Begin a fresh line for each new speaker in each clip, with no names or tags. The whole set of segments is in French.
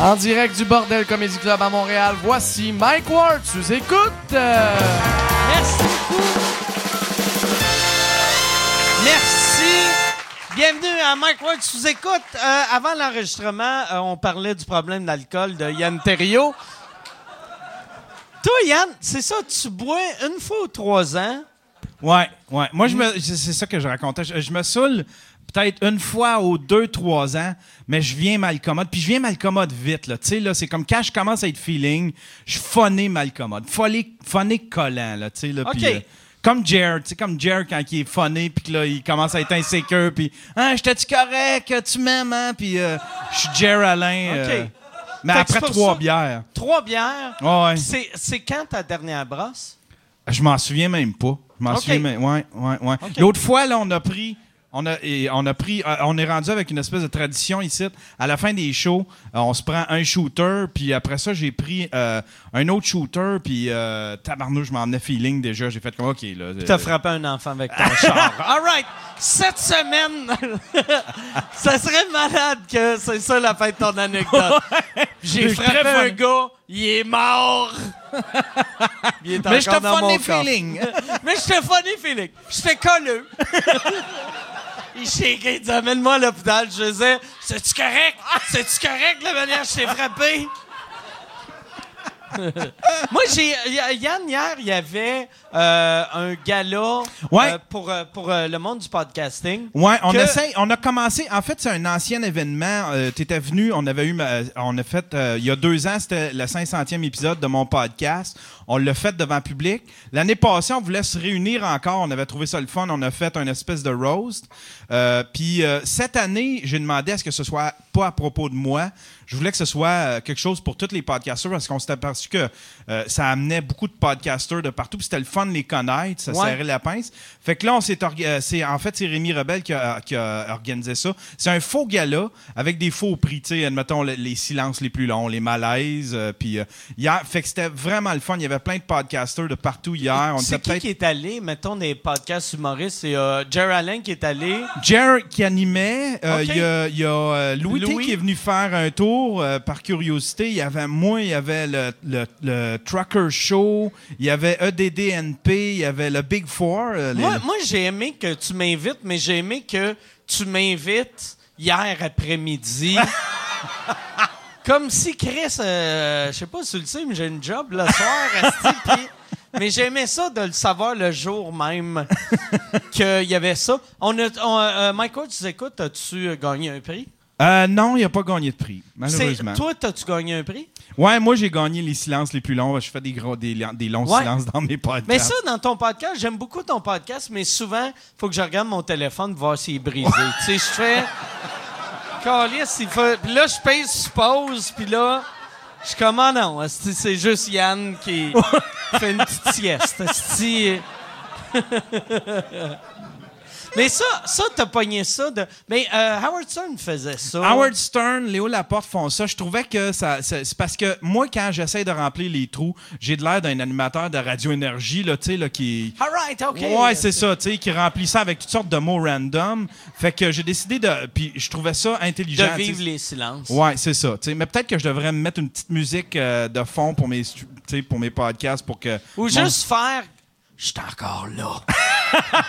En direct du Bordel Comedy Club à Montréal, voici Mike Ward. Tu écoutes! Euh...
Merci beaucoup. Merci. Bienvenue à Mike Ward sous écoute. Euh, avant l'enregistrement, euh, on parlait du problème d'alcool de Yann Terriot. Toi, Yann, c'est ça, tu bois une fois ou trois ans.
Ouais, ouais. Moi, je me, c'est ça que je racontais. Je, je me saoule peut-être une fois ou deux, trois ans, mais je viens malcommode. Puis je viens malcommode vite, là. Tu sais, là, c'est comme quand je commence à être feeling, je fonais malcommode. Fonné, fonné collant, là, tu sais, là. puis,
OK.
euh, comme Jared, tu sais, comme Jared quand il est funny, puis que là, il commence à être insécure, puis « Ah, j'étais-tu correct? Tu m'aimes, hein? » Puis euh, je suis Jared Alain.
OK.
euh, mais
Fait que c'est
après
pour
trois
ça-
bières,
Trois bières.
Ouais.
C'est, c'est quand ta dernière brosse?
je m'en souviens même pas. Je m'en
OK.
souviens même. Ouais, ouais, ouais. L'autre fois, là, on a pris... On a, et on a pris, euh, on est rendu avec une espèce de tradition ici. À la fin des shows, euh, on se prend un shooter, puis après ça, j'ai pris euh, un autre shooter, puis euh, tabarnouche, je m'en emmenais feeling déjà. J'ai fait comme, OK, là.
Tu as
euh,
frappé un enfant avec ton char. All right. Cette semaine, ça serait malade que c'est ça la fin de ton anecdote. J'ai
Je suis
frappé
très
un
funny.
gars, il est mort. Il est
Mais je
encore
te
dans mon
funny
corps.
feeling.
Mais j'étais funny, Félix. J'étais colleux. Il shakeait, il disait Amène-moi à l'hôpital. Je disais C'est-tu correct C'est-tu correct la manière que je t'ai frappé Moi, j'ai. y- Yann, hier, il y avait euh, un gala
Ouais.
euh, pour, euh, pour euh, le monde du podcasting.
Ouais, on
Que-
essaie- on a commencé. En fait, c'est un ancien événement. tu étais venu, on avait eu, ma- on a fait euh, il y a deux ans, c'était le 500e épisode de mon podcast. On l'a fait devant public. L'année passée, on voulait se réunir encore. On avait trouvé ça le fun. On a fait un espèce de roast. Euh, Puis euh, cette année, j'ai demandé à ce que ce soit pas à propos de moi. Je voulais que ce soit euh, quelque chose pour tous les podcasters parce qu'on s'est aperçu que euh, ça amenait beaucoup de podcasters de partout. Puis c'était le fun de les connaître. Ça
Ouais.
serrait la pince. Fait que là, on s'est orga- euh, c'est en fait c'est Rémi Rebelle qui a, qui a organisé ça. C'est un faux gala avec des faux prix, tu sais, admettons le- les silences les plus longs, les malaises, euh, puis euh, hier, fait que c'était vraiment le fun. Il y avait plein de podcasters de partout hier. On
C'est
était
qui
peut-être
qui est allé Mettons des podcasts humoristes. C'est euh, Jerry Allen qui est allé.
Jer qui animait, euh,
Ok.
il y a, il y a, euh, Louis, T
Louis.
qui est venu faire un tour euh, par curiosité. Il y avait moi, il y avait le, le- le Trucker Show, il y avait E EDDNP, il y avait le Big Four. euh, les-
Moi, moi, j'ai aimé que tu m'invites, mais j'ai aimé que tu m'invites hier après-midi. Comme si Chris, euh, je sais pas si tu le sais, mais j'ai une job le soir. asti, puis- mais j'aimais ça de le savoir le jour même qu'il y avait ça. On a, on, euh, Michael, tu écoutes, as-tu gagné un prix?
Euh, non, il n'a pas gagné de prix, malheureusement.
C'est- Toi, as-tu gagné un prix?
Ouais, moi j'ai gagné les silences les plus longs. Je fais des gros, des, li- des longs
Ouais.
silences dans mes podcasts.
Mais ça, dans ton podcast, j'aime beaucoup ton podcast, mais souvent, faut que je regarde mon téléphone pour voir s'il est brisé. tu sais, je fais. Calice, il faut. Puis là, je pèse sur pause, puis là, je commande non. esti, C'est juste Yann qui fait une petite sieste. esti. mais ça, ça, t'as pogné ça de. Mais euh, Howard Stern faisait ça.
Howard Stern, Léo Laporte font ça. Je trouvais que ça, ça- c'est parce que moi, quand j'essaie de remplir les trous, j'ai de l'air d'un animateur de Radio Énergie, là, tu sais, là, qui.
All right, OK.
Ouais, c'est ça, tu sais, qui remplit ça avec toutes sortes de mots random. Fait que j'ai décidé de. Puis je trouvais ça intelligent.
De
tu sais.
vivre les silences.
Ouais, c'est ça. tu sais. Mais peut-être que je devrais me mettre une petite musique euh, de fond pour mes, stu- tu sais, pour mes podcasts pour que.
Ou
mon-
juste faire Je suis encore là.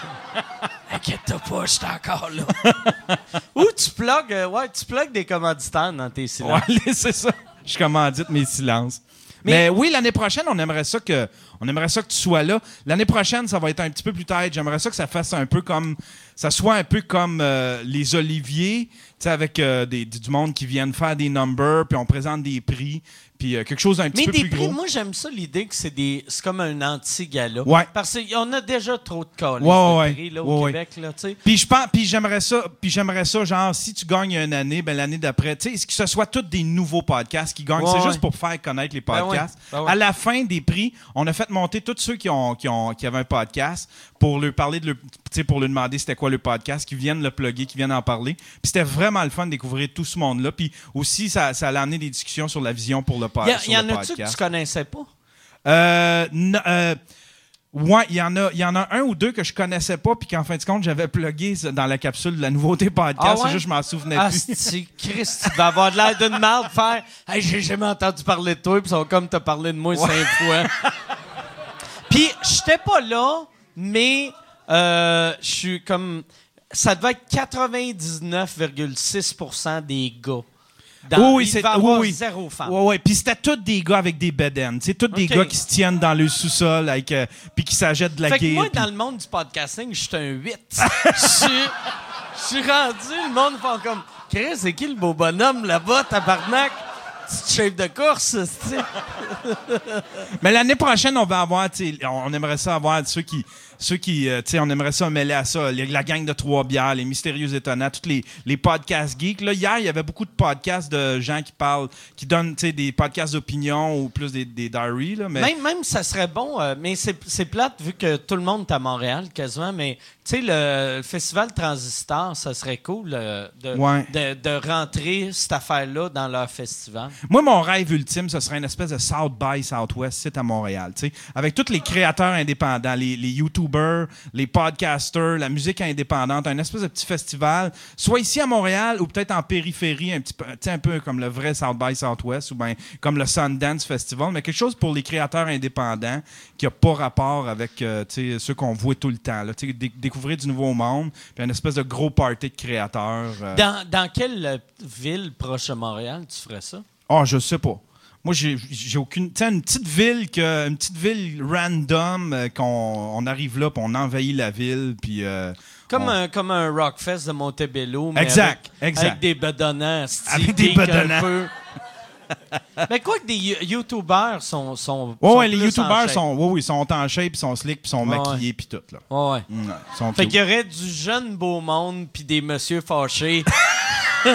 Inquiète-toi pas, je suis encore là. Ou tu plugues euh, ouais, tu plugues des commanditaires dans tes silences.
Ouais, c'est ça. Je commandite mes silences.
Mais-
Mais, oui, l'année prochaine, on aimerait ça que on aimerait ça que tu sois là. L'année prochaine, ça va être un petit peu plus tard. J'aimerais ça que ça fasse un peu comme ça soit un peu comme euh, les Oliviers, tu sais avec euh, des, du du monde qui viennent faire des numbers, puis on présente des prix, puis euh, quelque chose d'un petit
Mais
peu
des
plus
prix,
gros.
moi j'aime ça l'idée que c'est des c'est comme un anti-gala.
Ouais.
Parce qu'on a déjà trop de colis
Ouais, ouais,
de prix là,
ouais,
au
ouais.
Québec. Là, tu sais.
Puis je pense, puis j'aimerais ça, puis j'aimerais ça, genre si tu gagnes une année, ben l'année d'après, tu sais, que ce soit tous des nouveaux podcasts qui gagnent,
Ouais,
c'est
ouais.
juste pour faire connaître les
Ben
podcasts.
ouais, ben ouais.
À la fin des prix, on a fait monter tous ceux qui ont qui ont qui avaient un podcast pour leur parler de leur- tu sais, pour leur demander c'était quoi le podcast, qui viennent le plugger, qui viennent en parler. Puis c'était vraiment le fun de découvrir tout ce monde là. Puis aussi ça ça a amené des discussions sur la vision pour le, pod-
Il y a- il
sur
y
le
en a-tu
podcast.
que tu connaissais pas?
Euh, n- euh, Ouais, il y, en a, il y en a un ou deux que je connaissais pas, puis qu'en fin de compte, j'avais plugué ça dans la capsule de la nouveauté podcast.
Ah ouais?
C'est juste, je m'en souvenais plus.
Asti, Christ, tu vas avoir de l'air d'une merde faire Hey, j'ai jamais entendu parler de toi, puis ils sont comme t'as parlé de moi cinq fois. puis j'étais pas là, mais euh, je suis comme. Ça devait être 99,6 des gars. Dans,
oui,
il
c'est
devait avoir
oui, oui.
zéro femme.
Ouais, ouais. Puis c'était tous des gars avec des bedaines. C'est tous des
Ok.
gars qui se tiennent dans le sous-sol, avec, euh, puis qui s'achètent de la
Fait que
guerre.
moi, dans le monde du podcasting, je suis un 8. Je suis- je suis rendu, le monde fait comme Chris, c'est qui le beau bonhomme là-bas, tabarnak? Petite shape de course, tu
Mais l'année prochaine, on va avoir, tu sais, on on aimerait ça avoir ceux qui, ceux qui, euh, tu sais, on aimerait ça mêler à ça, les- la gang de trois bières, les mystérieux étonnants, tous les, les podcasts geeks. Là, hier, il y avait beaucoup de podcasts de gens qui parlent, qui donnent, tu sais, des podcasts d'opinion ou plus des, des diaries, là, mais.
Même, même, ça serait bon, euh, mais c'est c'est plate vu que tout le monde est à Montréal quasiment, mais tu sais, le, le festival Transistor, ça serait cool euh, de,
Ouais.
de, de rentrer cette affaire-là dans leur festival.
Moi, mon rêve ultime, ce serait une espèce de South by Southwest, c'est à Montréal, tu sais, avec tous les créateurs indépendants, les, les YouTubers, les podcasters, la musique indépendante, un espèce de petit festival, soit ici à Montréal ou peut-être en périphérie, un petit peu, tu sais, un peu comme le vrai South by Southwest ou bien comme le Sundance Festival, mais quelque chose pour les créateurs indépendants qui n'a pas rapport avec euh, tu sais, ceux qu'on voit tout le temps, là, tu sais, dé- découvrir du nouveau monde, puis un espèce de gros party de créateurs. euh,
Dans, dans quelle euh, ville proche de Montréal tu ferais ça?
Ah, je sais pas. Moi, j'ai- j'ai aucune. Tu sais, une petite ville que, une petite ville random euh, qu'on on arrive là, puis on envahit la ville, puis. euh,
Comme,
on-
un, comme un Rockfest de Montebello, mais
Exact,
avec,
exact.
avec des bedonnants. sti,
Avec des
geek un
bedonnants.
peu. mais quoi que des you- YouTubers sont, sont,
Ouais,
sont
ouais, les
plus en
youtubeurs
shape.
sont, ouais, ouais, ils sont en shape, ils sont slick, puis ils sont
Ouais,
maquillés, puis tout là.
Ouais, ouais.
Mm, ouais, ils sont
Fait
cute.
qu'il y aurait du jeune beau monde puis des messieurs fâchés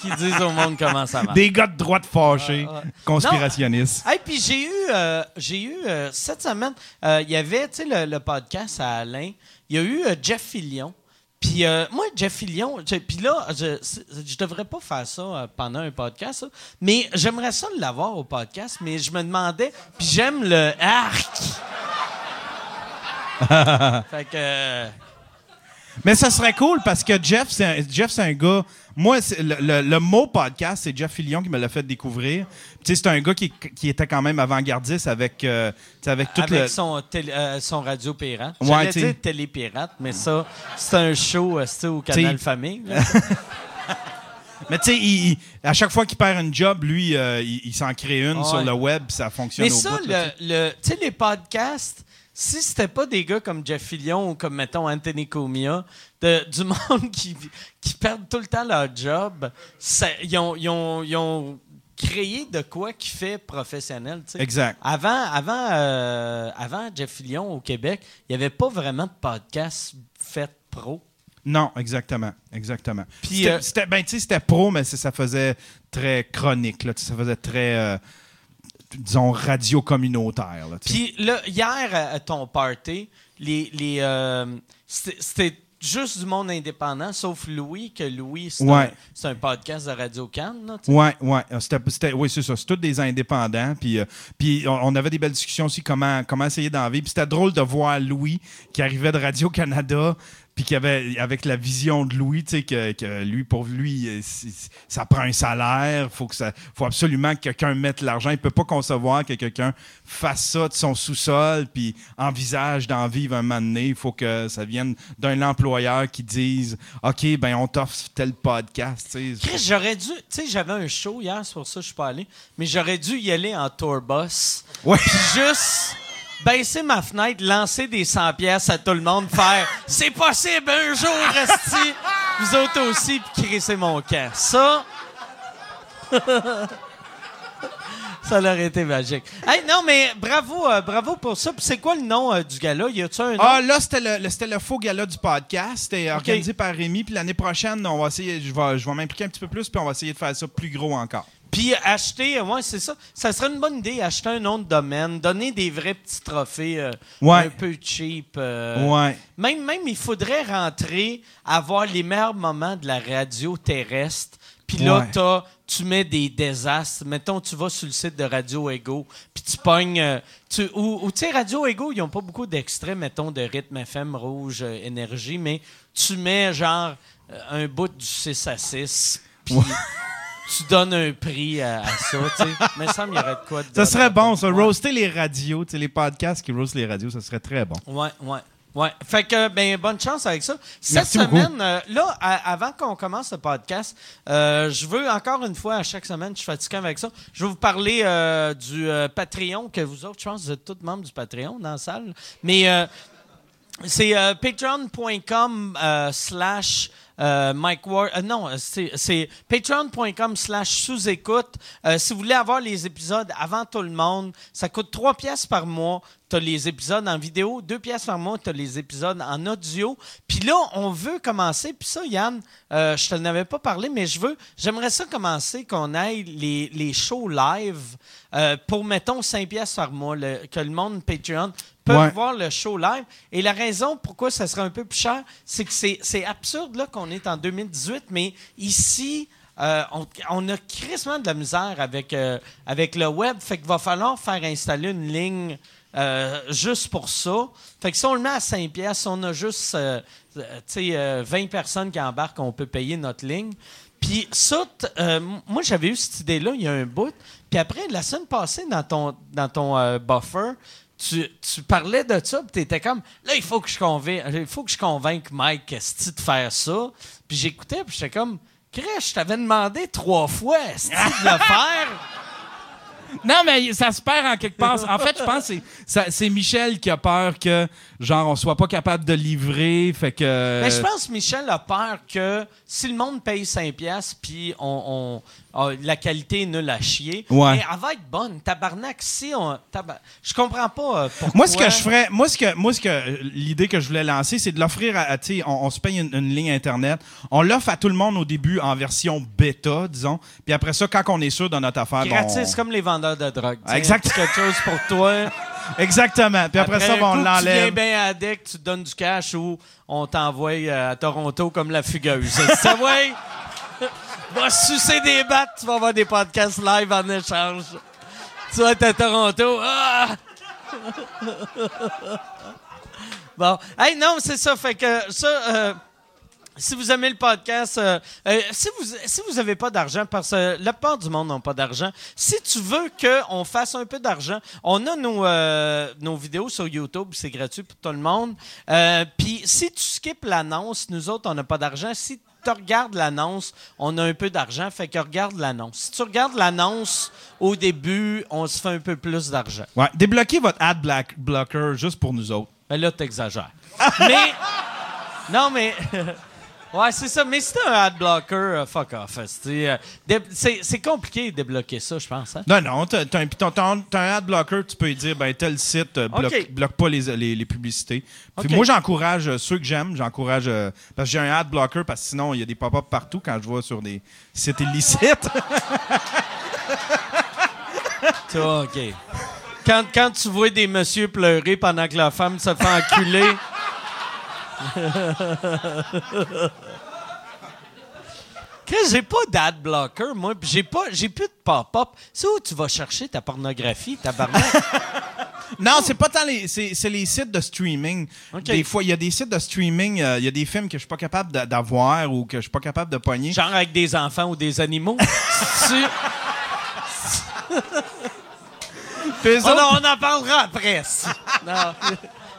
qui disent au monde comment ça marche.
Des gars de droite fâchés,
Ah, ah.
conspirationnistes.
Hey, puis j'ai eu, euh, j'ai eu euh, cette semaine, euh, il y avait, tu sais, le, le podcast à Alain, il y a eu euh, Jeff Fillion. Puis euh, moi, Jeff Fillion, j'ai- puis là, je, c'est- je devrais pas faire ça euh, pendant un podcast, ça. mais j'aimerais ça l'avoir au podcast, mais je me demandais, puis j'aime le arc. fait que... euh,
Mais ça serait cool parce que Jeff, c'est un, Jeff, c'est un gars. Moi, c'est le, le- le mot podcast, c'est Jeff Fillion qui me l'a fait découvrir. Puis, Tu sais, c'est un gars qui, qui était quand même avant-gardiste avec, euh, tu sais, avec tout
avec
le.
son, télé- euh, son radio pirate.
Ouais,
J'allais
t'sais.
dire télé pirate, mais ça, c'est un show euh, c'est au Canal Famille. là.
Mais tu sais, il- il- à chaque fois qu'il perd une job, lui, euh, il, il s'en crée une
Ouais.
sur le web, puis ça fonctionne
mais
au
ça,
bout. là,
le, le- tu sais, les podcasts, si c'était pas des gars comme Jeff Fillion ou comme, mettons, Anthony Comia, de- du monde qui, qui perdent tout le temps leur job, ça- ils, ont, ils ont- ils ont créé de quoi qui fait professionnel. tu sais.
Exact.
Avant, avant, euh, avant Jeff Fillion au Québec, il n'y avait pas vraiment de podcast fait pro.
Non, exactement, exactement.
Puis,
Puis,
euh,
c'était, ben, tu sais, c'était pro, mais c'est- ça faisait très chronique, là, tu sais, ça faisait très, euh, disons, radio communautaire. Là, tu sais.
Puis là, hier, à à ton party, les, les, euh, c'était c'était juste du monde indépendant, sauf Louis, que Louis, c'est
Ouais.
un- c'est un, podcast de Radio Cannes. là, tu sais.
Ouais, ouais, euh, c'était- c'était- oui, c'est ça. C'est tous des indépendants. Puis, euh, puis on, on avait des belles discussions aussi comment, comment essayer d'en vivre. Puis c'était drôle de voir Louis qui arrivait de Radio Canada, puis qui avait avec la vision de Louis, tu sais que, que lui pour lui, euh, c'est- c'est- ça prend un salaire. Faut que ça, faut absolument que quelqu'un mette l'argent. Il peut pas concevoir que quelqu'un fasse ça de son sous-sol, puis envisage d'en vivre un moment donné. Il faut que ça vienne d'un employeur qui dise, ok, ben on t'offre tel podcast. tu sais.
Chris, j'aurais dû, tu sais, j'avais un show hier, c'est pour ça que je suis pas allé, mais j'aurais dû y aller en tour bus.
Ouais.
Puis juste baisser ma fenêtre, lancer des 100 pièces à tout le monde, faire « C'est possible, un jour, resti, vous autres aussi, puis crisser mon camp. » Ça... Ça aurait été magique. Hey, non, mais bravo, euh, bravo pour ça. Puis c'est quoi le nom euh, du gars-là? Y a-tu un nom?
Ah, là, c'était le, le- c'était le faux gala du podcast. C'était organisé par Rémi. Puis l'année prochaine, on va essayer, je vais, je vais m'impliquer un petit peu plus, puis on va essayer de faire ça plus gros encore.
Puis acheter, euh, ouais, c'est ça. Ça serait une bonne idée, acheter un nom de domaine, donner des vrais petits trophées euh,
Ouais.
un peu cheap. euh,
Ouais.
Même, même, il faudrait rentrer, avoir les meilleurs moments de la radio terrestre, Puis là,
Ouais.
t'as- tu mets des désastres. Mettons, tu vas sur le site de Radio Ego, puis tu pognes. euh, tu, ou, ou, tu sais, Radio Ego, ils n'ont pas beaucoup d'extraits, mettons, de rythme FM, rouge, euh, énergie, mais tu mets genre euh, un bout du 6 à 6, puis tu donnes un prix à, à ça. tu sais. Mais ça, il y aurait de quoi de
Ça serait bon, ça.
Ouais.
Roaster les radios, tu sais, les podcasts qui roastent les radios, ça serait très bon.
Ouais, ouais. Ouais. Fait que, ben, bonne chance avec ça. Cette
Merci beaucoup.
semaine, euh, là, à- avant qu'on commence le podcast, euh, je veux encore une fois, à chaque semaine, je suis fatiguant avec ça, je veux vous parler euh, du euh, Patreon, que vous autres, je pense, que vous êtes tous membres du Patreon dans la salle. Mais euh, c'est euh, patreon.com euh, slash euh, Mike Ward. euh, non, euh, c'est c'est patreon.com slash sous-écoute. Euh, si vous voulez avoir les épisodes avant tout le monde, ça coûte 3 pièces par mois. Tu as les épisodes en vidéo, 2 pièces par mois, tu as les épisodes en audio. Puis là, on veut commencer. Puis ça, Yann, euh, je te n'avais pas parlé, mais je veux, j'aimerais ça commencer qu'on aille les, les shows live euh, pour, mettons, 5 pièces par mois, le- que le monde Patreon peut
Ouais.
voir le show live. Et la raison pourquoi ça serait un peu plus cher, c'est que c'est c'est absurde là qu'on est en 2018, mais ici, euh, on, on a crissement de la misère avec, euh, avec le web. Fait qu'il va falloir faire installer une ligne euh, juste pour ça. Fait que si on le met à 5 pièces, on a juste euh, euh, tu sais, euh, 20 personnes qui embarquent, on peut payer notre ligne. Puis ça, t- euh, moi, j'avais eu cette idée-là il y a un bout. Puis après, la semaine passée, dans ton, dans ton euh, buffer, tu, tu parlais de ça, puis t'étais comme, là, il faut que je convainque, il faut que je convainque Mike esti, de faire ça. Puis j'écoutais, puis j'étais comme, Crèche, je t'avais demandé trois fois esti, de le faire.
Non, mais ça se perd en quelque part. En fait, je pense que c'est- ça- c'est Michel qui a peur que, genre, on soit pas capable de livrer. Fait que.
Euh.
Mais Ben, je pense que Michel a peur que si le monde paye 5 piastres, puis on, on- ah, la qualité est nulle à chier,
Ouais.
mais elle va être bonne. Tabarnak, si on. taba- je comprends pas euh, pourquoi.
Moi, ce que je ferais, moi, ce que, moi, ce que, euh, l'idée que je voulais lancer, c'est de l'offrir à, à, tu sais, on, on se paye une, une ligne Internet. On l'offre à tout le monde au début en version bêta, disons. Puis après ça, quand on est sûr de notre affaire, bon,
Gratis,
on-
comme les vendeurs de drogue. tu sais,
Ah, Exact.
un petit quelque chose pour toi.
Exactement. Puis après, ça,
un
bon, on
coup que Tu
l'enlève.
viens bien addict, tu te donnes du cash ou on t'envoie euh, à Toronto comme la fugueuse. Ça ouais. Va sucer des battes, tu vas avoir des podcasts live en échange. Tu vas être à Toronto. Ah! bon. Hey, non, c'est ça. Fait que ça. euh, si vous aimez le podcast, euh, euh, si vous si vous avez pas d'argent, parce que la plupart du monde n'a pas d'argent, si tu veux qu'on fasse un peu d'argent, on a nos, euh, nos vidéos sur YouTube, c'est gratuit pour tout le monde. Euh, Puis si tu skippes l'annonce, nous autres, on n'a pas d'argent. Si tu regardes l'annonce, on a un peu d'argent, fait que regarde l'annonce. Si tu regardes l'annonce au début, on se fait un peu plus d'argent.
Ouais. Débloquez votre ad black- blocker juste pour nous autres.
Mais là, t'exagères. mais. Non, mais. ouais, c'est ça. Mais si t'as un adblocker, euh, fuck off. C'est euh, dé- c'est- c'est compliqué de débloquer ça, je pense. hein.
Non, non, t'as t'as un, t'as- t'as- t'as un ad blocker, tu peux lui dire, ben, tel site euh, bloque,
Ok.
bloque pas les, les, les publicités. Puis
Ok.
moi, j'encourage euh, ceux que j'aime, j'encourage, euh, parce que j'ai un ad blocker, parce que sinon, il y a des pop-up partout quand je vois sur des sites illicites.
Toi, OK. Quand, quand tu vois des messieurs pleurer pendant que la femme se fait enculer. Chris, j'ai pas d'adblocker, moi, pis j'ai pas, j'ai plus de pop-up. C'est où tu vas chercher ta pornographie, ta
non, c'est pas tant les, c'est, c'est les sites de streaming.
Ok.
Des fois, il y a des sites de streaming, euh, il y a des films que je suis pas capable d'a- d'avoir ou que je suis pas capable de pogner.
Genre avec des enfants ou des animaux. C'est-
Puis eux
Oh
autres-
non, on en parlera après. si. Non.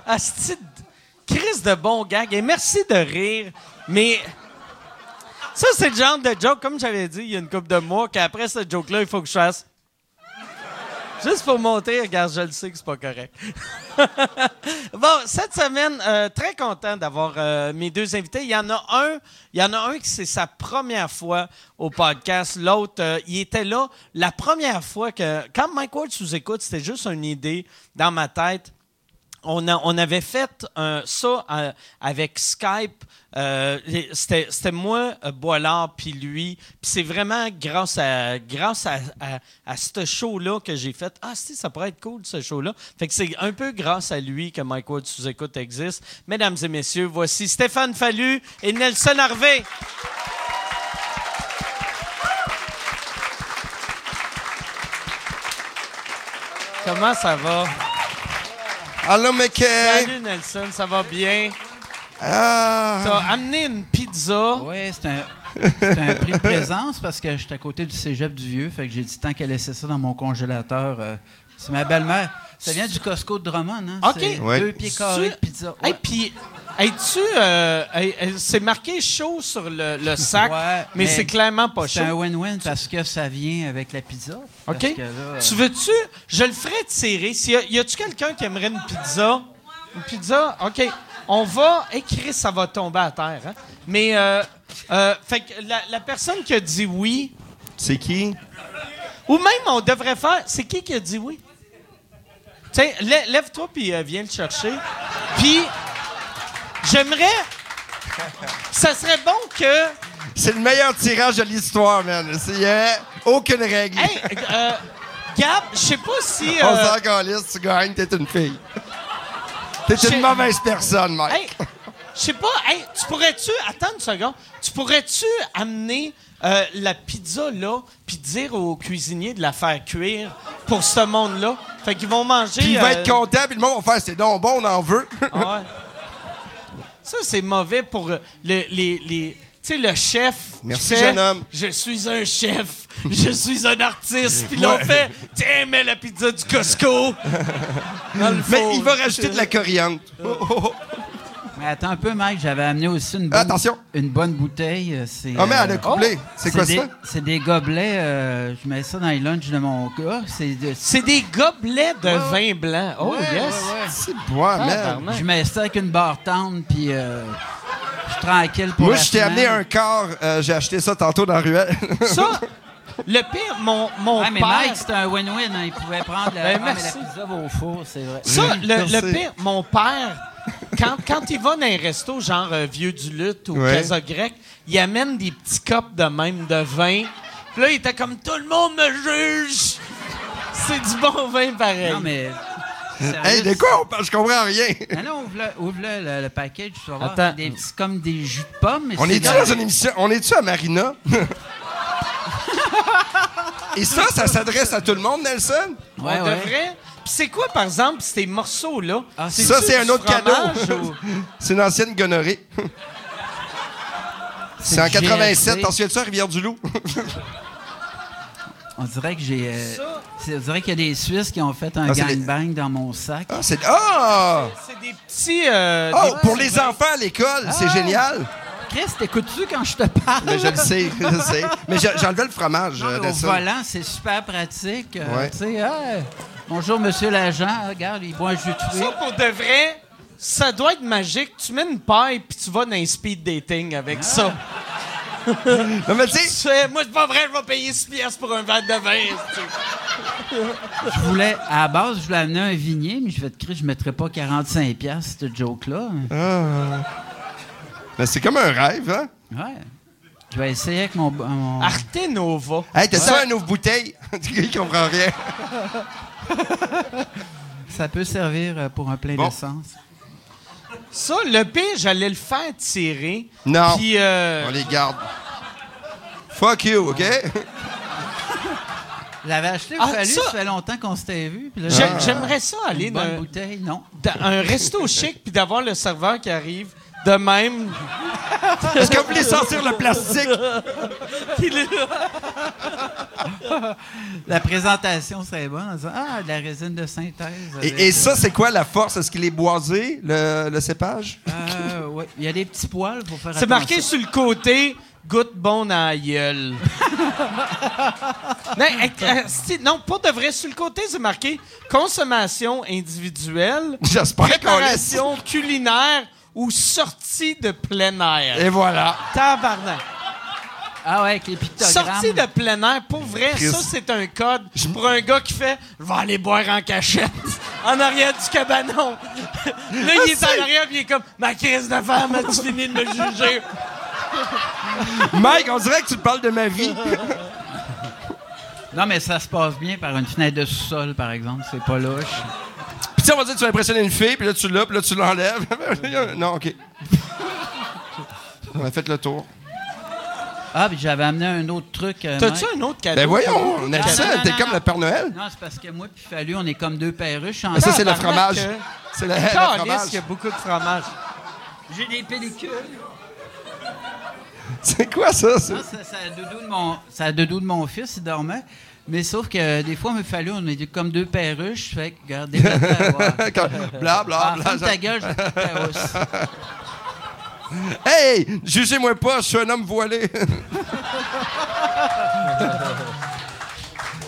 Asti de- Crise de bon gag. Et merci de rire, mais. Ça, c'est le genre de joke, comme j'avais dit il y a une couple de mois, qu'après ce joke-là, il faut que je fasse. Juste pour monter, regarde, je le sais que c'est pas correct. bon, cette semaine, euh, très content d'avoir euh, mes deux invités. Il y en a un, il y en a un qui c'est sa première fois au podcast. L'autre, euh, il était là la première fois que quand Mike Ward sous écoute, c'était juste une idée dans ma tête on, a- on avait fait un- ça euh, avec Skype. Euh, les- C'était c'était moi, euh, Boilard, puis lui. Puis c'est vraiment grâce à, grâce à, à- à ce show-là que j'ai fait. Ah, si, ça pourrait être cool, ce show-là. Fait que c'est un peu grâce à lui que Mike Ward sous-écoute existe. Mesdames et messieurs, voici Stéphane Fallu et Nelson Harvey. comment ça va?
Allô, McKay.
Salut Nelson, ça va bien?
Ah.
T'as amené une pizza.
Oui, c'est un, c'est un prix de présence parce que j'étais à côté du cégep du vieux. Fait que j'ai dit tant qu'elle laissait ça dans mon congélateur. euh, c'est ma belle-mère. Ça vient du Costco de Drummond, hein?
OK.
C'est
Ouais.
Deux pieds carrés de pizza.
Hey,
Ouais.
puis, es-tu. euh, hey, hey, c'est marqué chaud sur le, le sac,
Ouais,
mais,
mais
c'est clairement pas
C'est un
chaud.
win-win parce que ça vient avec la pizza. Parce
OK?
que là, euh,
Tu veux-tu. Je le ferai tirer. Si, y a-tu quelqu'un qui aimerait une pizza? Une pizza? OK. On va. écrire, ça va tomber à terre. hein? Mais, euh, euh, fait que la, la personne qui a dit oui,
C'est qui?
ou même on devrait faire. C'est qui qui a dit oui? Tiens, lè- lève-toi puis euh, viens le chercher. Puis, j'aimerais. Ça serait bon que.
C'est le meilleur tirage de l'histoire, man. C'est- Il y a aucune règle.
Hey, euh, Gab, je sais pas si.
On
euh,
s'en calisse, tu gagnes, t'es une fille. T'es
J'ai-
une mauvaise personne, mec.
hey, je sais pas. Hey, tu pourrais-tu. Attends une seconde. Tu pourrais-tu amener euh, la pizza là, puis dire au cuisinier de la faire cuire pour ce monde-là? Fait qu'ils vont manger.
Puis il va
euh,
être content, puis le monde va faire c'est donc bon, on en veut.
Ah ouais. Ça, c'est mauvais pour euh, le- les. les- tu sais, le chef. qui
Merci,
fait,
jeune homme.
Je suis un chef. Je suis un artiste. Puis l'on fait. Tiens, mais la pizza du Costco. Dans le
Mais
four.
il va rajouter de la coriandre. Oh, oh, oh.
Mais attends un peu, Mike, j'avais amené aussi une bonne,
Attention.
une bonne bouteille. euh, C'est,
Ah, mais
euh,
elle a couplé. c'est quoi
des-
ça?
C'est des gobelets. euh, je mets ça dans les lunchs de mon gars. C'est de-
C'est des gobelets de vin blanc. Oh, yes.
C'est bois, man.
Tabarnak.
Je mets ça avec une barre tendre, puis euh, je suis tranquille pour
Moi,
la
je t'ai amené
semaine.
un corps. euh, J'ai acheté ça tantôt dans la ruelle.
Ça, le pire, mon, mon
Ah, mais
père.
Mike, c'était un win-win. hein. Il pouvait prendre la,
Ben,
ah, mais la
merci.
pizza va au four, c'est vrai.
Ça, le,
Merci.
le pire, mon père, quand, quand il va dans un resto, genre euh, Vieux du Lutte ou
Ouais.
Casa Grecque, il amène des petits copes de même de vin. Puis là, il était comme tout le monde me juge. C'est du bon vin pareil.
Non, mais.
hey, de quoi on parle? Je comprends rien.
Non, non, ouvre-le, ouvre-le, le, le package, tu vas voir.
Attends.
C'est des- C'est comme des jus de pommes. mais
On
c'est
est-tu
dans-
dans une émission? On est-tu à Marina? Et ça, ça s'adresse à tout le monde, Nelson?
On
Ouais, ouais.
devrait. Puis c'est quoi, par exemple, ces morceaux-là?
Ah,
C'est-tu
Ça, c'est un
du
autre cadeau.
fromage ou-
C'est une ancienne gonorrhée. C'est en
du
87.
GRC.
T'en souviens-tu à Rivière-du-Loup?
On dirait que j'ai. euh, c'est- on dirait qu'il y a des Suisses qui ont fait un
Ah, c'est les-
gangbang dans mon sac.
Ah, c'est... Ah!
C'est des petits. euh,
Oh,
des-
pour les enfants à l'école, c'est génial.
Chris, t'écoutes-tu quand je te parle?
Ah! Mais je le sais, je le sais. Mais j'ai- j'enlevais le fromage,
Non, mais
euh,
au
Nelson.
volant, c'est super pratique. euh,
Ouais.
tu sais, hey, bonjour, monsieur l'agent. Ah, Regarde, il boit un jus de fruits.
Ça, pour de vrai, ça doit être magique. Tu mets une paille puis tu vas dans un speed dating
Ah.
avec ça.
Non, mais tu
Tu
sais,
fais, moi, c'est pas vrai, je vais payer 6 piastres pour un verre de vin. c'est-tu.
Je voulais, à la base, je voulais amener un vignier, mais je vais te crier, je ne mettrais pas 45$, piastres, cette joke-là.
mais c'est comme un rêve, hein?
Ouais. Je vais essayer avec mon. mon-
Arte Nova.
Hey, t'as ça, un ouvre bouteille? Il comprend rien.
Ça peut servir euh, pour un plein
Bon.
d'essence.
Ça, le pire, j'allais le faire tirer.
Non.
Puis, euh,
On les garde. Fuck you, OK?
Je l'avais acheté au
Ah,
Fallu,
ça-
ça fait longtemps qu'on s'était vu. Puis là,
j'ai-
Ah.
j'ai-
j'aimerais ça aller
une bonne
dans,
bouteille, non.
dans un resto chic puis d'avoir le serveur qui arrive de même.
Est-ce que vous voulez sortir le plastique?
Puis là,
La présentation serait bonne en disant Ah, de la résine de synthèse. avec,
Et, et ça, c'est quoi la force? Est-ce qu'il est boisé, le, le cépage?
euh, ouais. Il y a des petits poils pour faire
c'est marqué
attention.
sur le côté goutte bon à la gueule. non, euh, euh, si- non, pas de vrai. Sur le côté, c'est marqué consommation individuelle,
J'espère qu'on laisse.
préparation culinaire ou sortie de plein air.
Et voilà.
Tabarnak.
Ah ouais, avec les pictogrammes.
Sortie de plein air, pour vrai,
Chris.
ça c'est un code pour un gars qui fait « Je vais aller boire en cachette en arrière du cabanon. » Là, il est en arrière puis il est comme « Ma crise de femme, as-tu fini de me juger?
Mike, on dirait que tu parles de ma vie.
Non, mais ça se passe bien par une fenêtre de sous-sol, par exemple. C'est pas louche.
Puis tu sais, on va dire que tu vas impressionner une fille, puis là, tu l'as, puis là, tu l'enlèves. non, OK. On a fait le tour. »
Ah, puis j'avais amené un autre truc. euh,
T'as-tu
Mike.
un autre cadeau?
Ben voyons,
Non,
Nelson,
non, non,
t'es
non,
comme
non.
le Père Noël.
Non, c'est parce que moi puis Fallu, on est comme deux perruches. en-
Ah, ça, c'est le
Tabarnak,
fromage.
euh,
C'est le, le
Calisse,
fromage.
il y a beaucoup de fromage.
J'ai des pellicules.
C'est quoi ça? ça?
Non, c'est c'est la doudou de mon, c'est la doudou de mon fils, il dormait. Mais sauf que euh, des fois, me fallu, on est comme deux perruches. Fait que, regarde, des
Quand- bla, bla,
Ah,
bla.
ferme ta gueule, j'ai des perruches.
Hey, jugez-moi pas, je suis un homme voilé.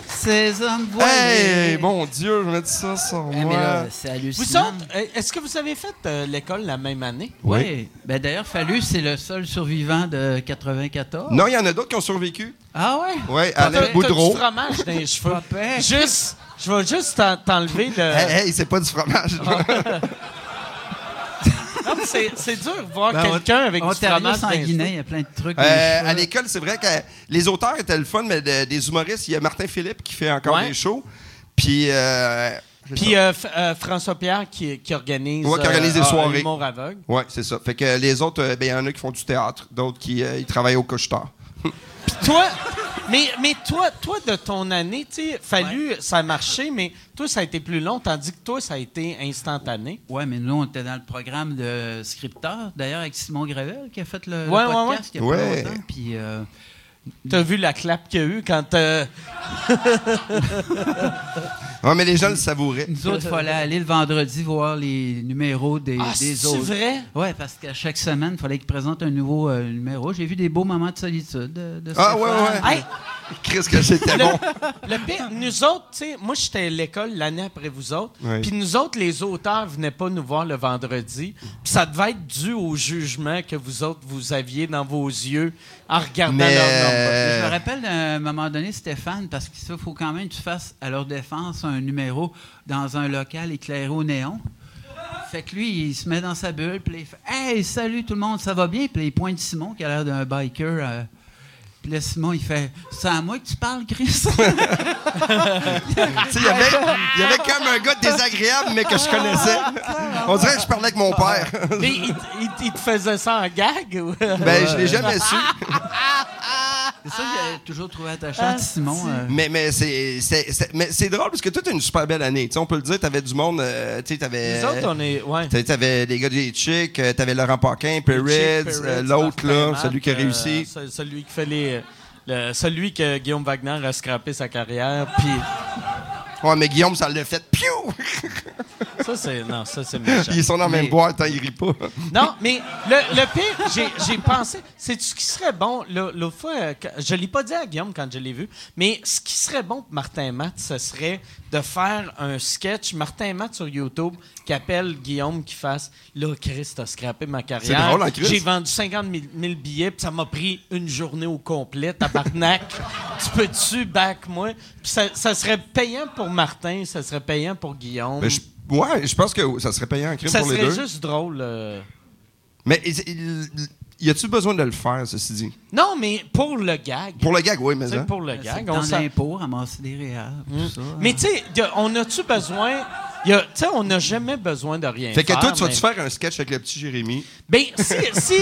Ces hommes voilés.
hey, mon Dieu, je me dis ça sur
Eh, mais
moi.
là, c'est
Vous
hallucinant.
autres, euh, est-ce que vous avez fait euh, l'école la même année?
Oui. Ben, D'ailleurs, Fallu, c'est le seul survivant de 94.
Non, il y en a d'autres qui ont survécu.
Ah ouais?
Oui,
T'as- t'as
Alain Boudreau.
du fromage dans les cheveux.
Pas pire.
juste, je vais juste t'en- t'enlever le...
Hey, hey, c'est pas du fromage.
Ah.
eh.
Non, mais c'est- C'est dur de voir
Ben,
quelqu'un avec du
Ontario
fromage dans les
sanguinaire,
cheveux.
il y a plein de trucs. dans les
Euh,
cheveux.
à l'école, c'est vrai que les auteurs étaient le fun, mais de- des humoristes, il y a Martin Philippe qui fait encore
Ouais.
des shows. Puis, euh, c'est
Puis euh, F- euh, François Pierre qui, qui organise,
Ouais, qui organise des
euh, ah,
soirées.
Humour aveugle.
ça. ouais, c'est ça. Fait que les autres, euh, ben, il y en a qui font du théâtre, d'autres qui euh, ils travaillent au couche-tard.
Toi, mais, mais toi, toi, de ton année, tu sais, fallu, ça a marché, mais toi, ça a été plus long, tandis que toi, ça a été instantané.
Ouais, mais nous, on était dans le programme de scripteur, d'ailleurs, avec Simon Gravel, qui a fait le, le
Ouais, ouais,
podcast il y a pas
Ouais.
longtemps. Puis, euh,
T'as vu la clap qu'il y a eu quand... euh,
Ouais, mais les gens le savouraient.
nous autres, il fallait aller le vendredi voir les numéros des,
Ah,
des
c'est
autres.
vrai?
Ouais, parce qu'à chaque semaine, il fallait qu'ils présentent un nouveau euh, numéro. J'ai vu des beaux moments de solitude de, de
Ah,
Stéphane.
ouais, ouais.
Hey,
Chris, que c'était
le,
bon.
le pire, nous autres, tu sais, moi, j'étais à l'école l'année après vous autres.
Oui.
Puis nous autres, les auteurs venaient pas nous voir le vendredi. Puis ça devait être dû au jugement que vous autres, vous aviez dans vos yeux en regardant
Mais-
leur nombre.
Mais Je
Euh.
me rappelle à un moment donné, Stéphane, parce qu'il faut quand même que tu fasses à leur défense un numéro dans un local éclairé au néon. Fait que lui, il se met dans sa bulle, puis il fait Hey, salut tout le monde, ça va bien? Puis là, il pointe Simon, qui a l'air d'un biker. euh, puis là, Simon, il fait C'est à moi que tu parles, Chris?
Tu sais, Il y avait, il y avait comme un gars désagréable, mais que je connaissais. On dirait que je parlais avec mon père.
Mais ils ils- ils te faisaient ça en gag? ou-
Ben, je l'ai jamais su.
C'est ça
Ah.
que j'ai toujours trouvé attachant, Simon. euh,
Mais, mais c'est c'est- c'est- mais c'est drôle parce que toi, t'as une super belle année. Tu sais, on peut le dire, t'avais du monde. euh, tu sais, t'avais.
Nous autres, on est. Ouais.
T'avais- T'avais les gars des Chicks, euh, t'avais Laurent Paquin,
Chick,
Perez,
Perez,
euh, l'autre, là,
Martin
celui qui a
Matt,
réussi.
euh, ce- celui qui fait les. le- celui que Guillaume Wagner a scrappé sa carrière, puis
Ouais, mais Guillaume, ça l'a fait. Piou!
ça c'est non, ça c'est méchant.
Ils sont dans la même
Mais-
boîte, hein, ils rient pas.
Non, mais le, le pire, j'ai, j'ai pensé, c'est ce qui serait bon, le- l'autre fois, euh, quand- je l'ai pas dit à Guillaume quand je l'ai vu, mais ce qui serait bon pour Martin Matt, ce serait de faire un sketch, Martin Matt sur YouTube, qui appelle Guillaume, qui fasse « Là, Chris, t'as scrappé ma carrière.
C'est drôle, hein, Chris?
J'ai vendu 50 000, billets, puis ça m'a pris une journée au complet, tabarnak. tu peux-tu back moi? » Puis ça, ça serait payant pour Martin, ça serait payant pour Guillaume.
Mais Ben, je- ouais, je pense que ça serait payant en crime
ça
pour les
serait
deux.
juste drôle. euh.
Mais il- il- y a-tu besoin de le faire, ceci dit?
Non, mais pour le gag.
Pour le gag, oui, mais.
Tu sais,
hein.
pour le
c'est
gang.
Dans
on s'en- Mm.
l'impôt, ramasser des réels, tout ça.
Mais tu sais, y a- on a-tu besoin. y a- Tu sais, on n'a jamais besoin de rien.
Fait que toi, tu
mais-
vas-tu faire un sketch avec le petit Jérémy?
Ben, si. Si.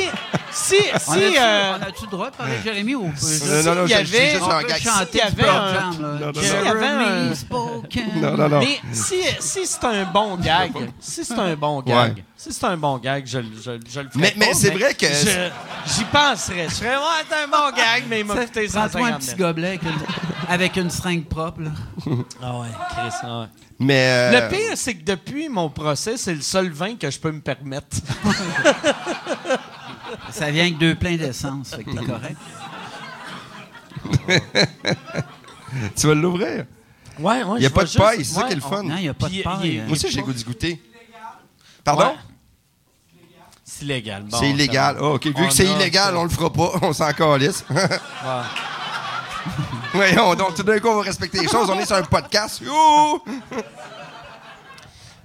Si.
on
si.
a-tu
euh,
on a-tu le droit de parler de Jérémy ou
Euh, non, non,
il y
je- je-
avait-
c'est
on
un
peut
gag.
S'il
chanter
y
du
avait un-
programme, là.
Non, non, non.
Jeremy
S'il y avait un-
Spoken.
Non, non, non.
Mmh. Mais si, si c'est un bon gag, si c'est un bon gag,
Ouais.
si c'est un bon gag, je, le- je, le- je le ferai
Mais-
pas,
mais c'est vrai que-
je- J'y penserais. Je ferais, ouais, c'est un bon gag, mais il m'a coûté
Prends-toi un
150
petit
000.
gobelet avec une, avec une seringue propre. là.
Ah ouais, Chris, ah ouais.
Mais.
Le
euh,
pire, c'est que depuis mon procès, c'est le seul vin que je peux me permettre.
Ça vient avec deux pleins d'essence, fait que t'es correct.
Tu vas l'ouvrir?
Ouais, ouais,
Il n'y a
je
pas
vais
de
juste-
paille, c'est ça
ouais,
qui est le
on-
fun.
Non, il n'y a pas
Puis,
de paille.
il-
Moi aussi, j'ai le goût d'y goûter. Pardon?
Ouais. C'est illégal. Bon,
c'est illégal.
ça va.
Ah, OK. Vu
On
que c'est
a-
illégal, on le fera pas. On s'en calisse.
Ouais.
Voyons, donc tout d'un coup, on va respecter les choses. On est sur un podcast. Ouh!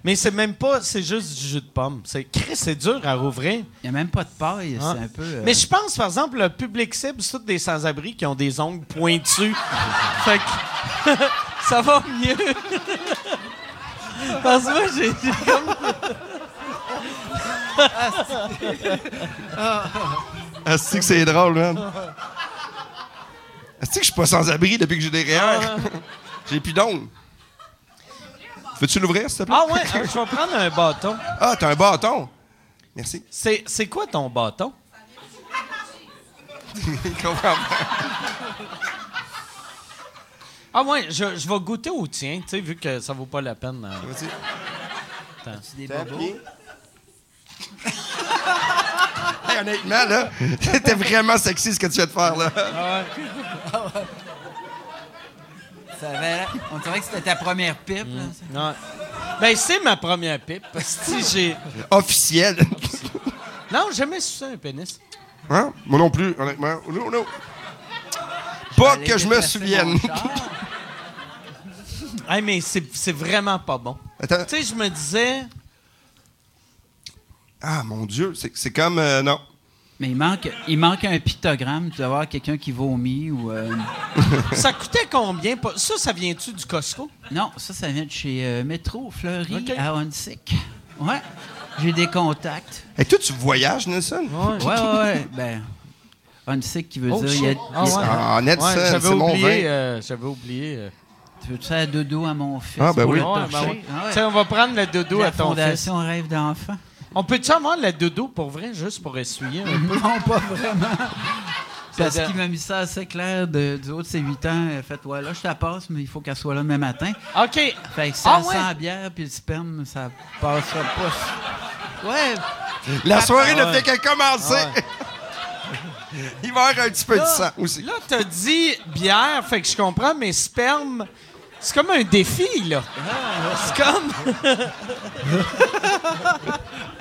Mais c'est même pas, c'est juste du jus de pomme. C'est Chris, c'est dur à rouvrir.
Il n'y a même pas de paille,
hein.
Ah.
c'est un peu... euh,
Mais je pense, par exemple, le public cible, c'est tous des sans-abri qui ont des ongles pointus. fait que ça va mieux. Parce que moi, j'ai j'ai comme.
Ah, c'est que c'est drôle, man. Est-ce que je suis pas sans abri depuis que j'ai des
Ah,
REER? j'ai plus d'ongles. Veux-tu l'ouvrir, s'il te plaît?
Ah ouais, euh, je vais prendre un bâton.
Ah, t'as un bâton. Merci.
C'est c'est quoi ton bâton?
Il comprend pas.
Ah ouais, je, je vais goûter au tien, tu sais, vu que ça vaut pas la peine. euh.
Vas-y.
C'est des
T'as
bobos.
appuyé? Hey, honnêtement, là, c'était vraiment sexy ce que tu viens de faire, là.
Ah.
Ça avait l'air- On dirait que c'était ta première pipe. là.
Mm.
Ouais. Ben, c'est ma première pipe. Parce que j'ai.
Officiel.
Non, j'ai jamais sucé un pénis.
Hein? Moi non plus, honnêtement. Non, non. Pas
J'allais
que je me
déplacer
souvienne.
mon char.
Hey, mais c'est c'est vraiment pas bon.
Attends.
Tu sais, je me disais.
Ah, mon Dieu, c'est c'est comme... euh, non.
Mais il manque, il manque un pictogramme. Tu dois avoir quelqu'un qui vomit ou. euh,
Ça coûtait combien? pas- Ça, ça vient-tu du Costco?
Non, ça, ça vient de chez euh, Métro Fleury
Ok.
à Onsic. Ouais. J'ai des contacts.
Et toi, tu voyages, Nelson?
Ouais, ouais, ouais. Ben, Onsic qui veut
Oh,
dire.
shit.
il y a-
Ah,
il y a-
ouais.
Ah, Nelson,
Ouais, j'avais
c'est mon
oublié.
vin.
euh, j'avais oublié. euh.
Tu veux te faire dodo à mon fils?
Ah, ben
pour
oui.
le
Ouais, ben
torcher?
ouais.
Ah ouais.
Tiens, on va prendre le doudou
La
à ton fils.
fondation Rêve d'enfant.
On peut-tu avoir le doudou pour vrai, juste pour essuyer un peu?
Non, pas vraiment. Parce
C'est-à-dire-
qu'il m'a mis ça assez clair de- du haut de ses 8 ans. Elle a fait Ouais, là, je te la passe, mais il faut qu'elle soit là demain matin.
OK.
Fait que ça
Ah, ouais.
sent la bière, puis le sperme, ça passera pas. Ouais,
La soirée ne
ouais.
fait que commencer. Il va y avoir un petit peu de sang aussi.
Ah, Là, t'as dit bière, fait que je comprends, mais sperme, c'est comme un défi, là.
Ah,
C'est comme.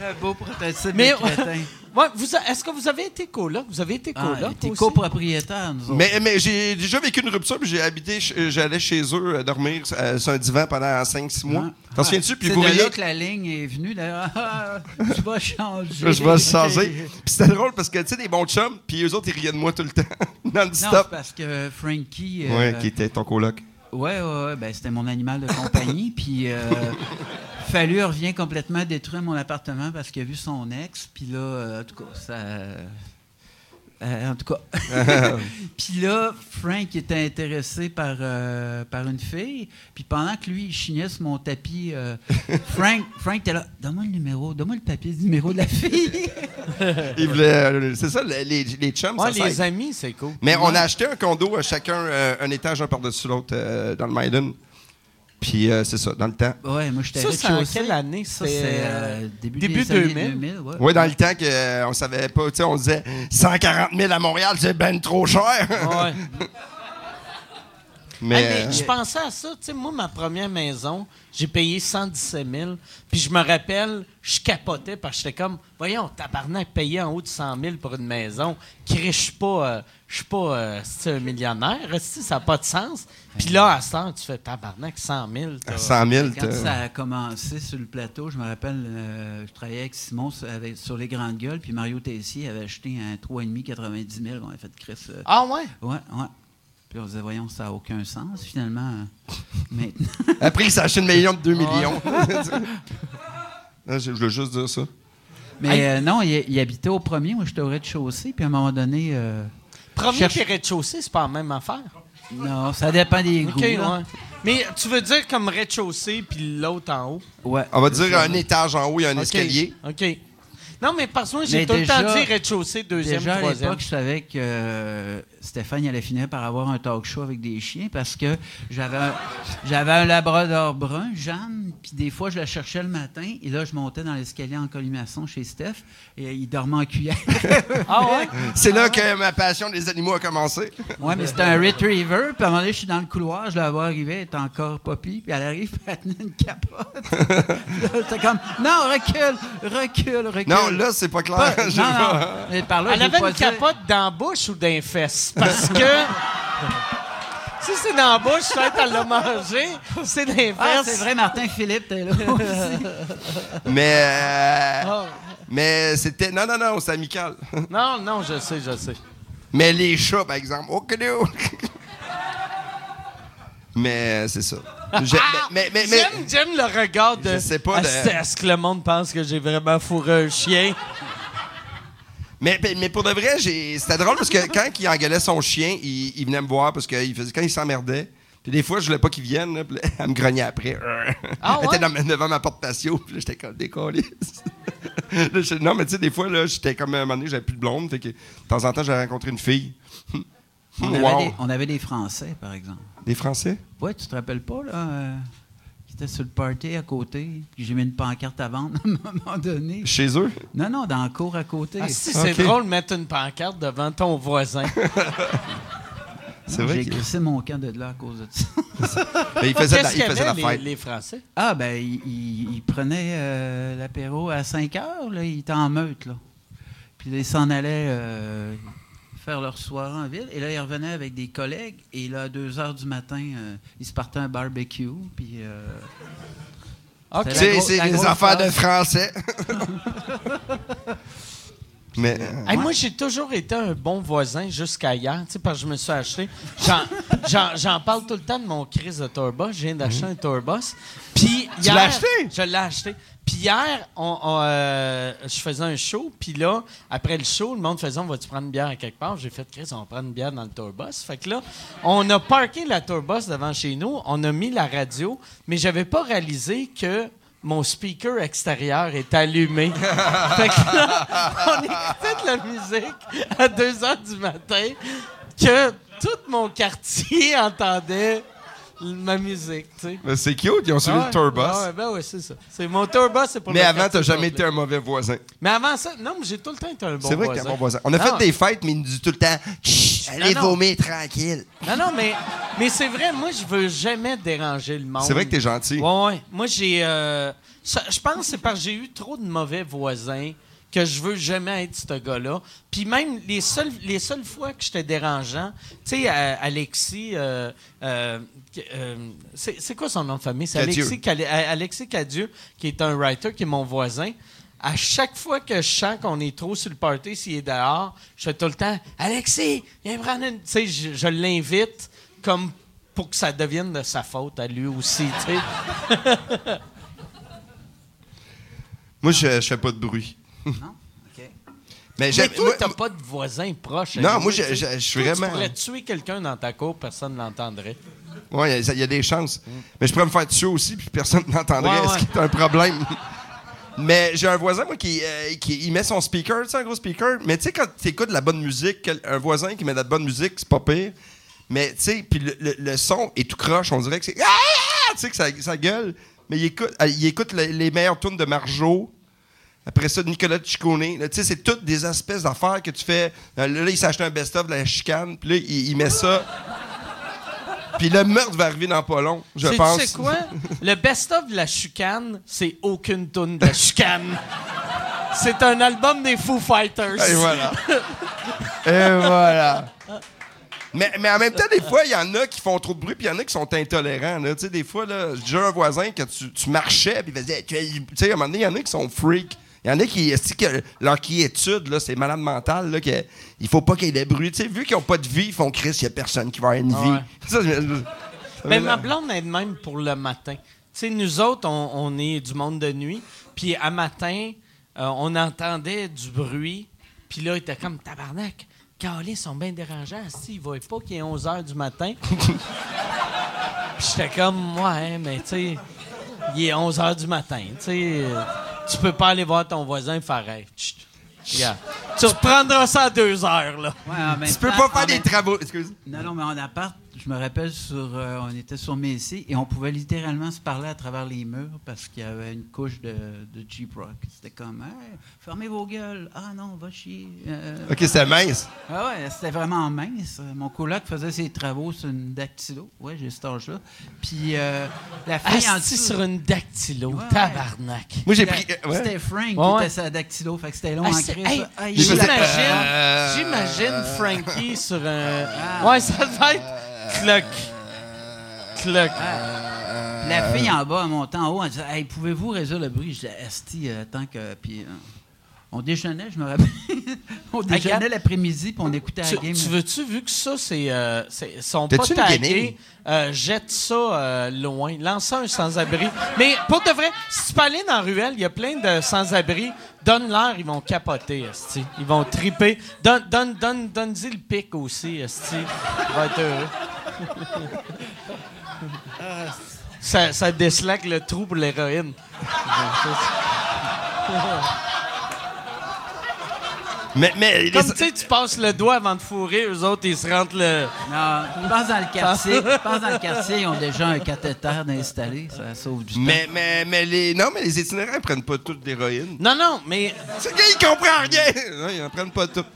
un beau prototype
Mais-
de crétin.
Ouais, vous a- Est-ce que vous avez été coloc? Vous avez été
Ah,
coloc?
t'es
aussi?
copropriétaire, nous autres.
Mais, mais j'ai déjà vécu une rupture, puis j'ai habité, ch- j'allais chez eux euh, dormir euh, sur un divan pendant 5-6 mois. T'en souviens-tu? Puis
C'est
vous
de
riez.
là que la ligne est venue, d'ailleurs. Ah, tu vas changer.
Je vais changer. Puis c'était drôle parce que, tu sais, des bons chums, puis eux autres, ils riaient de moi tout le temps.
Non,
Non-stop.
c'est parce que Frankie. euh,
Ouais, qui était ton coloc.
Ouais, ouais, ouais, ben, c'était mon animal de compagnie. puis, euh, Fallu revient complètement détruire mon appartement parce qu'il a vu son ex. Puis là, euh, en tout cas, ça. euh, en tout cas. puis là, Frank était intéressé par, euh, par une fille. Puis pendant que lui, il chignait sur mon tapis, euh, Frank, Frank était là. Donne-moi le numéro, donne-moi le papier du numéro de la fille.
Ils voulaient, euh, c'est ça, les, les- les chums,
Ouais,
ça
les
s'aide.
amis, c'est cool.
Mais on a acheté un condo à chacun, euh, un étage, un par-dessus l'autre, euh, dans le Maiden. Puis euh, c'est ça, dans le temps.
ouais, moi, j'étais
Ça, c'est en
rez-de-chaussée.
quelle année?
Ça, c'est euh, début,
début
des années
2000.
2000, ouais.
Oui, dans le temps qu'on on savait pas, tu sais, on disait 140 000 à Montréal, c'est ben trop cher.
Ouais.
Mais,
Hey,
euh,
mais je pensais à ça. Tu sais, moi, ma première maison, j'ai payé 117 000. Puis je me rappelle, je capotais parce que j'étais comme, voyons, tabarnak, payer en haut de 100 000 pour une maison. Crée, Je suis pas, euh, je suis pas euh, c'est un millionnaire. Si, ça n'a pas de sens. Puis là, à 100, tu fais tabarnak, 100 000. t'as-
à 100 000,
Quand
t'as-
ça a commencé sur le plateau, je me rappelle, euh, je travaillais avec Simon sur, avec- sur les grandes gueules, puis Mario Tessier avait acheté un 3,5 90 000. On avait fait Chris. euh,
Ah ouais?
Ouais, ouais. Puis on disait, voyons, ça n'a aucun sens, finalement. euh, maintenant.
Après, il s'est acheté une million de 2 millions. Ah, je je voulais juste dire ça.
Mais euh, non, il, il habitait au premier, moi j'étais au rez-de-chaussée, puis à un moment donné. euh,
Premier
Cherche-
et rez-de-chaussée, c'est pas la même affaire.
non, ça dépend des
OK,
goûts. là.
ouais. Mais tu veux dire comme rez-de-chaussée puis l'autre en haut?
Ouais.
On va dire un étage en haut, il y a un
OK.
escalier.
OK. Non, mais parce que moi, j'ai
Mais
tout le temps
déjà-
dit rez-de-chaussée, deuxième,
Déjà à
troisième.
l'époque, je savais que euh, Stéphane il allait finir par avoir un talk show avec des chiens parce que j'avais un, j'avais un labrador brun, Jeanne, puis des fois, je la cherchais le matin et là, je montais dans l'escalier en colimaçon chez Steph et il dormait en cuillère.
Ah ouais?
C'est là que ma passion des animaux a commencé.
ouais, mais c'était un retriever. Puis à un moment donné, je suis dans le couloir, je la vois arriver, elle est encore poppy, puis elle arrive, puis elle tenait une capote. C'était comme, non, recule, recule, recule.
Non, là, c'est pas clair.
Pas-
Je-
non, non, mais par là, je
Elle
veux
avait
pas
une
dire-
capote dans la bouche ou dans les fesses? Parce que. si c'est dans la bouche, peut-être elle l'a mangé. C'est dans les fesses.
Ah, c'est vrai, Martin Philippe, t'es là aussi.
Mais, euh,
Ah.
mais c'était. Non, non, non, c'est amical.
Non, non, je sais, je sais.
Mais les chats, par exemple. Oh, Ok, no. Mais euh, c'est ça. Je- mais, mais, mais, mais-
Ah! J'aime, j'aime le regard de.
Je sais pas de-
Est-ce est-ce que le monde pense que j'ai vraiment fourré un chien?
Mais, mais- mais pour de vrai, j'ai- c'était drôle parce que quand il engueulait son chien, il, il venait me voir parce que il faisait, quand il s'emmerdait, puis des fois, je voulais pas qu'il vienne, là, puis là, elle me grognait après.
Ah
elle était
ouais?
dans ma- devant ma porte patio, puis là, j'étais comme des câlisses. Là, je- Non, mais tu sais, des fois, là, j'étais comme à un moment donné, j'avais plus de blonde, fait que de temps en temps, j'avais rencontré une fille.
On,
Wow.
avait des, on avait des Français, par exemple.
Des Français?
Ouais, tu te rappelles pas, là? euh, qui était sur le party à côté, puis j'ai mis une pancarte à vendre à un moment donné.
Chez eux?
Non, non, dans la cour à côté.
Ah, si, c'est
Ok.
drôle de mettre une pancarte devant ton voisin.
C'est vrai
J'ai
qu'il
crissé mon camp de là à cause de ça.
mais il faisait, la,
Qu'est-ce
il
qu'il y
faisait la
avait, les,
fête.
les Français?
Ah, ben, il, il- il prenait euh, l'apéro à 5 heures, là. Il était en meute, là. Puis là, ils s'en allaient euh, faire leur soirée en ville. Et là, ils revenaient avec des collègues. Et là, à 2 heures du matin, euh, ils se partaient un barbecue. Puis. euh,
Ok.
c'était la
C'est
grosse-
c'est
la
les
grosse
affaires de
phase.
Français. mais. euh,
Hey, moi, j'ai toujours été un bon voisin jusqu'à hier, tu sais, parce que je me suis acheté. J'en- J'en j'en parle tout le temps de mon crise de tourbus. Je viens d'acheter un tourbus. Puis hier.
Mhm. l'as acheté?
Je l'ai acheté. Puis hier, on- on, euh, je faisais un show. Puis là, après le show, le monde faisait On va-tu prendre une bière à quelque part J'ai fait Chris, on va prendre une bière dans le tourbus. Fait que là, on a parké la tourbus devant chez nous. On a mis la radio. Mais j'avais pas réalisé que. Mon speaker extérieur est allumé. fait que là, on écoutait de la musique à 2 heures du matin que tout mon quartier entendait ma musique, tu sais.
mais C'est cute, ils ont suivi
Ah ouais.
le tourbus.
Ah ouais, ben ouais, c'est ça. C'est mon tourbus, c'est pour
mais
le
avant,
quartier
t'as jamais été
complet.
un mauvais voisin.
Mais avant ça, non, mais j'ai tout le temps été un bon voisin.
c'est vrai que t'es un bon voisin. On a
Non, Ah
fait des fêtes, mais il nous dit tout le temps Chut, allez
Non, non.
vomir tranquille.
Non, non, mais, mais c'est vrai, moi, je veux jamais déranger le monde.
C'est vrai que t'es gentil.
Ouais, ouais. Moi, j'ai. euh, ça- je pense que c'est parce que j'ai eu trop de mauvais voisins que je veux jamais être ce gars-là. Puis même les seules, les seules fois que j'étais dérangeant, tu sais, euh, Alexis. euh, euh, euh, c'est c'est quoi son nom de famille? C'est
Cadieux.
Alexis, Cali- euh, Alexis Cadieux, qui est un writer, qui est mon voisin. À chaque fois que je sens qu'on est trop sur le party, s'il est dehors, je fais tout le temps Alexis, viens prendre une. Tu sais, je, je l'invite comme pour que ça devienne de sa faute à lui aussi, tu sais.
Moi, je, je fais pas de bruit.
Non? OK.
Mais,
Mais
j'aime-
toi,
moi-
t'as pas de voisin proche.
Non,
hein,
moi,
tu sais.
je- je- je suis
Toi,
vraiment-
Tu pourrais tuer quelqu'un dans ta cour, personne ne l'entendrait.
Ouais, il y, a des chances. Mais je pourrais me faire tuer aussi, puis personne n'entendrait.
Ouais,
Est-ce
ouais.
que c'est un problème? mais j'ai un voisin, moi, qui, euh, qui- il met son speaker, tu sais, un gros speaker. Mais tu sais, quand tu écoutes de la bonne musique, quel- un voisin qui met de la bonne musique, c'est pas pire. Mais tu sais, puis le, le- le son est tout croche. On dirait que c'est. Ah! Tu sais, que ça, ça gueule. Mais il écoute, euh, il écoute le- les meilleures tunes de Marjo. Après ça, de Nicolas Ciccone. Là, Tu sais, c'est toutes des espèces d'affaires que tu fais. Euh, Là, il s'achète un best-of de la chicane, puis là, il, il met ça. Puis le meurtre va arriver dans pas long, je
Sais-tu
pense.
C'est quoi? Le best-of de la chicane, c'est aucune toune de la chicane. c'est un album des Foo Fighters.
Et voilà. Et voilà. Mais, mais en même temps, des fois, il y en a qui font trop de bruit, puis il y en a qui sont intolérants. Là. Tu sais, des fois, là, j'ai déjà un voisin que tu, tu marchais, puis il faisait. Tu tu sais, à un moment donné, il y en a qui sont freaks. Il y en a qui, est-ce que leur quiétude, là, c'est malade mental, là, que il faut pas qu'il y ait de bruit. Tu sais, vu qu'ils ont pas de vie, ils font Chris, il y a personne qui va avoir une
Ah
vie.
ouais.
Ça, je-
Mais ma blonde est de même pour le matin. Tu sais, nous autres, on, on est du monde de nuit. Puis à matin, euh, on entendait du bruit. Puis là, il était comme tabarnak. Calé, ils sont bien dérangeants. Si, ils voient pas qu'il est 11 h du matin. Puis j'étais comme, ouais, mais tu sais, il est 11 h du matin. Tu sais, euh, tu peux pas aller voir ton voisin faire Hey, chut, regarde. Tu reprendras ça à 2 heures, là.
Ouais, en même
Tu peux
temps-
pas
en
faire des
même-
travaux. Excuse.
Non, non, mais en appart, je me rappelle, sur, euh, on était sur Messi et on pouvait littéralement se parler à travers les murs parce qu'il y avait une couche de, de Jeep Rock. C'était comme, Hey, fermez vos gueules. Ah non, va chier. Euh,
Ok, c'était mince.
ah ouais, c'était vraiment mince. Mon coloc faisait ses travaux sur une dactylo. Ouais, j'ai cet âge-là. Puis euh, la fille en
Assis
dessous.
sur une dactylo,
Ouais.
tabarnak.
Moi, j'ai
la-
pris. euh, ouais.
C'était Frank
Ouais,
qui
ouais.
était sa dactylo. Fait que c'était long
Ah,
en
c'est-
crise.
hey,
Aïe,
J'imagine,
Euh,
j'imagine Frankie sur un.
Ah.
Ouais, ça devait être. Cloc. Cloc.
La fille en bas, elle montait en haut, elle disait Hey, pouvez-vous résoudre le bruit Je disais Esti, euh, tant que. Puis, euh, On déjeunait, je me rappelle. on déjeunait
Agathe,
l'après-midi, puis on écoutait la
Tu,
game.
tu veux-tu, vu que ça, c'est. euh, c'est- sont pas
T'as-tu une
tagués,
guenille?
euh, jette ça euh, loin. Lance ça à un sans-abri. Mais pour de vrai, si tu peux aller dans la ruelle, il y a plein de sans-abri. Donne-leur, ils vont capoter, esti. Ils vont triper. Donne, donne, donne, donne-y le pic aussi, esti. Il va être heureux. ça, ça déslaque le trou pour l'héroïne.
Mais, mais
Comme
les-
tu sais, tu passes le doigt avant de fourrer, eux autres, ils se rentrent le.
Non, je pense dans le quartier. Je pense dans le quartier, ils ont déjà un cathéter d'installer. Ça sauve du temps.
mais, mais, mais les. Non, mais les itinéraires prennent pas toutes d'héroïne.
Non, non, mais.
C'est gars, ils comprennent rien! Euh. Non, ils en prennent pas toutes.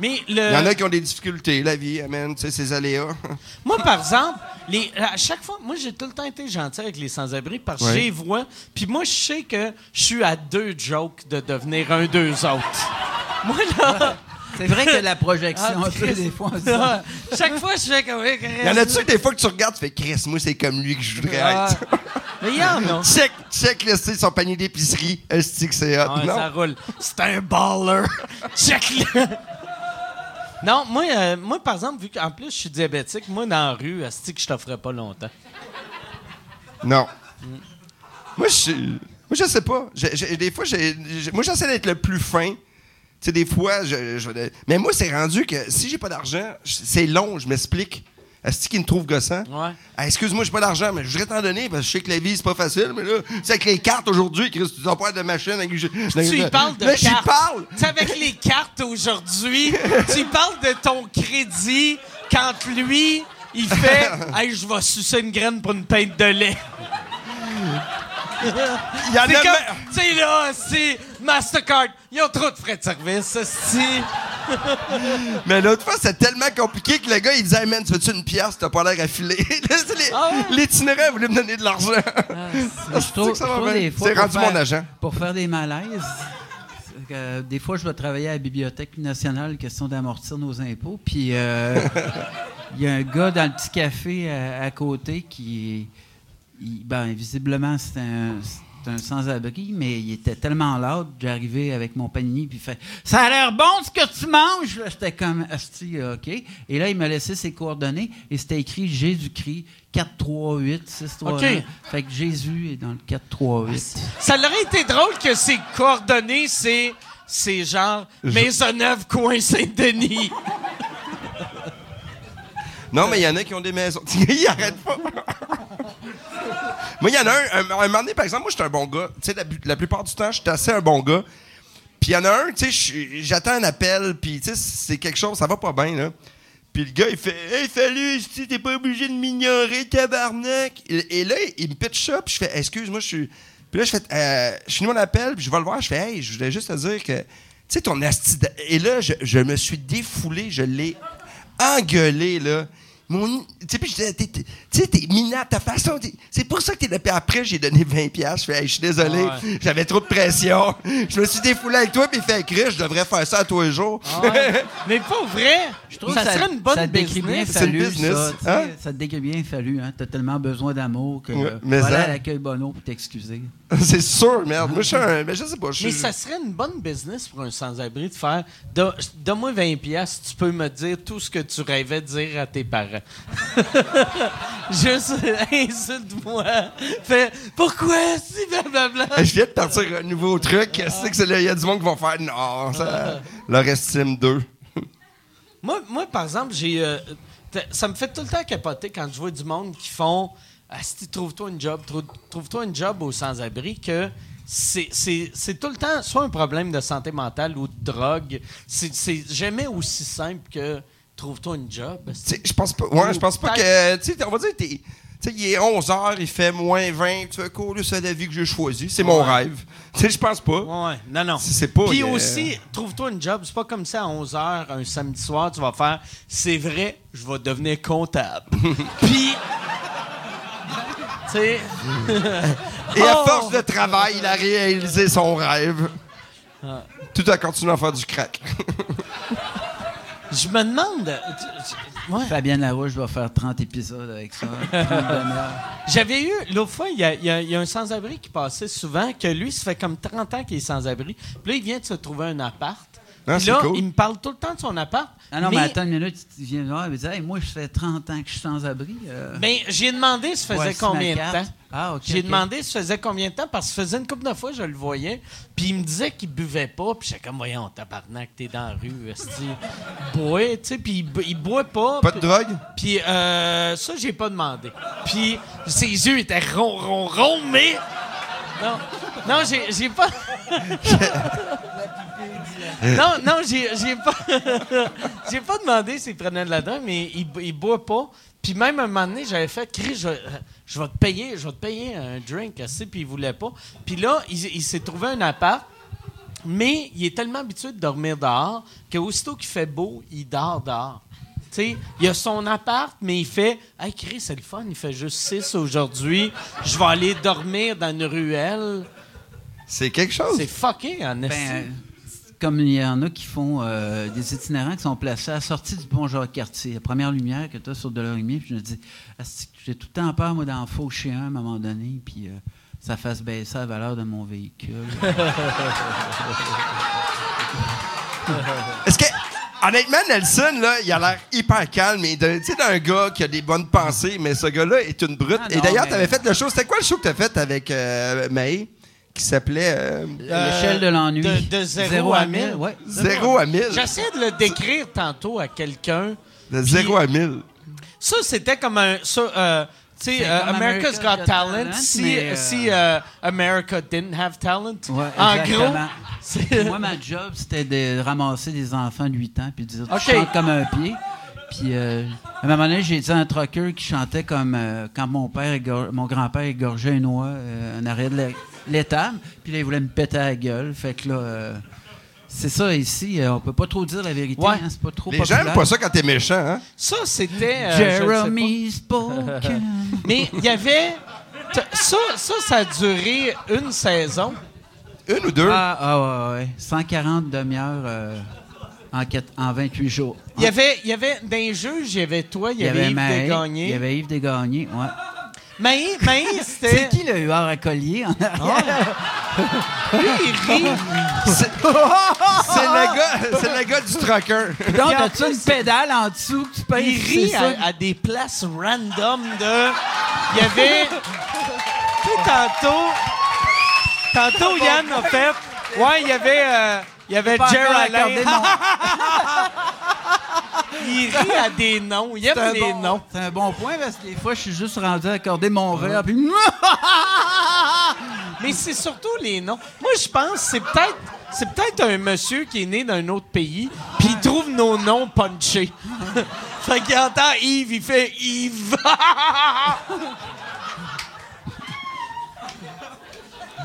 mais
Il
le...
y en a qui ont des difficultés, la vie, amen, tu sais, ces aléas.
Moi, par exemple, les, à chaque fois, moi, j'ai tout le temps été gentil avec les sans-abri parce que
Ouais.
je les vois. Puis moi, je sais que je suis à deux jokes de devenir un d'eux autres. Moi, là.
C'est vrai que la projection,
Ah,
tu sais,
Christ.
des fois, on se dit,
chaque fois, je fais comme. Il
Il y en a-tu que des fois que tu regardes, tu fais Chris, moi, c'est comme lui que je voudrais être.
Mais il y en a.
check, check, là, c'est son panier d'épicerie. Est-ce que c'est hot?
Ouais,
non?
ça roule. C'est un baller. Check-le. Non, moi, euh, moi, par exemple, vu qu'en plus je suis diabétique, moi, dans la rue, asti que je t'offrais pas longtemps.
Non. Moi, je suis- moi, je sais pas. J'ai- j'ai- des fois, j'ai- j'ai- moi, j'essaie d'être le plus fin. Tu sais, des fois, je, je- Mais moi, c'est rendu que si j'ai pas d'argent, je- c'est long, je m'explique. Est-ce qu'il me trouve gossant?
Ouais.
Ah, excuse-moi, j'ai pas d'argent, mais je voudrais t'en donner parce que je sais que la vie, c'est pas facile, mais là, c'est avec les cartes aujourd'hui, Chris, tu t'en parles de machine avec
Tu y parles de
Là, j'y
cartes.
parle!
Tu sais, avec les cartes aujourd'hui, tu y parles de ton crédit quand lui, il fait « Hey, je vais sucer une graine pour une pinte de lait.
Ah, Il y » en a
C'est comme,
même-
tu sais, là, c'est Mastercard. Ils ont trop de frais de service, hostie.
Mais l'autre fois, c'était tellement compliqué que le gars, il disait, Hey, man, tu veux-tu une pièce? T'as pas l'air affilé.
Ah ouais? Ah.
L'itinéraire voulait me donner de l'argent.
Mais je trouve,
que ça
je
va
trouve
bien.
des fois
C'est
pour
rendu
faire-
mon agent.
Pour faire des malaises, c'est que des fois, je vais travailler à la Bibliothèque nationale, question d'amortir nos impôts. Puis euh, il y a un gars dans le petit café euh, à, à côté qui, il- ben, visiblement, c'est un, c'est un sans-abri, mais il était tellement loud, j'arrivais avec mon panier, puis il fait Ça a l'air bon ce que tu manges Là, J'étais comme Asti, OK. Et là, il m'a laissé ses coordonnées et c'était écrit Jésus-Christ 438 631.
OK. Ah,
Fait que Jésus est dans le 438.
Ça aurait été drôle que ses coordonnées, c'est, c'est genre Maisonneuve, coin Saint-Denis.
Non, mais il y en a qui ont des maisons. Ils arrêtent pas. moi, il y en a un, un, un moment donné, par exemple, moi, j'étais un bon gars. Tu sais, la, bu- la plupart du temps, j'étais assez un bon gars. Puis il y en a un, tu sais, je- j'attends un appel, puis tu sais, c'est quelque chose, ça va pas bien, là. Puis le gars, il fait Hey, salut, si t'es pas obligé de m'ignorer, tabarnak. Et, et là, il me pitch ça, puis je fais Excuse-moi, je suis. Puis là, je fais Euh, Je finis mon appel, puis je vais le voir, je fais Hey, je voulais juste te dire que. Tu sais, ton asti. de- Et là, je, je me suis défoulé, je l'ai engueulé, là. Mon, tu sais, puis je disais, t'es- t'es- tu sais, t'es minable, ta façon. t'es- C'est pour ça que t'es là. Puis après, j'ai donné 20$. piastres. Je fais, Hey, je suis désolé, j'avais trop de pression. Je me suis défoulé avec toi, puis il fait, Chris, je devrais faire ça à tous les jours.
Mais pas vrai. Je
trouve
ça,
que
serait une bonne
ça te décrit bien
business.
C'est une
fallu,
business,
ça, tu sais,
hein?
ça te décrit bien fallu. Hein? T'as tellement besoin d'amour que
Ouais,
euh,
mais
voilà
ça-
l'accueil Bono pour t'excuser.
C'est sûr, merde. Moi, je suis un. Mais je sais pas. Je suis-
Mais ça serait une bonne business pour un sans-abri de faire Don- Donne-moi 20 pièces, tu peux me dire tout ce que tu rêvais de dire à tes parents. Juste insulte-moi. Fais pourquoi si blablabla.
Je viens de partir un nouveau truc. Qu'est-ce que c'est là? Il y a du monde qui vont faire non. Ça, leur estime d'eux.
Moi, moi, par exemple, j'ai. euh, t- ça me fait tout le temps capoter quand je vois du monde qui font Asti, trouve-toi une job, trou- trouve-toi une job au sans-abri que. C'est c'est- c'est tout le temps soit un problème de santé mentale ou de drogue. C'est- C'est jamais aussi simple que trouve-toi une job.
Tu sais, je pense pas. Ouais, je pense pas que. Tu sais, on va dire, t'es- tu sais, il est 11h, il fait moins 20. Tu fais cool, c'est la vie que j'ai choisie. C'est mon rêve. Tu sais, je pense pas.
Ouais, non, non.
C'est- c'est pas,
Puis
euh,
aussi, trouve-toi une job. C'est pas comme ça à 11h, un samedi soir, tu vas faire c'est vrai, je vais devenir comptable. Puis. Tu sais.
Et à
Oh!
force de travail, il a réalisé son rêve. Tout en continuant à faire du crack.
Je me demande. tu- tu- ouais.
Fabienne Larouche va faire 30 épisodes avec ça. Ah 30 demi-heures.
J'avais eu, l'autre fois, il y a, il y a- il y a un sans-abri qui passait souvent, que lui, ça fait comme 30 ans qu'il est sans-abri. Puis là, il vient de se trouver un appart.
Ah,
Puis
c'est
là,
cool.
il me parle tout le temps de son appart.
Ah non, mais... attends une minute, tu viens me voir et me dis Hey, Moi, je fais 30 ans que je suis sans abri. euh,
Mais Ben, j'ai demandé, ça faisait
voici
combien de
ma carte.
temps.
Ah, ok.
J'ai
ok.
demandé ça faisait combien de temps parce que ça faisait une couple de fois je le voyais, puis il me disait qu'il buvait pas, puis j'étais comme voyons tabarnak, t'es dans la rue, esti. bois, tu sais, puis il, bu- il boit pas.
Pas de
puis-
drogue?
Puis euh, ça j'ai pas demandé. Puis ses yeux étaient ronds ronds ronds mais non non j'ai j'ai pas non, non, j'ai j'ai pas, j'ai pas demandé s'il prenait de la drogue, mais il, bo- il boit pas. Puis même un moment donné, j'avais fait, Chris, je, je vais te payer, je vais te payer un drink, assez, puis il voulait pas. Puis là, il, il s'est trouvé un appart, mais il est tellement habitué de dormir dehors qu'aussitôt qu'il fait beau, il dort dehors. Tu sais, il a son appart, mais il fait Hey Chris, c'est le fun, il fait juste 6 aujourd'hui. Je vais aller dormir dans une ruelle.
C'est quelque chose.
C'est fucking, en esti.
Ben, euh, comme il y en a qui font euh, des itinérants qui sont placés à la sortie du bon genre quartier, la première lumière que tu as sur Delorimier, puis je me dis, Asti, j'ai tout le temps peur, moi, d'en faucher un à un moment donné, puis euh, ça fasse baisser la valeur de mon véhicule.
Est-ce que. Honnêtement, Nelson, là, il a l'air hyper calme. et de- Tu sais, d'un gars qui a des bonnes pensées, mais ce gars-là est une brute.
Ah
et
non,
d'ailleurs,
mais-
t'avais fait le show. C'était quoi le show que t'as fait avec euh, Maë, qui s'appelait euh,
L'échelle de l'ennui.
de- de zéro
Zéro
à
mille,
mille.
ouais.
Zéro à 1000?
J'essaie de le décrire tantôt à quelqu'un.
De zéro à 1000.
Ça, c'était comme un. ça, euh, tu sais,
C'est
euh,
comme
America's Got, Talent, si,
mais, euh,
si, euh, America didn't have talent.
Ouais,
en gros,
exactement.
c'est-
Moi, ma job, c'était de ramasser des enfants de 8 ans puis de dire Tu
Ok.
chantes comme un pied. Puis euh, à un moment donné, j'ai dit à un trucker qui chantait comme euh, quand mon père égor- mon grand-père égorgeait une oie euh, en arrêt de la- l'étable. Puis là, il voulait me péter la gueule. Fait que là, euh, c'est ça ici. euh, on peut pas trop dire la vérité.
Ouais.
hein, c'est pas trop
Les gens
populaire.
aiment pas ça quand t'es méchant, hein?
ça, c'était. euh, je le sais pas.
Jeremy Spoken.
Mais il y avait. t- Ça, ça, ça a duré une saison.
Une ou deux?
ah, ah, ouais, ouais. 140 demi-heures euh, en, quat- en 28 jours.
Il y avait, il y avait d'un juge, il y avait toi, il y, avait Yves
Maë,
Desgagnés.
Il y avait Yves Desgagnés, ouais.
Maï, Maï, c'était.
C'est qui le huard à collier en
Ah,
arrière?
Lui, il rit.
C'est c'est le gars, c'est le gars du trucker.
Donc, as-tu une pédale en dessous que tu payes?
Il rit
C'est ça.
à, à des places random de. Il y avait. Tu sais, tantôt. Tantôt, Yann a fait. Ouais, il y avait. euh, il y avait
Pas encore
Jerry Alain.
accordé, non.
Il rit à des noms. Il aime
C'est un
les
bon-
noms.
C'est un bon point parce que des fois, je suis juste rendu à accorder mon verre puis
Mais c'est surtout les noms. Moi, je pense que c'est peut-être. C'est peut-être un monsieur qui est né d'un autre pays, puis il trouve nos noms punchés. fait qu'il entend Yves, il fait Yves.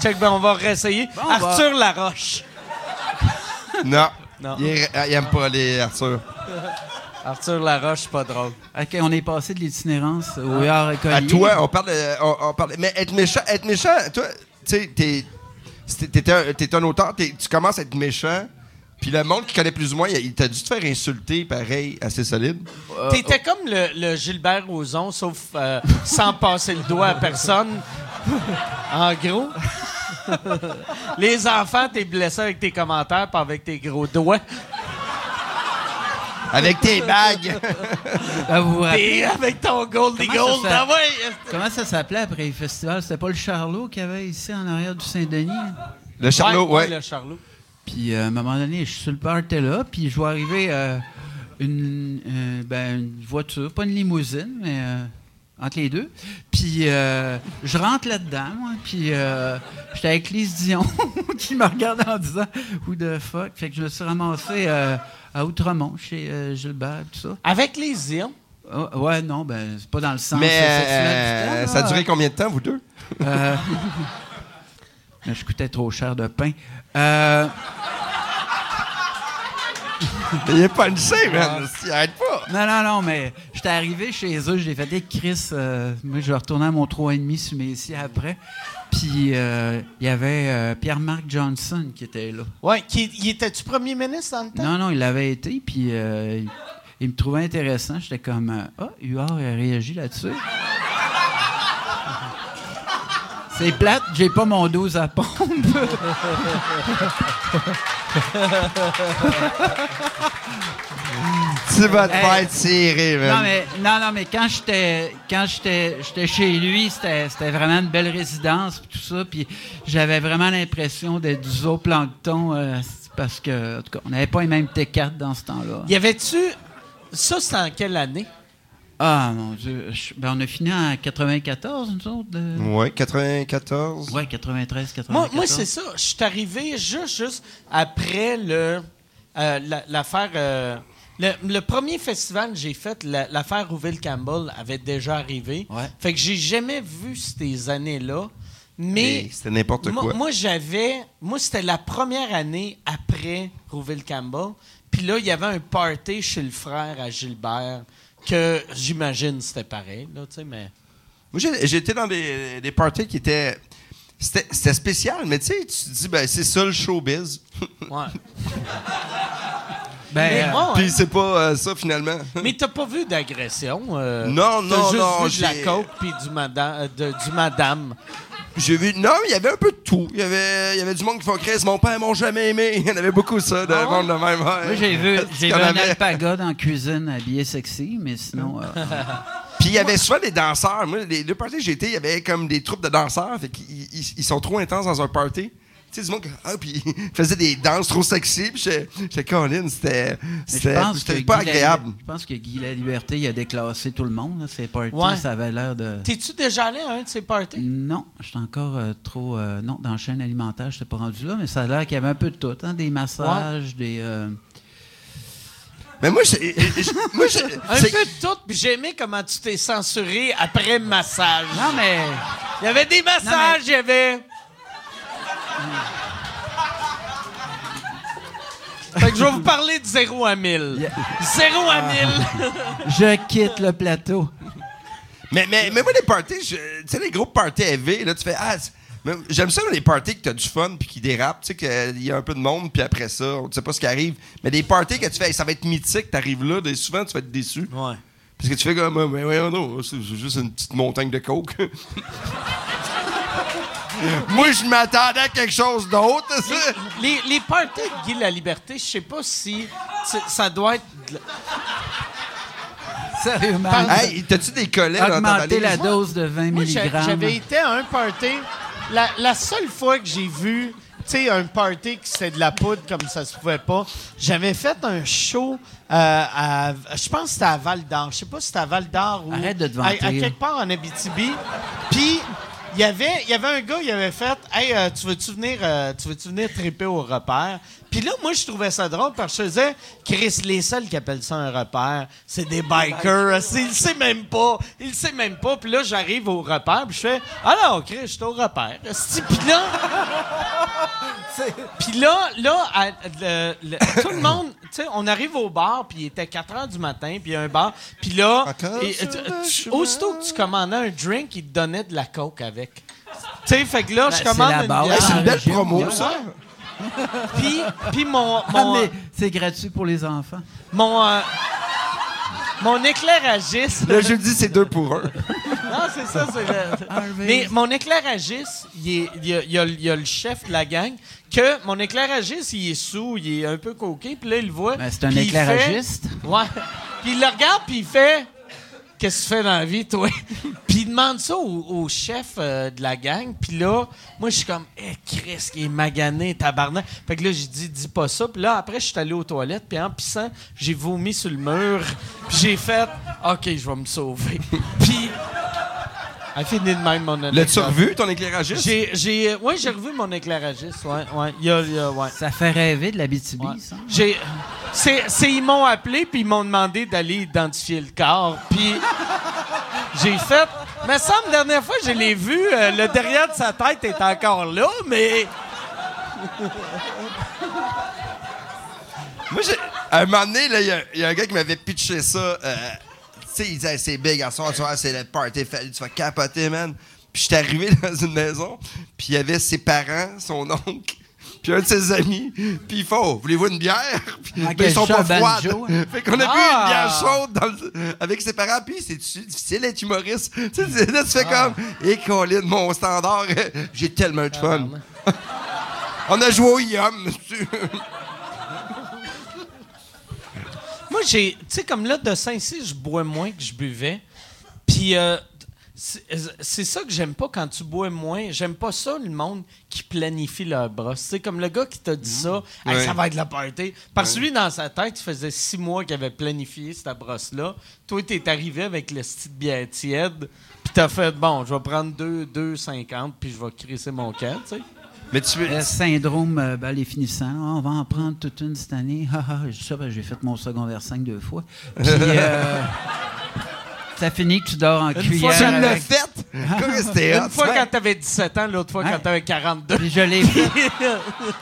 Check, ben on va réessayer.
on va.
Arthur Laroche.
Non.
Non.
Il, est- euh, il aime pas les Arthur.
Arthur Laroche, c'est pas drôle.
OK, on est passé de l'itinérance
Ah.
au huard à collier.
À toi, on parle, de- on, on parle. Mais être méchant, être méchant, toi, tu sais, t'es, t'es- t'es un, t'es un auteur, t'es- tu commences à être méchant. Puis le monde qui connaît plus ou moins, il il t'a dû te faire insulter, pareil, assez solide.
T'étais comme le, le Gilbert Rozon, sauf euh, sans passer le doigt à personne. en gros. Les enfants, t'es blessé avec tes commentaires pas avec tes gros doigts.
Avec tes bagues.
Ah, vous vous rappelez-
Et avec ton Goldie
Comment ça
Gold.
fait?
Ah ouais.
Comment ça s'appelait après le festival? C'était pas le Charlot qu'il y avait ici en arrière du Saint-Denis? hein?
Le Charlot, ouais.
le Charlot.
Puis euh, à un moment donné, je suis sur le party là, puis je vois arriver euh, une, euh, ben, une voiture, pas une limousine, mais euh, entre les deux. Puis euh, je rentre là-dedans, moi, puis euh, j'étais avec Lise Dion qui me regarde en disant « Who the fuck? » Fait que je me suis ramassé euh, à Outremont, chez euh, Gilbert, tout ça.
Avec les îles.
Ah, ouais, non, ben c'est pas dans le sens
Mais
sexuel du
euh,
terme,
ça a
là.
duré combien de temps, vous deux?
Euh, mais je coûtais trop cher de pain. Euh,
Il est punché,
Ah.
man. Il arrête pas.
Non, non, non, mais j'étais arrivé chez eux, j'ai fait des Chris. euh, moi, je vais retourner à mon 3,5 sur mes six après. Puis euh, il y avait euh, Pierre-Marc Johnson qui était là.
Ouais, qui, il était-tu premier ministre dans le temps?
Non, non, il l'avait été, puis euh, il, il me trouvait intéressant. J'étais comme, euh, ah, Huard a réagi là-dessus. C'est plate, j'ai pas mon 12 à pompe.
Tu vas te
Hey.
faire tirer, man.
Non mais, non, non, mais quand j'étais quand j'étais j'étais chez lui, c'était c'était vraiment une belle résidence puis tout ça, puis j'avais vraiment l'impression d'être du zooplancton euh, parce que en tout cas, on n'avait pas les mêmes T4 dans ce temps-là.
Y avait-tu. Ça, c'est en quelle année?
Ah mon dieu, je- ben, on a fini en 94 nous autres. de-
Ouais, 94.
Mm. Ouais, 93 94.
Moi, moi c'est ça. Je suis arrivé juste, juste après le euh, la- l'affaire. euh, le, le premier festival que j'ai fait, la- l'affaire Rouville Campbell avait déjà arrivé.
Ouais.
Fait que j'ai jamais vu ces années-là. Mais
Hey, c'était n'importe
moi-
quoi.
Moi, j'avais. Moi, c'était la première année après Rouville Campbell. Puis là, il y avait un party chez le frère à Gilbert que j'imagine c'était pareil. Là, tu sais, mais...
Moi, j'ai- j'étais dans des, des parties qui étaient. C'était c'était spécial, mais tu sais, tu te dis, ben, c'est ça le showbiz.
Ouais.
Ben,
Mais
euh,
bon, hein.
Puis c'est pas euh, ça, finalement.
Mais t'as pas vu d'agression? euh,
Non, non,
t'as juste
non,
Vu de la
j'ai-
coke puis du, madame, euh, de- du madame.
J'ai vu. Non, il y avait un peu de tout. Il y avait, il y avait du monde qui font Chris, mon père m'ont jamais aimé. Il y en avait beaucoup, ça, de monde de même. ouais.
Ah Moi, j'ai vu,
Parce
j'ai
qu'il y
vu
en
un
avait-
alpaga dans la cuisine habillé sexy, mais sinon. euh,
Puis il y avait souvent des danseurs. Moi, les deux parties que j'ai été, il y avait comme des troupes de danseurs. Fait qu'ils ils- ils sont trop intenses dans un party. Tu sais, du monde qui ah, puis ils faisaient des danses trop sexy. Puis j'étais- j'étais Colin, c'était.
Mais
C'était c'était pas
Guy La-
agréable.
Je pense que Guy La Liberté, il a déclassé tout le monde. là. Ses parties,
Ouais.
ça avait l'air de.
T'es-tu déjà allé à un de ces parties?
Non, je suis encore euh, trop. euh, non, dans la chaîne alimentaire, je pas rendu là, mais ça a l'air qu'il y avait un peu de tout. hein, des massages, des. euh,
Mais moi, j'ai- j'ai- moi, j'ai-
Un peu
c'est-
de tout, puis j'ai aimé comment tu t'es censuré après massage.
Non, mais.
Il y avait des massages, il y avait... Fait que je vais vous parler de 0 à 1000. 0
Ah.
à 1000.
Je quitte le plateau.
mais, mais, mais moi, les parties, je- tu sais, les gros parties élevés, là, tu fais. Ah, c'est- mais J'aime ça, les parties que t'as du fun puis qui dérapent, tu sais, qu'il y a un peu de monde, puis après ça, on ne sait pas ce qui arrive. Mais des parties que tu fais, Hey, ça va être mythique, t'arrives là, des- souvent, tu vas être déçu.
Ouais.
Parce que tu fais comme, Ah, ben voyons donc, c'est c'est juste une petite montagne de coke. Moi, je m'attendais à quelque chose d'autre. ça.
Les, les parties de Guy La Liberté, je sais pas si c'est- ça doit être de la-
Sérieusement.
Hey, t'as-tu des collets dans ta
Augmenter la
valise?
dose de 20
Moi, j'a- j'avais
mg.
été à un party. La, la seule fois que j'ai vu, tu sais, un party qui c'est de la poudre comme ça se pouvait pas, j'avais fait un show euh, à. Je pense que c'était à Val d'Or. Je sais pas si c'était à Val d'Or ou.
Arrête de te
à, à
vanter.
quelque part en Abitibi. Puis. Il y, avait, il y avait un gars, il avait fait Hey, euh, tu veux-tu venir, euh, tu veux-tu venir triper au repère? Puis là, moi, je trouvais ça drôle parce que je disais Chris, les seuls qui appellent ça un repère, c'est des bikers. C'est- Il le sait même pas. Il le sait même pas. Puis là, j'arrive au repère, puis je fais Alors, Chris, je suis au repère. Esti. Puis là, puis là, là à- le- le- tout le monde, tu sais, on arrive au bar, puis il était 4 h du matin, puis il y a un bar. Puis là,
Encore
et-
sur
tu-
le
tu-
chemin.
aussitôt que tu commandais un drink, il te donnait de la coke avec. Tu sais, fait que là, je
Ben, c'est
commande
la
une
base.
Hey, c'est
bière.
une belle
Région,
promo,
ouais.
ça.
Puis, puis mon,
Ah,
mon, euh,
mais c'est gratuit pour les enfants.
mon, euh, mon éclairagiste...
Le jeudi, c'est deux pour un.
Non, c'est ça, c'est le... Mais mon éclairagiste, il, est- il y a, il y a- il y a le chef de la gang, que mon éclairagiste, il est sous, il est un peu coqué, puis là, il le voit.
Ben, c'est un
puis il fait-
éclairagiste.
Ouais. Puis il le regarde, puis il fait Qu'est-ce que tu fais dans la vie, toi Puis il demande ça au, au chef euh, de la gang. Puis là, moi, je suis comme Eh, Chris, qui est magané, tabarnak. Fait que là, j'ai dit Dis pas ça. Puis là, après, je suis allé aux toilettes. Puis en pissant, j'ai vomi sur le mur. Puis j'ai fait Ok, je vais me sauver. puis. Elle finit de même, mon
L'as-tu
anecdote.
revu, ton éclairagiste?
J'ai, j'ai, ouais, j'ai revu mon éclairagiste. Ouais, ouais. Il y a, il y a- ouais.
Ça fait rêver de la BTB,
Ouais.
ça.
J'ai. C'est, c'est- ils m'ont appelé puis ils m'ont demandé d'aller identifier le corps. Puis j'ai fait. Mais ça, la dernière fois, je l'ai vu. euh, le derrière de sa tête est encore là, mais.
Moi, j'ai... à un moment donné, là, il y a- il y, a un gars qui m'avait pitché ça. euh, tu sais, il disait, c'est big à soir, tu vois, c'est le party, fa- tu vas capoter, man. Puis Puis j'étais arrivé dans une maison, puis il y avait ses parents, son oncle, puis un de ses amis. Puis il faut, voulez-vous une bière? Puis,
Ah,
mais
quel
ils sont pas
chat
froides.
banjo, hein?
Fait qu'on a
Ah!
bu une bière chaude dans le- avec ses parents. Puis c'est difficile d'être humoriste. Tu sais, c'est- là, tu fais
Ah.
comme, et Colin, mon standard, j'ai tellement de fun. On a joué au Yum.
Moi, j'ai. Tu sais, comme là, de Saint-Cyr, je bois moins que je buvais. Puis, euh, c'est c'est ça que j'aime pas quand tu bois moins. J'aime pas ça, le monde qui planifie leur brosse. C'est comme le gars qui t'a dit ça. Hey,
Ouais.
Ça va être la party. Parce que lui, dans sa tête, il faisait six mois qu'il avait planifié cette brosse-là. Toi, t'es arrivé avec le style de bière tiède. Puis t'as fait, bon, je vais prendre deux, deux 50, puis je vais crisser mon camp, tu sais.
Mais tu veux.
Le syndrome euh, ben, les finissants. Ah, on va en prendre toute une cette année. Ah, ah, je sais pas, j'ai fait mon secondaire 5 deux fois. Puis, euh, ça finit que tu dors en
fois,
cuillère.
Tu l'as
avec-
fait? Comme c'était hot.
Une fois
ouais.
quand t'avais 17 ans, l'autre fois
Ouais.
quand t'avais 42.
Puis je l'ai fait.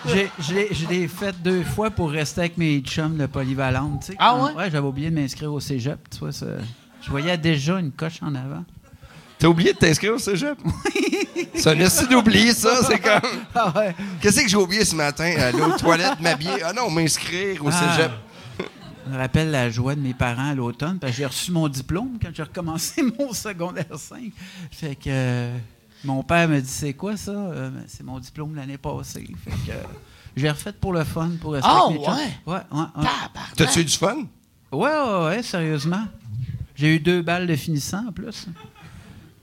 J'ai- je l'ai- je l'ai fait deux fois pour rester avec mes chums de polyvalente. tu sais.
Ah ouais?
Ouais, j'avais oublié de m'inscrire au cégep. Tu vois, ça- je voyais déjà une coche en avant.
T'as oublié de t'inscrire au cégep? c'est un esti d'oubli, ça. C'est comme.
Ah ouais.
Qu'est-ce que j'ai oublié ce matin? Aller aux toilettes, m'habiller. Ah non, m'inscrire au cégep.
Je me rappelle la joie de mes parents à l'automne, parce que j'ai reçu mon diplôme quand j'ai recommencé mon secondaire 5. Fait que euh, mon père me dit C'est quoi ça Euh, Ben, C'est mon diplôme de l'année passée. Fait que euh, j'ai refait pour le fun, pour rester
Ah,
avec mes chums.
ouais?
Ouais, ouais, ouais.
T'as-tu eu du fun?
Ouais, ouais, ouais, sérieusement. J'ai eu deux balles de finissant en plus.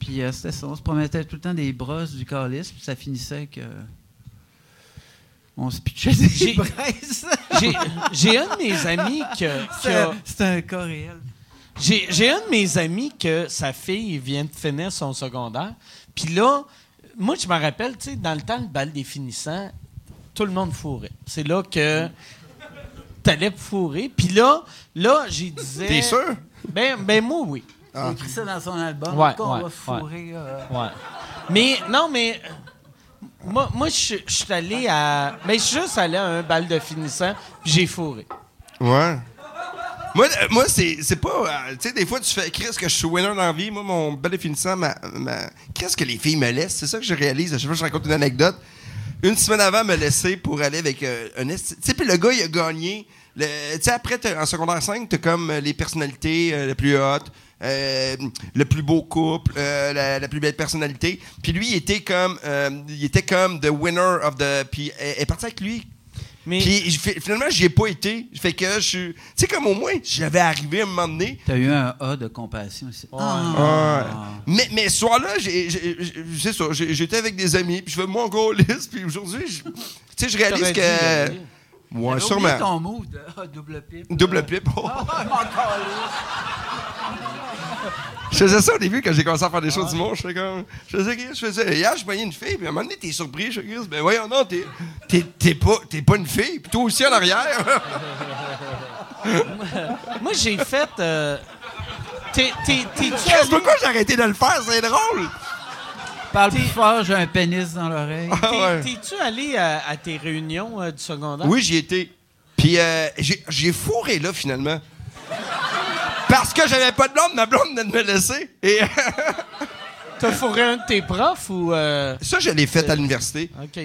Puis euh, c'était ça, on se promettait tout le temps des brosses du calice, puis ça finissait que. On se pitchait des
J'ai-
braises.
J'ai- J'ai un de mes amis que. qui
C'était
a-
c'était un cas réel.
J'ai j'ai un de mes amis que sa fille vient de finir son secondaire. Puis là, moi, je me rappelle, tu sais, dans le temps, le bal des finissants, tout le monde fourrait. C'est là que t'allais fourrer. Puis là, là, j'ai disais...
T'es sûr?
Ben, ben moi, oui.
Il écrit ça dans son album.
Ouais,
qu'on
ouais,
va fourrer. euh,
Ouais. Mais, non, mais... euh, Moi, moi je je suis allé à... Mais je suis juste allé à un bal de finissant, puis j'ai fourré.
Ouais. Moi, euh, moi c'est, c'est pas. euh, tu sais, des fois, tu fais. Qu'est-ce que je suis winner dans la vie? Moi, mon bel et finissant, ma, ma- qu'est-ce que les filles me laissent? C'est ça que je réalise. À chaque fois que je raconte une anecdote. Une semaine avant, me laisser pour aller avec euh, un. esti- Tu sais, puis le gars, il a gagné. Le- Tu sais, après, t'as- en secondaire 5, t'as comme euh, les personnalités euh, les plus hautes, euh, le plus beau couple, euh, la, la plus belle personnalité. Puis lui, il était comme. euh, il était comme the winner of the. Puis elle elle est partie avec lui
Mais...
puis je- fi- finalement, j'y ai pas été. Fait que je suis. Tu sais, comme au moins, j'avais arrivé à un moment donné.
T'as eu un A de compassion aussi. Ah,
Mais, mais ce soir-là, j'ai- j'ai- j'ai- c'est ça, j'ai- j'étais avec des amis, puis je fais mon gaulliste, puis aujourd'hui, je- tu sais, je réalise
T'aurais dû
que.
y aller.
Ouais,
T'avais oublié
sûrement.
ton mot de ah, double pipe.
Double pipe. oh.
Ah, mon calice.
Je faisais ça au début quand j'ai commencé à faire des
Ah.
choses du monde. Je faisais comme. Je faisais Chris, je faisais. Hier, je voyais une fille, puis à un moment donné, t'es surpris. Je fais Chris, ben voyons, non, t'es, t'es, t'es pas, t'es pas une fille, puis toi aussi en arrière.
Moi, j'ai fait... euh, t'es- t'es- T'es-tu
Chris,
allé-
pourquoi j'ai arrêté de le faire? C'est drôle.
Parle plus fort, j'ai un pénis dans l'oreille.
Ah
T'es-
ouais.
T'es-tu allé à, à tes réunions euh, du secondaire?
Oui, j'y étais. Puis euh, j'ai- j'ai fourré là, finalement. Parce que j'avais pas de blonde, ma blonde venait de me laisser. Et euh,
T'as fourré un de tes profs ou. euh,
ça, je l'ai fait à l'université.
OK.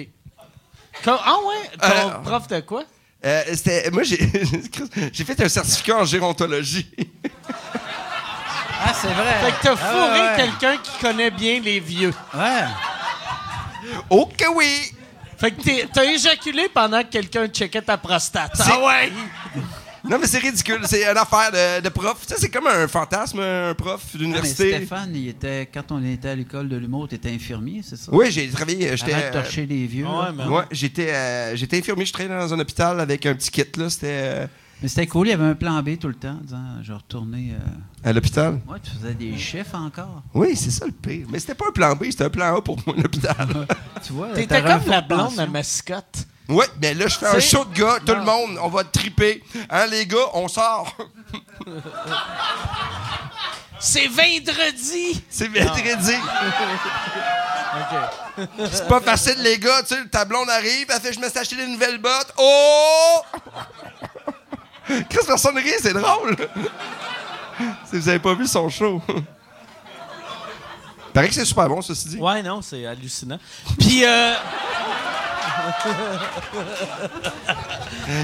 Co- ah ouais? Ton
Euh,
prof de quoi?
Euh, c'était- moi, j'ai j'ai fait un certificat en gérontologie.
Ah, c'est vrai.
Fait que t'as
Ah,
fourré
ouais.
quelqu'un qui connaît bien les vieux.
Ouais.
Oh que oui!
Fait que t'es- t'as éjaculé pendant que quelqu'un checkait ta
Ah
prostate. Ah,
C'est-
ouais?
Non, mais c'est ridicule. C'est une affaire de, de prof. Tu sais, c'est comme un fantasme, un prof
Ah, mais
d'université.
Stéphane, il était, quand on était à l'école de l'humour, t'étais infirmier, c'est ça?
Oui, j'ai travaillé. euh, J'étais.
Arrête de hein.
euh,
torcher les vieux. là.
Ouais, mais.
ouais, j'étais euh, j'étais infirmier. Je travaillais dans un hôpital avec un petit kit. là. C'était euh,
Mais c'était cool, il y avait un plan B tout le temps, en disant, je retournais.
à l'hôpital.
Moi, tu faisais des chiffres encore.
Oui, c'est ça le pire. Mais c'était pas un plan B, c'était un plan A pour moi, l'hôpital.
Tu vois,
T'étais
t'avais un
comme
fond
la
de
blonde
pension.
à mascotte.
Ouais, mais là, je fais un
C'est-
show de gars, tout le monde, on va triper. Hein, les gars, on sort.
C'est vendredi!
C'est vendredi. C'est pas facile, les gars, tu sais, ta blonde arrive, elle fait, je me suis acheté des nouvelles bottes. Oh! Chris, personne rit, c'est drôle. si vous avez pas vu son show. Paraît que c'est super bon, ceci dit.
Ouais, non, c'est hallucinant. Puis, euh,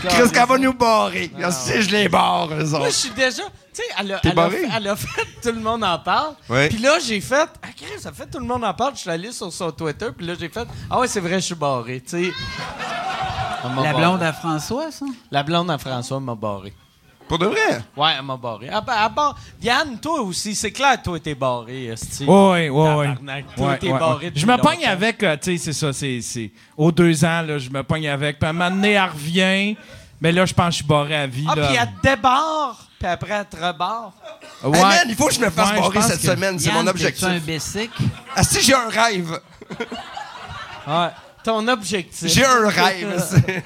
Chris, qu'elle va nous barrer. Si je les barre,
moi,
eux
je
autres.
suis déjà. Tu sais, elle, a-
T'es
elle a
barré?
fait- elle a fait Tout le monde en parle.
Ouais.
Puis là, j'ai fait. Ah, Chris, ça fait Tout le monde en parle. Je suis allé sur son Twitter. Puis là, j'ai fait. Ah ouais, c'est vrai, je suis barré. Tu sais. Elle m'a
La
barré.
blonde à François, ça?
La blonde à François m'a barré.
Pour de vrai.
Ouais, elle m'a barré. À, ba- à bar- Yann, toi aussi, c'est clair, toi, t'es barré, esti.
Ouais, ouais, ouais.
Tabarnak, tout
Ouais,
est
ouais,
barré
ouais.
depuis
Je me pogne
longtemps.
avec, euh, tu sais, c'est ça, c'est, c'est- Aux deux ans, là, je me pogne avec. Puis à un moment donné, elle revient. Mais là, je pense que je suis barré à vie.
Ah,
là.
puis elle te débarre, puis après, elle te rebarre.
Ouais.
Hey, man, il faut que je me fasse
Ouais, je
barrer
pense
cette
que-
semaine. C'est
Yann,
mon objectif.
t'es-tu un bessic?
Ah, si j'ai un rêve.
Ouais. Ton objectif.
J'ai un rêve. c'est-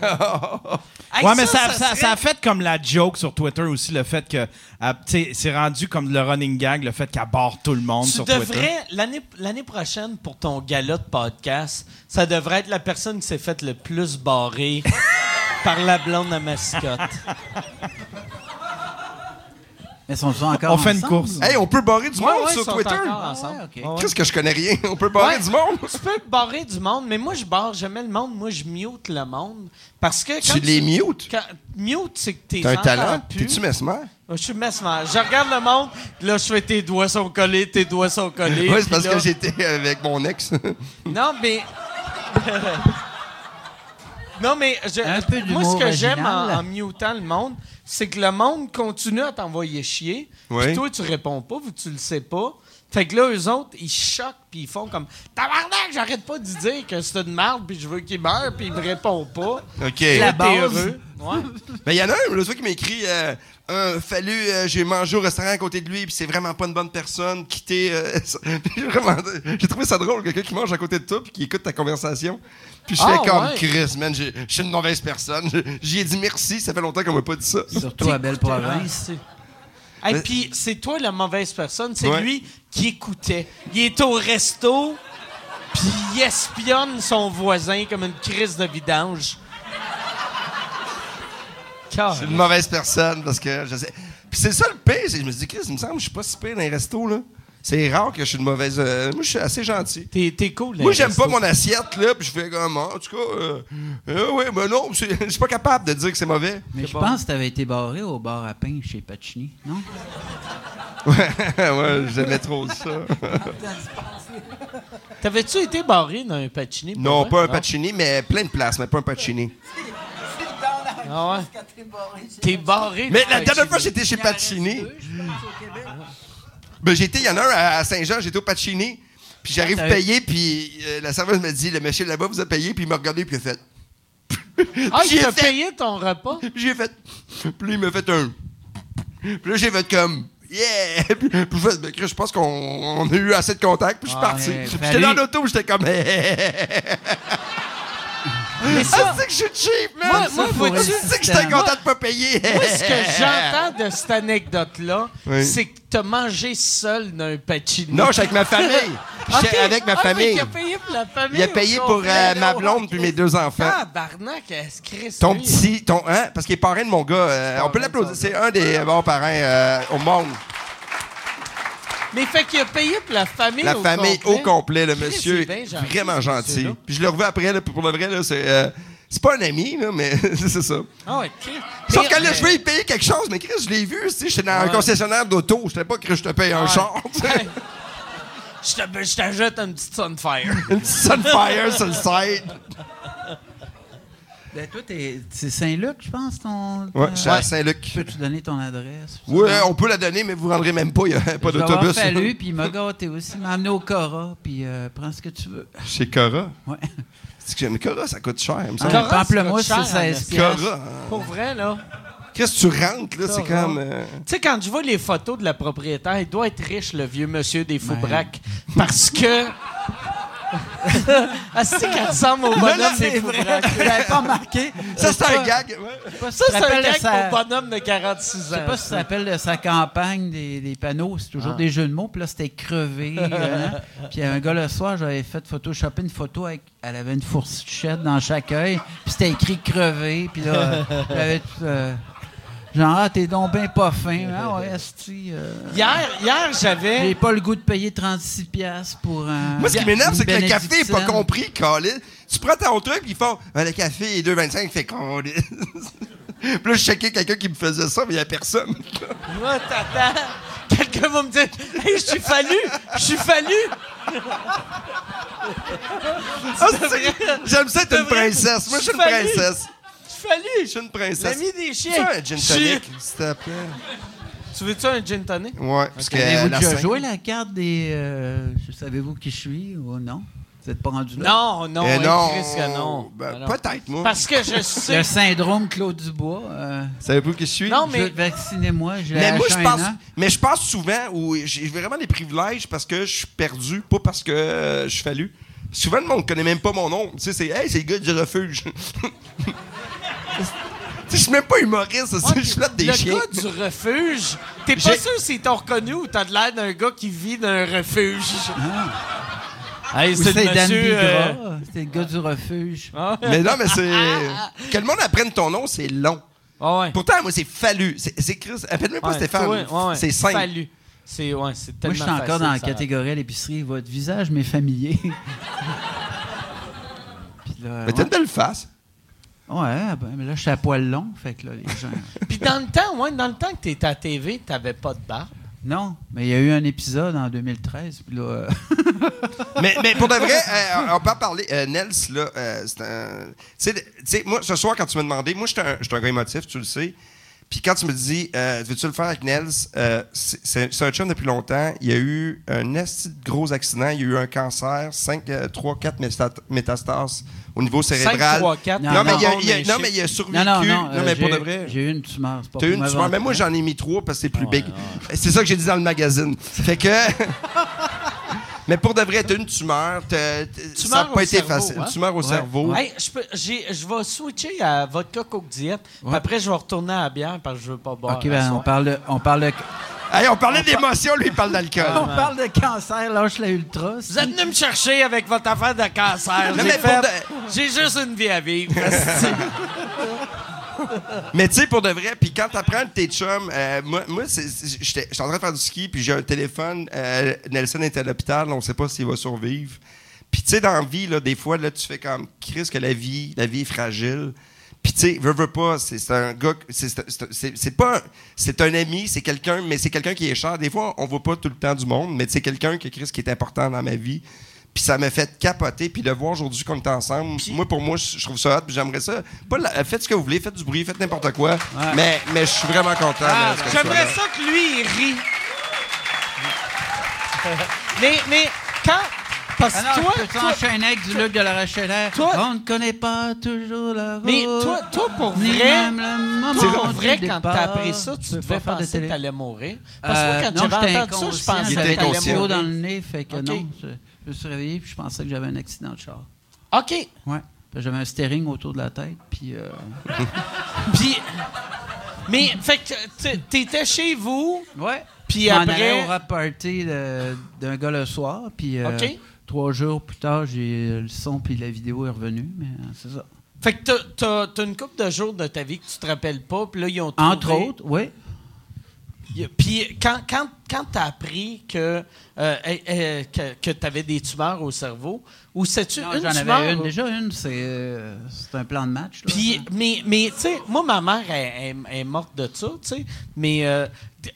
Hey,
Ouais, mais ça, ça,
serait-
ça a fait comme la joke sur Twitter aussi, le fait que. elle, tu sais, C'est rendu comme le running gag, le fait qu'elle barre tout le monde
Tu
sur Twitter.
devrais, l'année l'année prochaine, pour ton gala de podcast, ça devrait être la personne qui s'est faite le plus barrer par la blonde à mascotte.
Mais sont-ils encore
On fait une
ensemble?
course.
hey, on peut barrer du
Ouais,
monde
ouais, ils
sur
sont
Twitter.
encore
Ah,
ensemble.
ouais, ok.
Qu'est-ce que je connais rien? On peut barrer
Ouais.
du monde.
Tu peux barrer du monde, mais moi, je barre jamais le monde. Moi, je mute le monde. Parce que quand
Tu les mutes.
Quand- mute, c'est que t'es
T'as un
entends
talent.
plus.
T'es-tu mesmer?
Je suis mesmer. Je regarde le monde, là, je fais tes doigts sont collés, tes doigts sont collés.
Oui, c'est
puis
parce
là-
que j'étais avec mon ex.
Non, mais. non, mais. je-
Un peu d'humour
moi, ce que j'aime en,
original.
en mutant le monde, c'est que le monde continue à t'envoyer chier.
Ouais.
Puis toi, tu réponds pas, vu que tu le sais pas. Fait que là, eux autres, ils choquent, puis ils font comme Tabarnak, j'arrête pas de dire que c'est une merde, puis je veux qu'il meure, puis il me répond pas.
OK.
Là, t'es
La base.
heureux. Ouais.
Mais il y en a un, l'autre fois, qui m'écrit euh, un fallu, euh, j'ai mangé au restaurant à côté de lui, puis c'est vraiment pas une bonne personne, quitter. euh, ça. Puis j'ai vraiment- j'ai trouvé ça drôle, quelqu'un qui mange à côté de toi, puis qui écoute ta conversation. Puis je fais
Ah,
comme
ouais.
Chris, man, j'ai- je suis une mauvaise personne. J'y ai dit merci, ça fait longtemps qu'on m'a pas dit ça.
Surtout à Belle Province.
Et
Mais-
Ah, puis, c'est toi la mauvaise personne. C'est
Ouais.
lui qui écoutait. Il est au resto, puis il espionne son voisin comme une crise de vidange. Car-
Je suis une mauvaise personne parce que je sais. Puis c'est ça le pire, c'est que je me suis dit, Chris, il me semble que je suis pas si pire dans les restos, là. C'est rare que je suis une mauvaise. euh, moi, je suis assez gentil.
T'es t'es cool. là,
Moi, j'aime
resto.
pas mon assiette, là, puis je fais comme, Ah, en tout cas, euh, euh, ouais, mais non, c'est- je suis pas capable de dire que c'est mauvais.
Mais
C'est
je
bon.
pense que tu avais été barré au bar à pain chez Pacini, non?
Ouais, ouais, j'aimais trop ça.
T'avais-tu été barré dans un patchini? pour
Non,
vrai?
pas un pacini, mais plein de places, mais pas un pacini.
Ah ouais? T'es barré.
Mais
dans
la
le
dernière
Pacini.
fois, j'étais chez Pacini. Ben, j'étais, il y en a un à Saint-Jean, j'étais au Pacini. Puis j'arrive
Ah, t'as-
payer, puis euh, la serveuse me dit, le monsieur là-bas vous a payé, puis il m'a regardé, puis il a fait.
Ah,
J'ai
il t'a
fait-
payé ton repas?
J'ai fait. Puis il m'a fait un. Puis là, j'ai fait comme. Yeah! Puis je fais, Ben, Chris, je pense qu'on on a eu assez de contacts, puis je suis
Ah, Ouais,
parti.
fallait-
J'étais dans l'auto, j'étais comme.
Mais
Ah,
ça,
c'est que je suis cheap,
Moi-
man!
moi,
Moi,
faut-
tu sais que j'étais content de pas payer!
Moi, ce que j'entends de cette anecdote-là,
Oui.
c'est que t'as mangé seul d'un pacini.
Non, j'étais avec ma famille. J'étais
Ok.
avec ma
Ah, fait
famille.
Il a payé pour la famille.
Il a payé
au
pour
complet.
euh, ma blonde puis mes deux enfants.
Ah, barnac, est-ce que
Ton petit, ton hein, parce qu'il est parrain de mon gars. euh, on peut l'applaudir. C'est un des bons parrains euh, au monde.
Mais fait qu'il a payé pour la famille
La
au
famille
complet.
au complet, le
Chris,
monsieur,
c'est bien gentil,
vraiment
ce
gentil.
monsieur-là.
Puis je le revois après, là, puis pour le vrai, là, c'est euh, c'est pas un ami, là, mais c'est ça.
Ah ouais, Chris.
Sauf
Mais-
que là, je vais y payer quelque chose, mais Chris, je l'ai vu, tu sais, j'étais dans un concessionnaire d'auto, je savais pas que je te paye un
Ouais.
char, tu sais.
Hey, Je te- je t'ajoute une petite Sunfire.
une petite Sunfire sur le site.
Ben, toi, t'es- c'est Saint-Luc, je pense, ton.
Ouais,
euh,
je suis à Saint-Luc.
Peux-tu donner ton adresse?
Oui, euh, on peut la donner, mais vous rendrez même pas, il n'y a pas d'autobus.
Il fallu, puis il m'a gâté aussi. Il m'a amené au Cora, puis euh, prends ce que tu veux.
Chez Cora.
Ouais.
C'est que j'aime Cora, ça coûte cher. il me semble.
Ah. Cora,
Un pamplemousse,
ça coûte
c'est
cher,
16
en
piastres.
Cora. hein.
Pour vrai, là.
Qu'est-ce que tu rentres, là? C'est
Cora.
comme. euh,
Tu sais, quand je vois les photos de la propriétaire, il doit être riche, le vieux monsieur des
Ben.
Foubraques. Parce que. Ah, c'est qu'elle ressemble au bonhomme des Foubraques.
Je l'avais pas marqué.
Ça, c'est un gag. ouais.
Ça, c'est un gag
sa...
pour bonhomme de 46 ans.
Je sais pas si ça s'appelle de sa campagne des, des panneaux, c'est
Ah.
toujours des jeux de mots. Puis là, c'était crevé. euh, hein. Puis un gars le soir, j'avais fait photoshopper une photo avec. Elle avait une fourchette dans chaque œil. Puis c'était écrit crevé. Puis là, euh, j'avais tout, euh, Genre, ah, t'es donc ben pas fin. Ah ouais, esti, euh,
Hier, hier
J'ai
j'avais.
pas le goût de payer 36$ piastres pour un.
Moi, ce qui m'énerve, c'est que le café
est
n'est pas compris, Colin. Tu prends ton truc, puis ils font Ah, le café est 2,25, fait qu'on. Puis là, je checkais quelqu'un qui me faisait ça, mais il n'y a personne.
Moi, t'attends. Oh, Quelqu'un va me dire Hey, je suis fallu Je suis fallu
Ah, c'est- J'aime ça être
C'est
une
vrai.
princesse. Moi, je suis une
Je suis fallu.
princesse.
Je suis fallu
Je suis une princesse.
L'ami des
Tu
chiens.
veux un gin
Je
tonic,
suis-
s'il te plaît?
Tu veux-tu un gin tonic
Ouais, parce que.
Avez-vous
la
déjà
scène-
joué la carte des. euh, Savez-vous qui je suis ou non? Vous êtes pas rendu là?
Non, non,
Eh
hey,
non.
Chris, que non.
Ben,
Alors.
Peut-être, moi.
Parce que je
Le
sais.
syndrome Claude Dubois. euh,
Savez-vous qui je suis?
Non,
je-
mais.
Vaccinez-moi, j'ai
Mais moi, je
H1N1.
pense,
hein?
mais je pense souvent où j'ai vraiment des privilèges parce que je suis perdu, pas parce que euh, je suis fallu. Souvent, le monde connaît même pas mon nom. Tu sais, c'est Hey, c'est le gars du refuge. tu sais, je suis même pas humoriste, ça, je flatte des
Ah, le
chiens.
gars du refuge, t'es pas
J'ai-
sûr s'ils t'ont reconnu ou t'as de l'air d'un gars qui vit dans un refuge. Hey,
Ou
c'est
c'est
le
Dan
monsieur. euh, ah,
Bigra, c'est le gars du refuge.
Mais non, mais c'est. que le monde apprenne ton nom, c'est long.
ah ouais.
Pourtant, moi, c'est fallu. C'est c'est Chris. Appelle-moi pas
Ouais,
Stéphane.
ouais, ouais, ouais.
C'est simple.
Fallu. C'est ouais, c'est
Moi,
tellement
je suis encore
facile,
dans la
ça.
catégorie à l'épicerie. Votre visage m'est familier. Puis là,
Mais t'as une belle face.
ouais, ouais, ben, mais là, je suis à poil long. Fait que là, les gens.
Puis dans le temps, ouais, dans le temps que t'étais à TV, t'avais pas de barbe.
Non, mais il y a eu un épisode en 2013. Puis là, euh,
mais, mais pour de vrai, euh, on peut en parler. Euh, Nels, là, euh, c'est un. Tu sais, tu sais, moi, ce soir, quand tu m'as demandé, moi, j'étais un, j'étais un gars émotif, tu le sais. Puis quand tu me dis, euh, veux-tu le faire avec Nels, euh, c'est- c'est c'est un chum depuis longtemps. Il y a eu un esti de gros accident. Il y a eu un cancer, euh, 5, 3, 4 métastases au niveau cérébral.
3, 4.
non,
Non,
mais il y a-
non,
il y a,
mais
non,
je-
mais il a
non,
survécu.
non, non. euh,
mais pour
j'ai-
de vrai.
J'ai eu une tumeur. c'est pas
T'as
pour
une
m'avoir-
tumeur. Mais
hein.
moi, j'en ai mis trois parce que c'est plus big. C'est ça que j'ai dit dans le magazine. Fait que. mais pour de vrai, t'as une tumeur. t'as- t'as- ça
Tumeur
n'a
au
pas été
cerveau,
facile.
hein?
Une tumeur au cerveau.
Hey, je peux- j'ai- je vais switcher à vodka coke diète. puis Après, je vais retourner à la bière parce que je veux pas boire.
Ok,
à
ben,
soir.
on parle de. On parle de,
Hey, on parlait d'émotion, lui, il parle
on
d'alcool.
parle de cancer. Lâche la ultra.
Vous êtes venu me chercher avec votre affaire de cancer.
Non,
J'ai
mais pour
fait-
de-
J'ai juste une vie à vivre.
Mais tu sais, pour de vrai, puis quand t'apprends de tes chums, euh, moi, moi c'est- c'est- j'étais j'étais en train de faire du ski, puis j'ai un téléphone. euh, Nelson est à l'hôpital, on sait pas s'il va survivre. Puis tu sais, dans la vie, là, des fois, là, tu fais comme Chris que la vie, la vie est fragile. Puis tu sais, veux, veux pas, c'est c'est un gars, que- c'est- c'est- c'est c'est- c'est pas, un- c'est un ami, c'est quelqu'un, mais c'est quelqu'un qui est cher. Des fois, on voit pas tout le temps du monde, mais c'est quelqu'un que Chris qui est important dans ma vie. Puis ça m'a fait capoter, puis le voir aujourd'hui qu'on est ensemble, moi pour moi, je je trouve ça hot, puis j'aimerais ça. Pas la- faites ce que vous voulez, faites du bruit, faites n'importe quoi, mais, mais je suis vraiment content.
Ah,
là, que tu sois
J'aimerais
là.
ça que lui, il rit. mais, mais quand. Parce que
Alors,
toi.
Ah je peux
toi-
t'enchaîner avec du Luc de la Rochelaire.
Toi-
on ne connaît pas toujours la route.
mais toi, toi, pour
ni
vrai.
même le moment
Toi, pour
du
vrai, quand
départ.
t'as appris ça, tu
Je veux
devais
pas faire de
penser que
télé.
t'allais mourir. Parce que moi,
Euh,
quand
non,
j'avais
j'étais
entendu ça, je
inconscient,
pensais
j'avais
que
j'avais
inconscient.
un
t'allais
tuyau dans
mourir.
le nez, fait que
Ok.
non. Je, je me suis réveillé puis je pensais que j'avais un accident de char.
OK.
Ouais. Puis J'avais un steering autour de la tête, puis euh,
Puis. Mais, fait que t- t'étais chez vous.
ouais.
Puis
je m'en
après-
allais au rap party de- d'un gars le soir, puis euh,
Ok.
trois jours plus tard, j'ai le son puis la vidéo est revenue, mais euh, c'est ça.
Fait que t'as- t'as- t'as une couple de jours de ta vie que tu te rappelles pas, puis là, ils ont trouvé...
Entre autres, oui.
Y a- Puis quand, quand, quand t'as appris que, euh, eh, eh, que, que t'avais des tumeurs au cerveau, ou sais-tu
Non,
une
J'en
tumeur?
avais une déjà, une, c'est euh, c'est un plan de match. là.
Puis, mais, mais tu sais, moi, ma mère, elle, elle- elle est morte de ça, tu sais, mais... euh, t-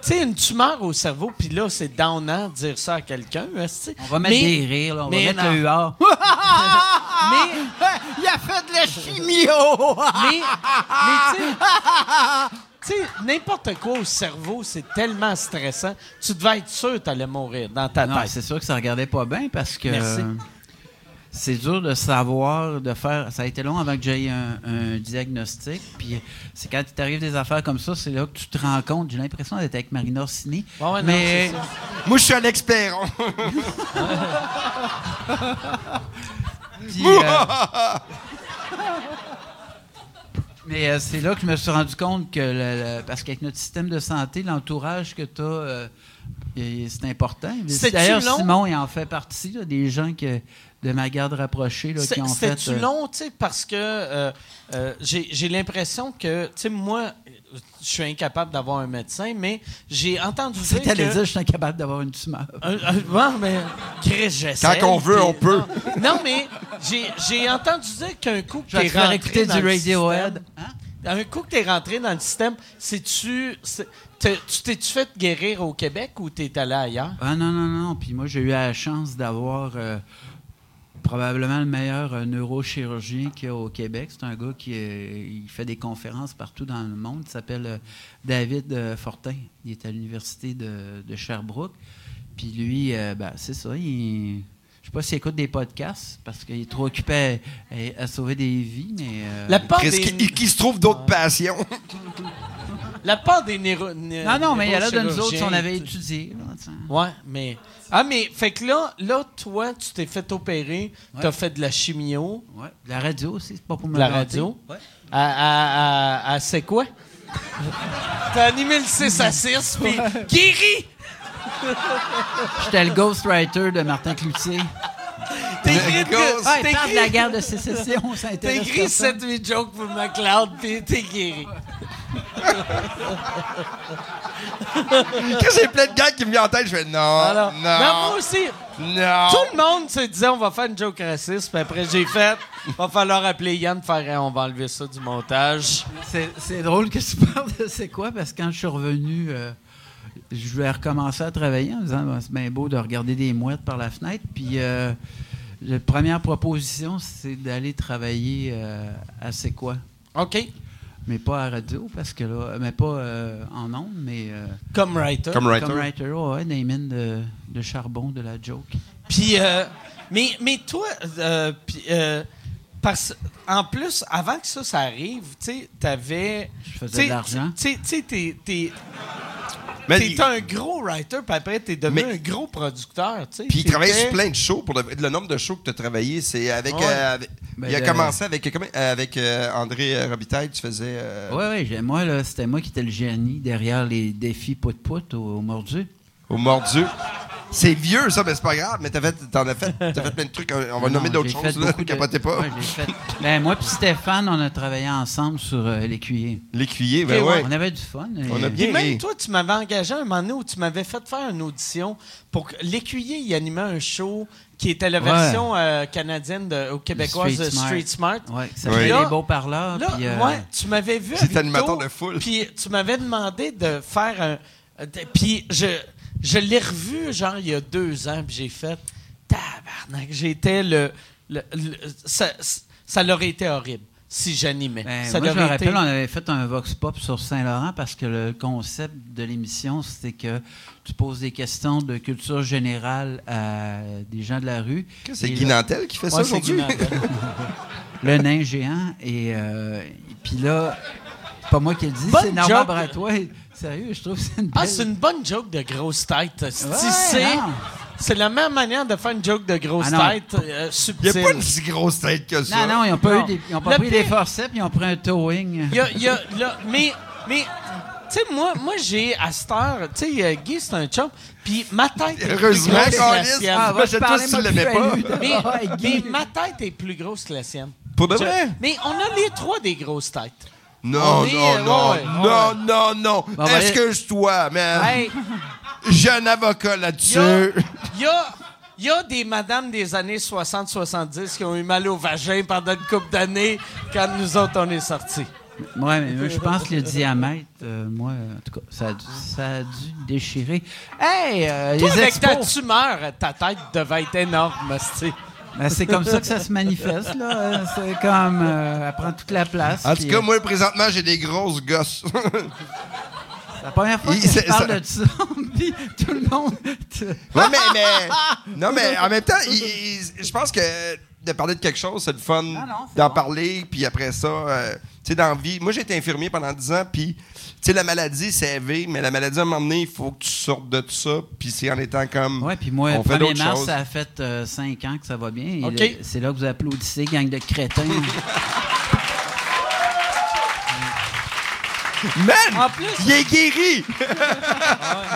tu sais, une tumeur au cerveau, puis là, c'est downant de dire ça à quelqu'un. hein, tu sais.
On va mettre
Mais-
des rires, là, on va
mais
mettre
non.
le huard.
Mais,
Il a fait de la chimio!
Mais, mais tu sais- tu sais, n'importe quoi au cerveau, c'est tellement stressant. Tu devais être sûr que tu allais mourir dans ta
Non,
tête.
c'est sûr que ça regardait pas bien parce que.
Merci.
euh, c'est dur de savoir, de faire. Ça a été long avant que j'aie un, un diagnostic. Puis c'est quand il t'arrive des affaires comme ça, c'est là que tu te rends compte. J'ai l'impression d'être avec Marina Orsini.
Ouais, ouais, non,
mais
c'est ça.
Moi, je suis un expert.
puis, euh, mais euh, c'est là que je me suis rendu compte que. le- le- parce qu'avec notre système de santé, l'entourage que tu as, c'est important.
C'est-tu
D'ailleurs,
long?
Simon, il en fait partie, là, des gens que de ma garde rapprochée là, qui ont fait.
C'était-tu
euh,
long, tu sais, parce que euh, euh, j'ai j'ai l'impression que, tu sais, moi, euh, je suis incapable d'avoir un médecin, mais j'ai entendu dire que...
T'allais dire, je suis incapable d'avoir une tumeur.
Euh, euh, bon, mais Chris, j'essaie.
Quand on veut,
Puis-
on peut.
Non, non, mais j'ai j'ai entendu dire qu'un coup que
Je vais
t'es
te faire
rentré
écouter
dans
du
le
Radiohead.
système-
Hein?
un coup que t'es rentré dans le système, c'est-tu... c'est- t'es- Tu t'es-tu fait guérir au Québec ou t'es allé ailleurs?
Ah non, non, non. Puis moi, j'ai eu la chance d'avoir euh, probablement le meilleur euh, neurochirurgien qu'il y a au Québec. C'est un gars qui euh, il fait des conférences partout dans le monde. Il s'appelle euh, David euh, Fortin. Il est à l'université de, de Sherbrooke. Puis lui, euh, ben, c'est ça. Il, je sais pas s'il écoute des podcasts parce qu'il est trop occupé à, à- à sauver des vies, mais... euh,
La part,
Chris,
des,
qui, qui se trouve d'autres passions.
la part des néro- né-
Non, non, mais il y a là de nous autres, si
neurochirurgiens,
on avait
tu-
étudié. là, tu sais.
Ouais, mais. Ah, mais, fait que là, là toi, tu t'es fait opérer,
Ouais.
t'as fait de la chimio,
Ouais. La radio aussi, c'est pas pour me
de la
vanter.
radio.
Ouais.
À, à, à, à- c'est quoi? T'as animé le 6 à 6, puis guéri!
J'étais le ghostwriter de Martin Cloutier.
T'es
Le
écrit,
gosse.
Ah, il
t'es
parle de la
écrit,
guerre de sécession, ça
t'as
intéresse
écrit
personne.
7-8 jokes pour McLeod, puis t'es guéri.
Oh, Chris, j'ai plein de gars qui me viennent en tête. Je fais non,
Alors,
non,
Ah,
Oh.
non,
non.
moi aussi, tout le monde se disait on va faire une joke raciste, puis après j'ai fait, va falloir appeler Yann Ferrand, on va enlever ça du montage.
C'est- C'est drôle que tu parles de c'est quoi, parce que quand je suis revenu, euh, je voulais recommencer à travailler en me disant Ben, c'est bien beau de regarder des mouettes par la fenêtre. Puis euh, la première proposition, c'est d'aller travailler euh, à c'est quoi.
OK?
Mais pas à radio, parce que là, mais pas euh, en ondes, mais euh,
Comme writer.
Comme writer.
comme writer, ouais, ouais, dans les mines de, de charbon de la joke.
Puis, euh, mais, mais toi, euh, puis, euh, parce, en plus, avant que ça, ça arrive, tu sais, t'avais.
Je faisais
tu sais,
de l'argent.
Tu sais- tu sais, t'es, t'es,
Mais
t'es
il-
un gros writer, puis après, t'es devenu
Mais-
un gros producteur, tu sais.
Puis il travaille
T'étais-
sur plein de shows. Pour le, le nombre de shows que tu as travaillé, c'est avec.
Ouais.
euh, avec-
Ben,
il a
le-
commencé avec, comment- euh, avec euh, André euh, Robitaille. Tu faisais. euh,
Oui, oui, j'ai- moi, là, c'était moi qui étais le génie derrière les défis pout-pout au, au mordu.
Au mordu. C'est vieux, ça, mais c'est pas grave. Mais t'as fait, t'en as fait, t'as fait plein de trucs. On va
Non,
nommer d'autres
j'ai fait
choses, là.
beaucoup de-
Capotez pas.
Ouais, j'ai fait- Ben, moi puis Stéphane, on a travaillé ensemble sur euh, l'écuyer.
L'écuyer, ben
Ok,
ouais.
On avait du fun. et-
On
Puis
a bien
même
ri.
toi, tu m'avais engagé un moment donné où tu m'avais fait faire une audition pour que l'écuyer y animait un show qui était la
Ouais.
version euh, canadienne de, ou québécoise
Street
de
Smart.
Street Smart.
Ouais, ça
Oui.
fait
Là-
les beaux parleurs.
Là,
puis, euh,
ouais, tu m'avais vu. à
J'étais
Victo,
animateur de foule.
Puis tu m'avais demandé de faire un. euh, de- Puis je, je l'ai revu, genre, il y a deux ans, puis j'ai fait. Tabarnak, j'étais le. le- le- ça, ça leur été horrible si j'animais.
ben,
ça
moi, je me
l'aurait été-
rappelle, on avait fait un vox pop sur Saint-Laurent parce que le concept de l'émission, c'était que tu poses des questions de culture générale à des gens de la rue.
C'est
Et
Guy
là-
Nantel qui fait ça
Ouais, c'est
aujourd'hui.
Guy Nantel.
le nain géant. Et, euh, et puis là, c'est pas moi qui le dis,
Bonne
c'est Norman
joke.
Bratois. Sérieux, je trouve que c'est une belle...
Ah, c'est une bonne joke de grosse tête. Si
Ouais,
c'est-
non.
c'est la même manière de faire une joke de grosse
Ah, non.
tête euh,
Il n'y
subtile.
a pas une si grosse tête que ça.
Non, non, ils ont pas,
Non.
eu des, ils ont pas
Le
pris des
pire-
forceps, ils ont pris un towing.
Il y a- il y a- là, mais, mais tu sais, moi, moi j'ai à cette heure, tu sais, euh, Guy, c'est un chum, puis ma tête est plus
Heureusement,
grosse que la
Carlis.
sienne.
Ah, moi, je
parlais
sais pas si
même plus
tu l'aimais
à
pas.
lui, de-
Mais,
Ouais,
mais
Guy.
ma tête est plus grosse que la sienne.
Pour de vrai?
Mais on a les trois des grosses têtes.
Non,
On est,
non,
euh,
non,
ouais, ouais.
non, non, non.
Bon, ben,
Excuse-toi, man.
Ah,
Hey,
J'ai un avocat
il y a,
là-dessus.
y a- y a des madames des années 60-70 qui ont eu mal au vagin pendant une couple d'années quand nous autres, on est sortis.
Ouais, mais moi, je pense que le diamètre, euh, moi, en tout cas, ça a dû, ça a dû déchirer. Hey, euh,
Toi,
les
avec ta
expos!
tumeur, ta tête devait être énorme, tu
Ben, c'est comme ça que ça se manifeste, là. Euh, C'est comme, euh, elle prend toute la place.
En tout
puis,
cas,
euh,
moi, présentement, j'ai des grosses gosses.
c'est la première fois
il-
que je
c'est-
parle
ça-
de ça, puis tout le monde...
Ouais, mais, mais- non, mais en même temps, il- il- je pense que de parler de quelque chose, c'est le fun
non, c'est
d'en
bon.
parler, puis après ça, euh, tu sais, dans la vie. Moi, j'ai été infirmier pendant 10 ans, puis, tu sais, la maladie, c'est élevé, mais la maladie, à un moment donné, il faut que tu sortes de tout ça, puis c'est en étant comme.
Ouais, puis moi,
on
le
fait
1er
d'autres
mars,
choses.
ça a fait 5 ans que ça va bien. Et
OK.
le- C'est là que vous applaudissez, gang de crétins.
Man!
En plus,
Il est guéri!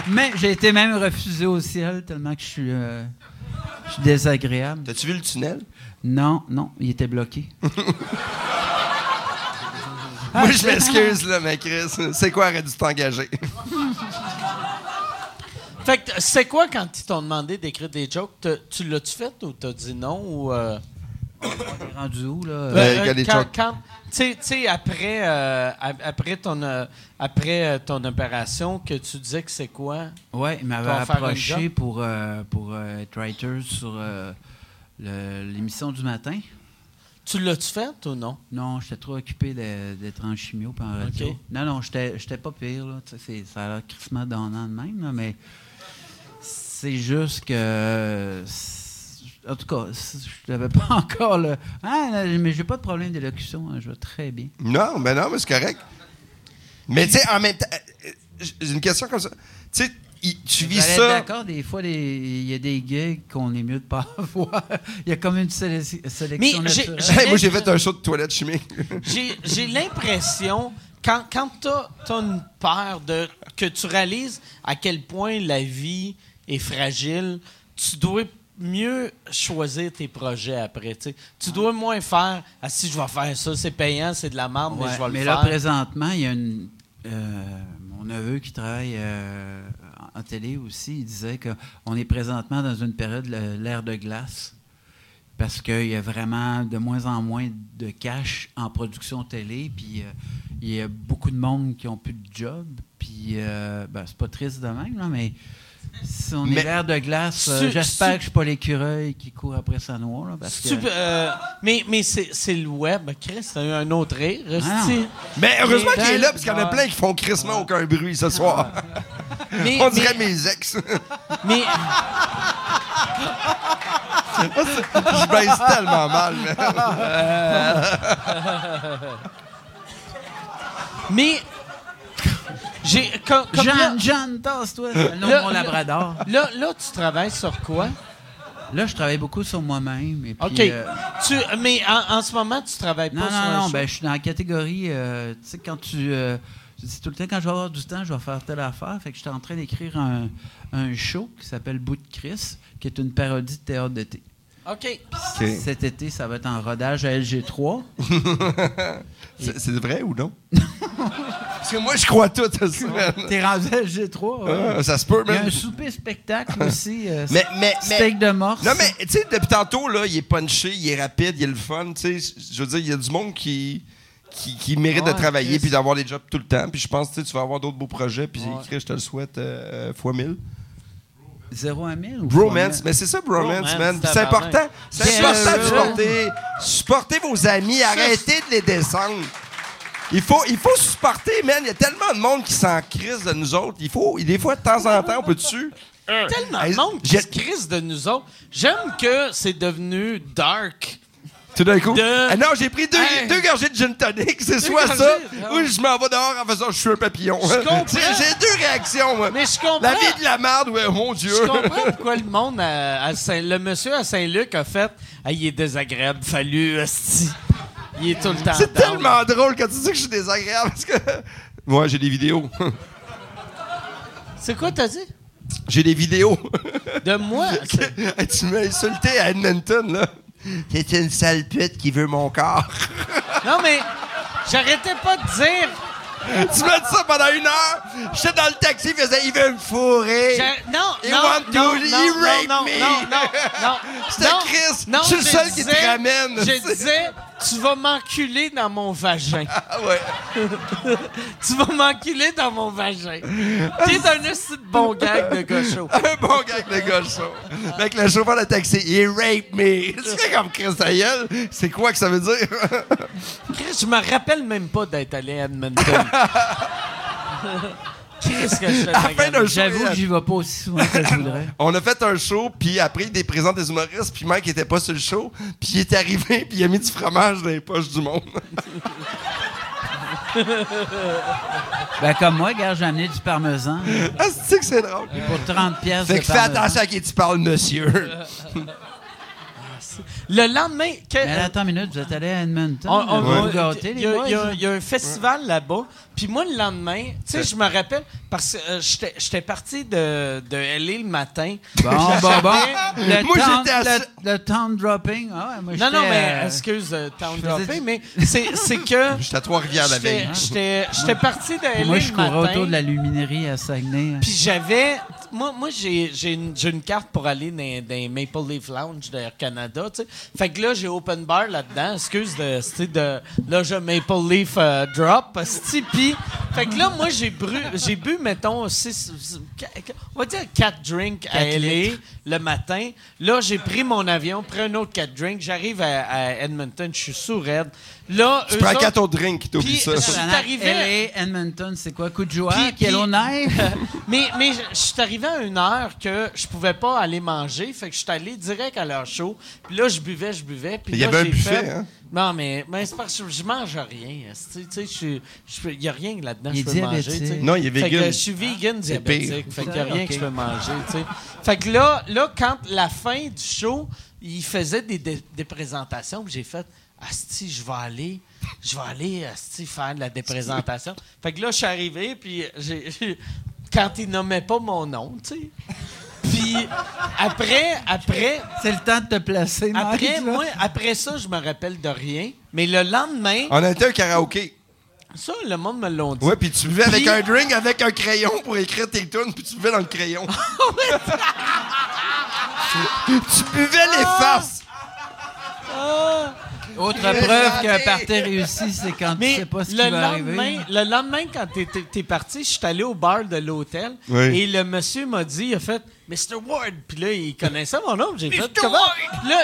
Mais j'ai été même refusé au ciel tellement que je suis. euh, je Je suis désagréable.
T'as-tu vu le tunnel?
Non, non, il était bloqué. Ah,
Moi, je m'excuse, là, mais Chris, c'est quoi, aurait dû t'engager?
Fait que c'est quoi quand ils t'ont demandé d'écrire des jokes? T'as- Tu l'as-tu fait ou t'as dit non? Ou, euh,
Il est rendu où, là?
Ouais. Euh, que des
quand,
jokes.
quand- tu sais- tu sais, après, euh, ap- après, ton, euh, après euh, ton opération, que tu disais que c'est quoi?
Ouais, il m'avait
Pour faire une
approché
job?
pour, euh, pour euh, être writer sur euh, le- l'émission du matin.
Tu l'as-tu fait ou non?
Non, j'étais trop occupé de- d'être en chimio par radio.
Ok.
Non, non, j'étais j'étais pas pire. Là. Tu sais, c'est- Ça a l'air crissement donnant de même, là, mais c'est juste que. c'est- En tout cas, c'est- je n'avais pas encore le. Ah, là, mais j'ai pas de problème d'élocution, hein, je vais très bien.
Non, mais non, mais c'est correct. Mais tu sais, en même temps, euh, j'ai une question comme ça. Tu sais, il- tu
Vous
vis
allez être
ça.
d'accord, des fois, des- il y a des gigs qu'on est mieux de pas avoir. Il y a comme une séle- sélection
Mais j'ai-
naturelle.
j'ai-
Hey, moi, j'ai fait un show de toilette chimique.
J'ai j'ai l'impression, quand, quand t'as as une peur de, que tu réalises à quel point la vie est fragile, tu dois mieux choisir tes projets après. tu sais. Tu dois moins faire ah, si je vais faire ça, c'est payant, c'est de la merde, mais
Ouais,
je vais le
mais
faire.
là, présentement, il y a une- euh, mon neveu qui travaille euh, en en télé aussi, il disait qu'on est présentement dans une période de l'ère de glace parce qu'il y a vraiment de moins en moins de cash en production télé, puis euh, il y a beaucoup de monde qui n'ont plus de job, puis euh, ben, c'est pas triste de même, là, mais si on
Mais-
est l'ère de glace, euh,
Su-
j'espère
su-
que je suis pas l'écureuil qui court après sa noix, là, parce que...
Tu peux- euh, mais mais c'est c'est le web. Chris, t'as eu un autre rire.
Ah,
c'est-
non.
Mais heureusement
Mais
qu'il est
dans-
là, parce qu'il
Ah.
y en a plein qui font crissement aucun bruit ce soir.
Mais,
On dirait mes ex.
mais, mais-
Je baisse tellement mal. man.
mais j'ai comme- comme là-
Jeanne, Jeanne, tasse-toi, c'est le nom de
Là-
mon labrador.
Là, là, tu travailles sur quoi?
Là, je travaille beaucoup sur moi-même. et puis,
OK.
euh,
Tu, mais en, en ce moment, tu travailles pas
non,
sur un
non, non,
show?
ben, je suis dans la catégorie. euh, tu sais, quand tu. euh, je dis tout le temps, quand je vais avoir du temps, je vais faire telle affaire. Fait que j'étais en train d'écrire un, un show qui s'appelle Bout de Chris, qui est une parodie de théâtre d'été.
OK.
Ok.
Cet été, ça va être en rodage à LG3.
C'est c'est vrai ou non? Parce que moi, je crois tout à ça. man.
T'es rendu à LG3. ouais.
Ah, Ça se peut,
Il y a
man.
un souper spectacle aussi. euh,
Mais, mais, mais.
steak de morse.
Non, mais, tu sais, depuis tantôt, là, il est punché, il est rapide, il est le fun, tu sais. Je veux dire, il y a du monde qui, qui, qui mérite
Ah,
Ouais,
de travailler
Chris.
puis d'avoir des jobs tout le temps. Puis je pense, tu sais, tu vas avoir d'autres beaux projets. Puis Chris, je te le souhaite euh, euh, fois mille.
0 à 1000. ou
Bromance,
pas?
mais c'est ça, bromance,
Bromance,
man. Puis C'est
tabarnak.
important.
Bien
C'est important de
sûr.
supporter. Supportez vos amis, arrêtez de les descendre. Il faut, il faut supporter, man. Il y a tellement de monde qui s'en crise de nous autres. Il faut, des fois, de temps en temps, on peut dessus.
Tellement
Hey,
de monde qui
j'ai-
se crisse de nous autres. J'aime que c'est devenu dark.
Tout d'un coup.
De-
Ah non, j'ai pris deux,
Hey.
deux gorgées de gin tonic. C'est soit
gorgées,
ça
non.
ou je m'en vais dehors en faisant je suis un papillon.
Je comprends.
J'ai j'ai deux réactions, moi.
Mais je comprends.
La vie de la merde, ouais, mon Dieu.
Je comprends pourquoi le monde à, à Saint... Le monsieur à Saint-Luc a fait... Ah, il est désagréable, fallu, hostie. Il est tout le temps
C'est
down.
tellement drôle quand tu dis que je suis désagréable parce que. Moi, j'ai des vidéos.
C'est quoi t'as dit?
J'ai des vidéos.
De moi? c'est-
Hey, Ah, tu m'as insulté à Edmonton, là. C'est une sale pute qui veut mon corps.
Non, mais... J'arrêtais pas de dire...
tu m'as dit ça pendant une heure. J'étais dans le taxi, il faisait, il veut me fourrer.
Je- Non,
He
non,
want to-
non,
he
non,
raped
non, non,
me.
non, non, non,
C'était
non,
Chris.
non,
Je suis le
je
seul qui te
disais-
ramène.
Je disais, tu vas m'enculer dans mon vagin.
Ah ouais.
tu vas m'enculer dans mon vagin. T'es un esti de bon gag de gaucho.
Un bon gag de gaucho. Avec le chauffeur de taxi, il rape me. C'est quoi comme Chris ta gueule? C'est quoi que ça veut dire?
Chris, je me rappelle même pas d'être allé à Edmonton. Qu'est-ce que je fais?
À la fin d'un show,
J'avoue
il-
que j'y vais pas aussi souvent que je voudrais.
on a fait un show, puis après, des présents des humoristes, puis Mike était pas sur le show, puis il est arrivé, puis il a mis du fromage dans les poches du monde.
Ben, comme moi, regarde, j'ai amené du parmesan
Ah, c'est que c'est drôle.
pour 30 pièces
Fait
de
que fais
parmesan.
attention à qui tu parles, monsieur.
Le lendemain. que-
Mais attends une minute, vous êtes allé à Edmonton.
on- on-
vous
on-
vous gâtez,
il
les
y a-
boys.
il y a- il y a un festival là-bas. Puis moi, le lendemain, tu sais, je me rappelle, parce que euh, j'étais- j'étais parti de, de LA le matin.
Bon, bon, bon. Le
Moi,
town-
j'étais à ça.
le, le town dropping. Ah, ouais,
Non,
moi, j'étais,
non, mais
euh,
excuse, euh, town
je faisais
dropping,
du-
mais c'est c'est que.
J'étais à Trois-Rivières la
J'étais
veille.
j'étais- j'étais parti de LA
hein. Moi, je
le
courais
matin.
autour de la luminerie à Saguenay.
Puis j'avais. Moi, moi j'ai j'ai une, j'ai une carte pour aller dans, dans les Maple Leaf Lounge d'Air Canada. tu sais. Fait que là, j'ai open bar là-dedans. Excuse de. c'était de là, j'ai Maple Leaf euh, Drop. esti. Puis. Fait que là, moi, j'ai bru, j'ai bu, mettons, six, qu- on va dire quatre drinks à
Quatre
LA le matin. Là, j'ai pris mon avion, pris un autre quatre drinks. J'arrive à, à Edmonton, je suis sous raide. Là,
Tu
eux
prends
autres-
quatre autres drinks, t'oublies
Puis,
ça.
je-
Tabarnak,
arrivé-
LA, Edmonton, c'est quoi? Coup de joie,
Puis-
quel
puis-
honneur.
mais, mais je je suis arrivé à une heure que je pouvais pas aller manger, fait que je suis allé direct à leur show. Puis là, je buvais, je buvais. Puis
Il y
là,
avait un
j'ai
buffet,
fait-
hein?
Non, mais, mais c'est parce que je mange rien. esti. Tu sais, je suis- je peux- il y a rien là-dedans que
Il
je
est
peux manger. tu
diabétique.
sais.
Non, il est
Fait que
vegan.
je suis vegan
pire.
diabétique, fait qu'il y a rien
Ok.
que je peux manger. tu sais. Fait que là, là, quand la fin du show, ils faisaient des, dé- des présentations, puis j'ai fait. Asti, je vais aller, je vais aller, Asti, faire de la déprésentation. Fait que là, je suis arrivé, puis j'ai, quand ils nommaient pas mon nom, tu sais. Puis après, après,
c'est le temps de te placer. Mike,
après,
là.
moi, après ça, je me rappelle de rien. Mais le lendemain,
On a été à un karaoké.
ça, le monde me l'a dit.
Ouais, puis tu buvais avec
Puis-
un drink, avec un crayon pour écrire tes tunes, puis tu buvais dans le crayon.
Oh
tu buvais les
Ah!
faces.
Autre
Mais
preuve
santé.
qu'un party réussi, c'est quand tu
Mais
sais pas ce qui
le,
va arriver.
lendemain, le lendemain, quand t'es- t'es t'es parti, je suis allé au bar de l'hôtel
Oui.
et le monsieur m'a dit, il a fait Mr. Ward. Puis là, il connaissait mon nom. J'ai fait comment? Là,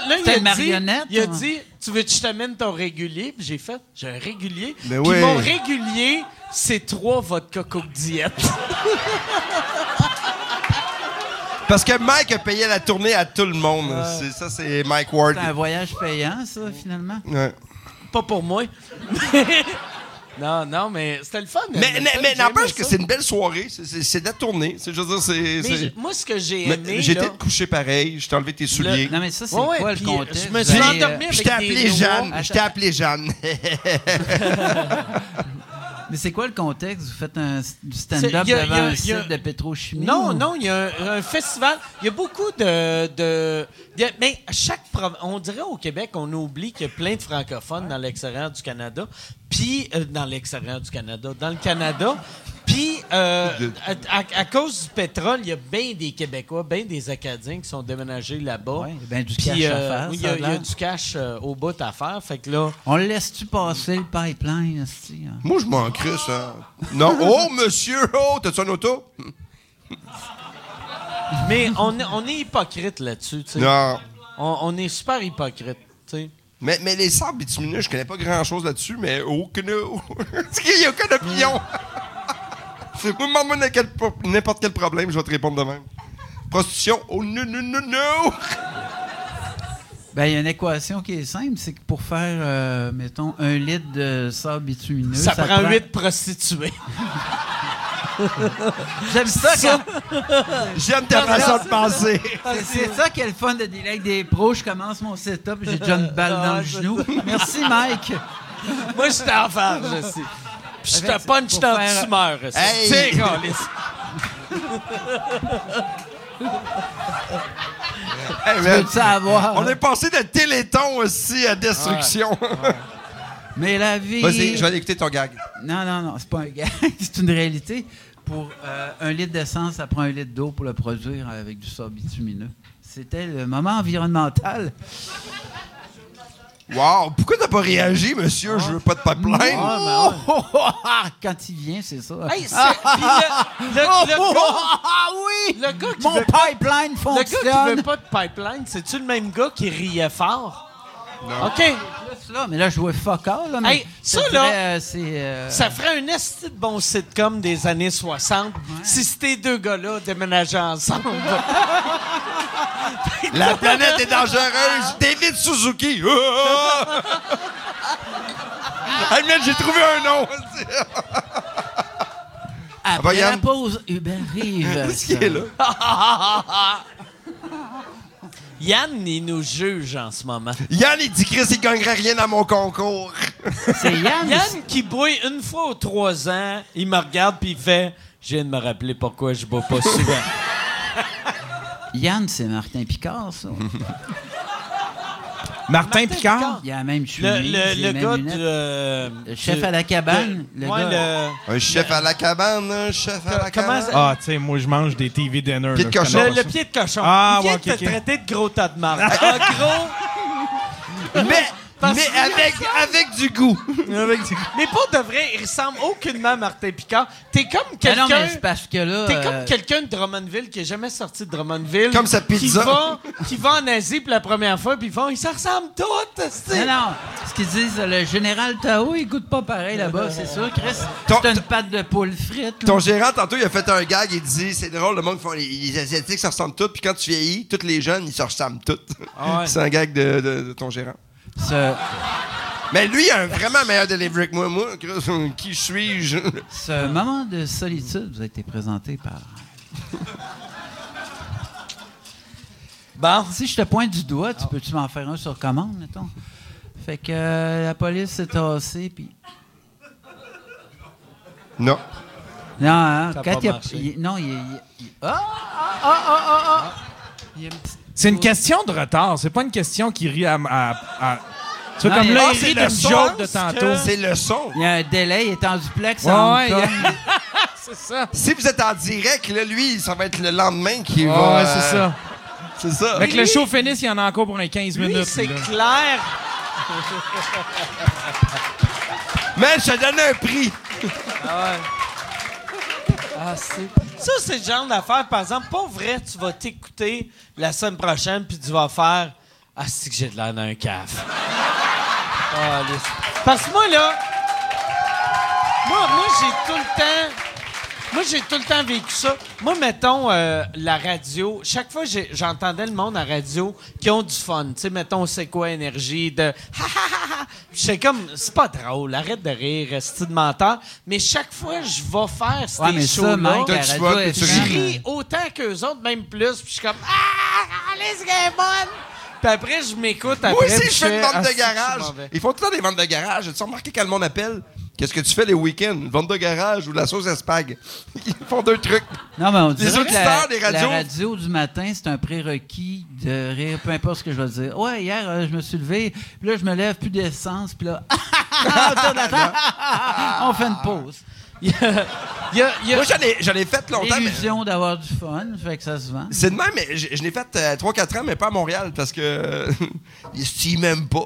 là, il
C'était
a
une marionnette, hein?
dit, il a
ou-
dit, tu veux que je t'amène ton régulier? Puis j'ai fait, j'ai un régulier.
Ben
Puis
oui.
mon régulier, c'est trois vodka coke diète.
Parce que Mike a payé la tournée à tout le monde.
Ah.
C'est ça, c'est Mike Ward.
C'est un voyage payant, ça, finalement.
Ouais.
Pas pour moi. non, non, mais c'était le fun.
Mais, mais, mais
J'ai aimé
n'empêche que
ça.
c'est une belle soirée. C'est- C'est c'est de la tournée. C'est- Je veux dire, c'est.
Mais
c'est-
j'ai- moi, ce que j'ai
Mais
aimé.
J'étais
là-
couché pareil. Je t'ai enlevé tes souliers.
Non, mais ça, c'est
Ouais, ouais,
quoi le
puis,
contexte?
je me
Vous
suis
allez,
endormi
euh,
avec
Je t'ai
des
appelé
noix.
Jeanne. Je t'ai
Attends.
appelé Jeanne.
Mais c'est quoi le contexte? Vous faites un, du
C'est-
stand-up
y a-
devant
y a-
un
y a-
site de pétrochimie?
Non,
ou-
non, il y a un, un festival. Il y a beaucoup de. de- il y a- mais à chaque. pro- On dirait au Québec, on oublie qu'il y a plein de francophones dans l'extérieur du Canada. Puis. euh, dans l'extérieur du Canada. Dans le Canada. Puis, euh, à, à- à cause du pétrole, il y a bien des Québécois, bien des Acadiens qui sont déménagés là-bas.
Ouais, il y a ben du
Puis,
cash à
euh,
faire,
oui, Il y,
ça
a-
a
il y a
l'air.
du cash euh, au bout à faire. Fait que là.
On le laisse-tu passer le pipeline? esti, hein?
Moi, je m'en crisse, hein. Non. Oh, monsieur! Oh, t'as-tu un auto?
Mais on, est- on est hypocrite là-dessus, tu sais.
Non.
On, on est super hypocrite, tu sais.
Mais, mais les sables bitumineux, je connais pas grand-chose là-dessus, mais aucune... Est-ce qu'il y a aucune opinion? Moi, demande-moi n'importe quel pro- n'importe quel problème, je vais te répondre de même. Prostitution? Oh, non, non, non, non!
Ben, il y a une équation qui est simple, c'est que pour faire, euh, mettons, un litre de sable bitumineux,
Ça, prend huit prostituées.
J'aime ça.
Ça-
quand-
J'aime ta façon de penser.
c'est- C'est ça qui est le fun de délai avec des pros. Je commence mon setup, j'ai déjà une balle dans
Ah,
le
c'est
genou. Merci, Mike.
Moi, je t'en farge, je sais. Puis je te
Avec-
punch
pour
dans
faire-
tu meurs. ça.
Hey!
Tiens, câlisse.
Hey,
Ben,
man,
Peux-tu avoir? hein?
on est passé de téléthon aussi à destruction.
Mais la vie.
Vas-y, je vais aller écouter ton gag.
Non, non, non, c'est pas un gag, c'est une réalité. Pour euh, un litre d'essence, ça prend un litre d'eau pour le produire avec du sable bitumineux. C'était le moment environnemental.
Wow, pourquoi t'as pas réagi, monsieur? Je veux pas de pipeline.
Oh, oh, oh, ah, quand il vient, c'est ça.
Hey, c'est- puis le, le-
Oh,
le
oh,
gars,
oh, ah oui!
le gars qui
Mon
veut-
pipeline
le gars qui
fonctionne.
veut pas de pipeline, c'est-tu le même gars qui riait fort? OK.
Plus, là, mais là, je vois fuck all, là, mais
Hey, ça,
je te dirais,
là,
euh, c'est. euh,
Ça ferait un esti de bon sitcom des années 60 si ces deux gars-là déménageaient ensemble.
La planète est dangereuse. David Suzuki. Ah! hey man, j'ai trouvé un nom.
Après la
Yann.
pause, Hubert Rive.
Qu'est-ce qui est là?
Yann, il nous juge en ce moment.
Yann, il dit Chris, il gagnerait rien à mon concours.
C'est Yann.
Yann qui boit une fois aux trois ans, il me regarde puis il fait Je viens de me rappeler pourquoi je bois pas souvent.
Yann, c'est Martin Picard, ça.
Martin, Picard.
Picard.
Il a la même
le,
chemise,
le,
les
le
mêmes
gars
lunettes.
du. euh,
Le chef
du-
à la cabane.
de-
le
ouais,
gars.
le-
Un chef à la cabane, un chef à la
Comment
cabane.
ça-
Ah, tu sais, moi, je mange des TV dinner.
Pied
là,
de
je
cochon.
Le,
connais pas
le
ça.
pied de cochon.
Ah,
il vient
ouais,
de
ok,
te
ok.
traiter de gros tas de marde. en gros,
Ah, Mais,
Parce
mais
que-
avec, avec du goût.
mais pour de vrai, il ressemble aucunement à Martin Picard. T'es comme
Ah non,
quelqu'un.
mais c'est parce que là.
T'es
euh,
comme quelqu'un de Drummondville qui est jamais sorti de Drummondville.
Comme sa pizza.
Qui va, qui va en Asie pour la première fois, puis ils font, ils se ressemblent tous,
Non,
esti.
non. Ce qu'ils disent, le général Tao, il goûte pas pareil là-bas, c'est sûr. Chris,
Ton-
c'est une pâte de poule frite. là.
Ton gérant, tantôt, il a fait un gag, il dit C'est drôle, le monde, font, les, les Asiatiques se ressemblent tous, puis quand tu vieillis, tous les jeunes, ils se ressemblent tous.
Ah ouais.
C'est un gag de, de- de ton gérant.
Ce,
Mais lui, il a un vraiment meilleur delivery que moi. Moi, Chris, qui suis-je
ce moment de solitude vous a été présenté par.
Bon.
Si je te pointe du doigt, tu peux-tu m'en faire un sur commande, mettons? Fait que euh, la police s'est tassée, puis.
Non.
Non, hein,
Ça a
quand
pas
il y a.
marché.
il- non, il. il- il- Ah, ah, ah, ah, ah, ah. Il y a une petite-
C'est une question de retard. C'est pas une question qui rit à. à- à- Tu vois,
Non,
comme
mais-
là,
Ah,
il
c'est
rit
le
d'une joke de
sens
tantôt.
que-
C'est le son.
il y a un délai, il est en duplex.
Ouais,
en
ouais,
Hong Kong.
Si vous êtes en direct, là, lui, ça va être le lendemain qui
Ouais,
va.
ouais,
euh,
c'est ça.
C'est ça.
Avec le show finish, il y en a encore pour un 15
Lui,
minutes.
c'est
là.
clair.
Mais je te donne un prix.
Ça, c'est le genre d'affaire, par exemple, pas vrai, tu vas t'écouter la semaine prochaine, puis tu vas faire Ah, c'est que j'ai de l'air d'un cave. Ah, les- Parce que moi, là, moi, moi j'ai tout le temps. Moi, j'ai tout le temps vécu ça. Moi, mettons, euh, la radio, chaque fois, j'ai- j'entendais le monde à la radio qui ont du fun. Tu sais, mettons, c'est quoi énergie de. Ha ha ha ha. J'étais comme, c'est pas drôle, arrête de rire, c'est de menteur. Mais chaque fois, je vais faire ces
Ouais, mais
shows-là.
ça, Mike, à
Toi, tu
Radio
vois que tu
Je
FM,
ris autant qu'eux autres, même plus. Puis je suis comme Ah, allez, c'est bonne. Puis après, je m'écoute après.
Moi aussi,
puis
je fais une
Ah,
vente
c'est
de
que je suis
garage.
mauvais.
Ils font tout le temps des ventes de garage. As-tu remarqué quand le monde appelle? Qu'est-ce que tu fais les week-ends? Une vente de garage ou de la sauce à spag? Ils font deux trucs.
Non, mais on
Les
dirait que la,
auditeurs des radios-
la radio du matin, c'est un prérequis de rire, peu importe ce que je vais dire. Ouais, hier, euh, je me suis levé, puis là, je me lève, plus d'essence, puis là, autour de la table, on fait une pause.
Il y a- il y a- il y a-
Moi, j'en ai, j'en ai fait longtemps. Ah. mais-
L'illusion d'avoir du fun, fait que ça se vend.
C'est de même, mais je, je l'ai fait euh, 3-4 ans, mais pas à Montréal, parce que. euh, Ils même pas.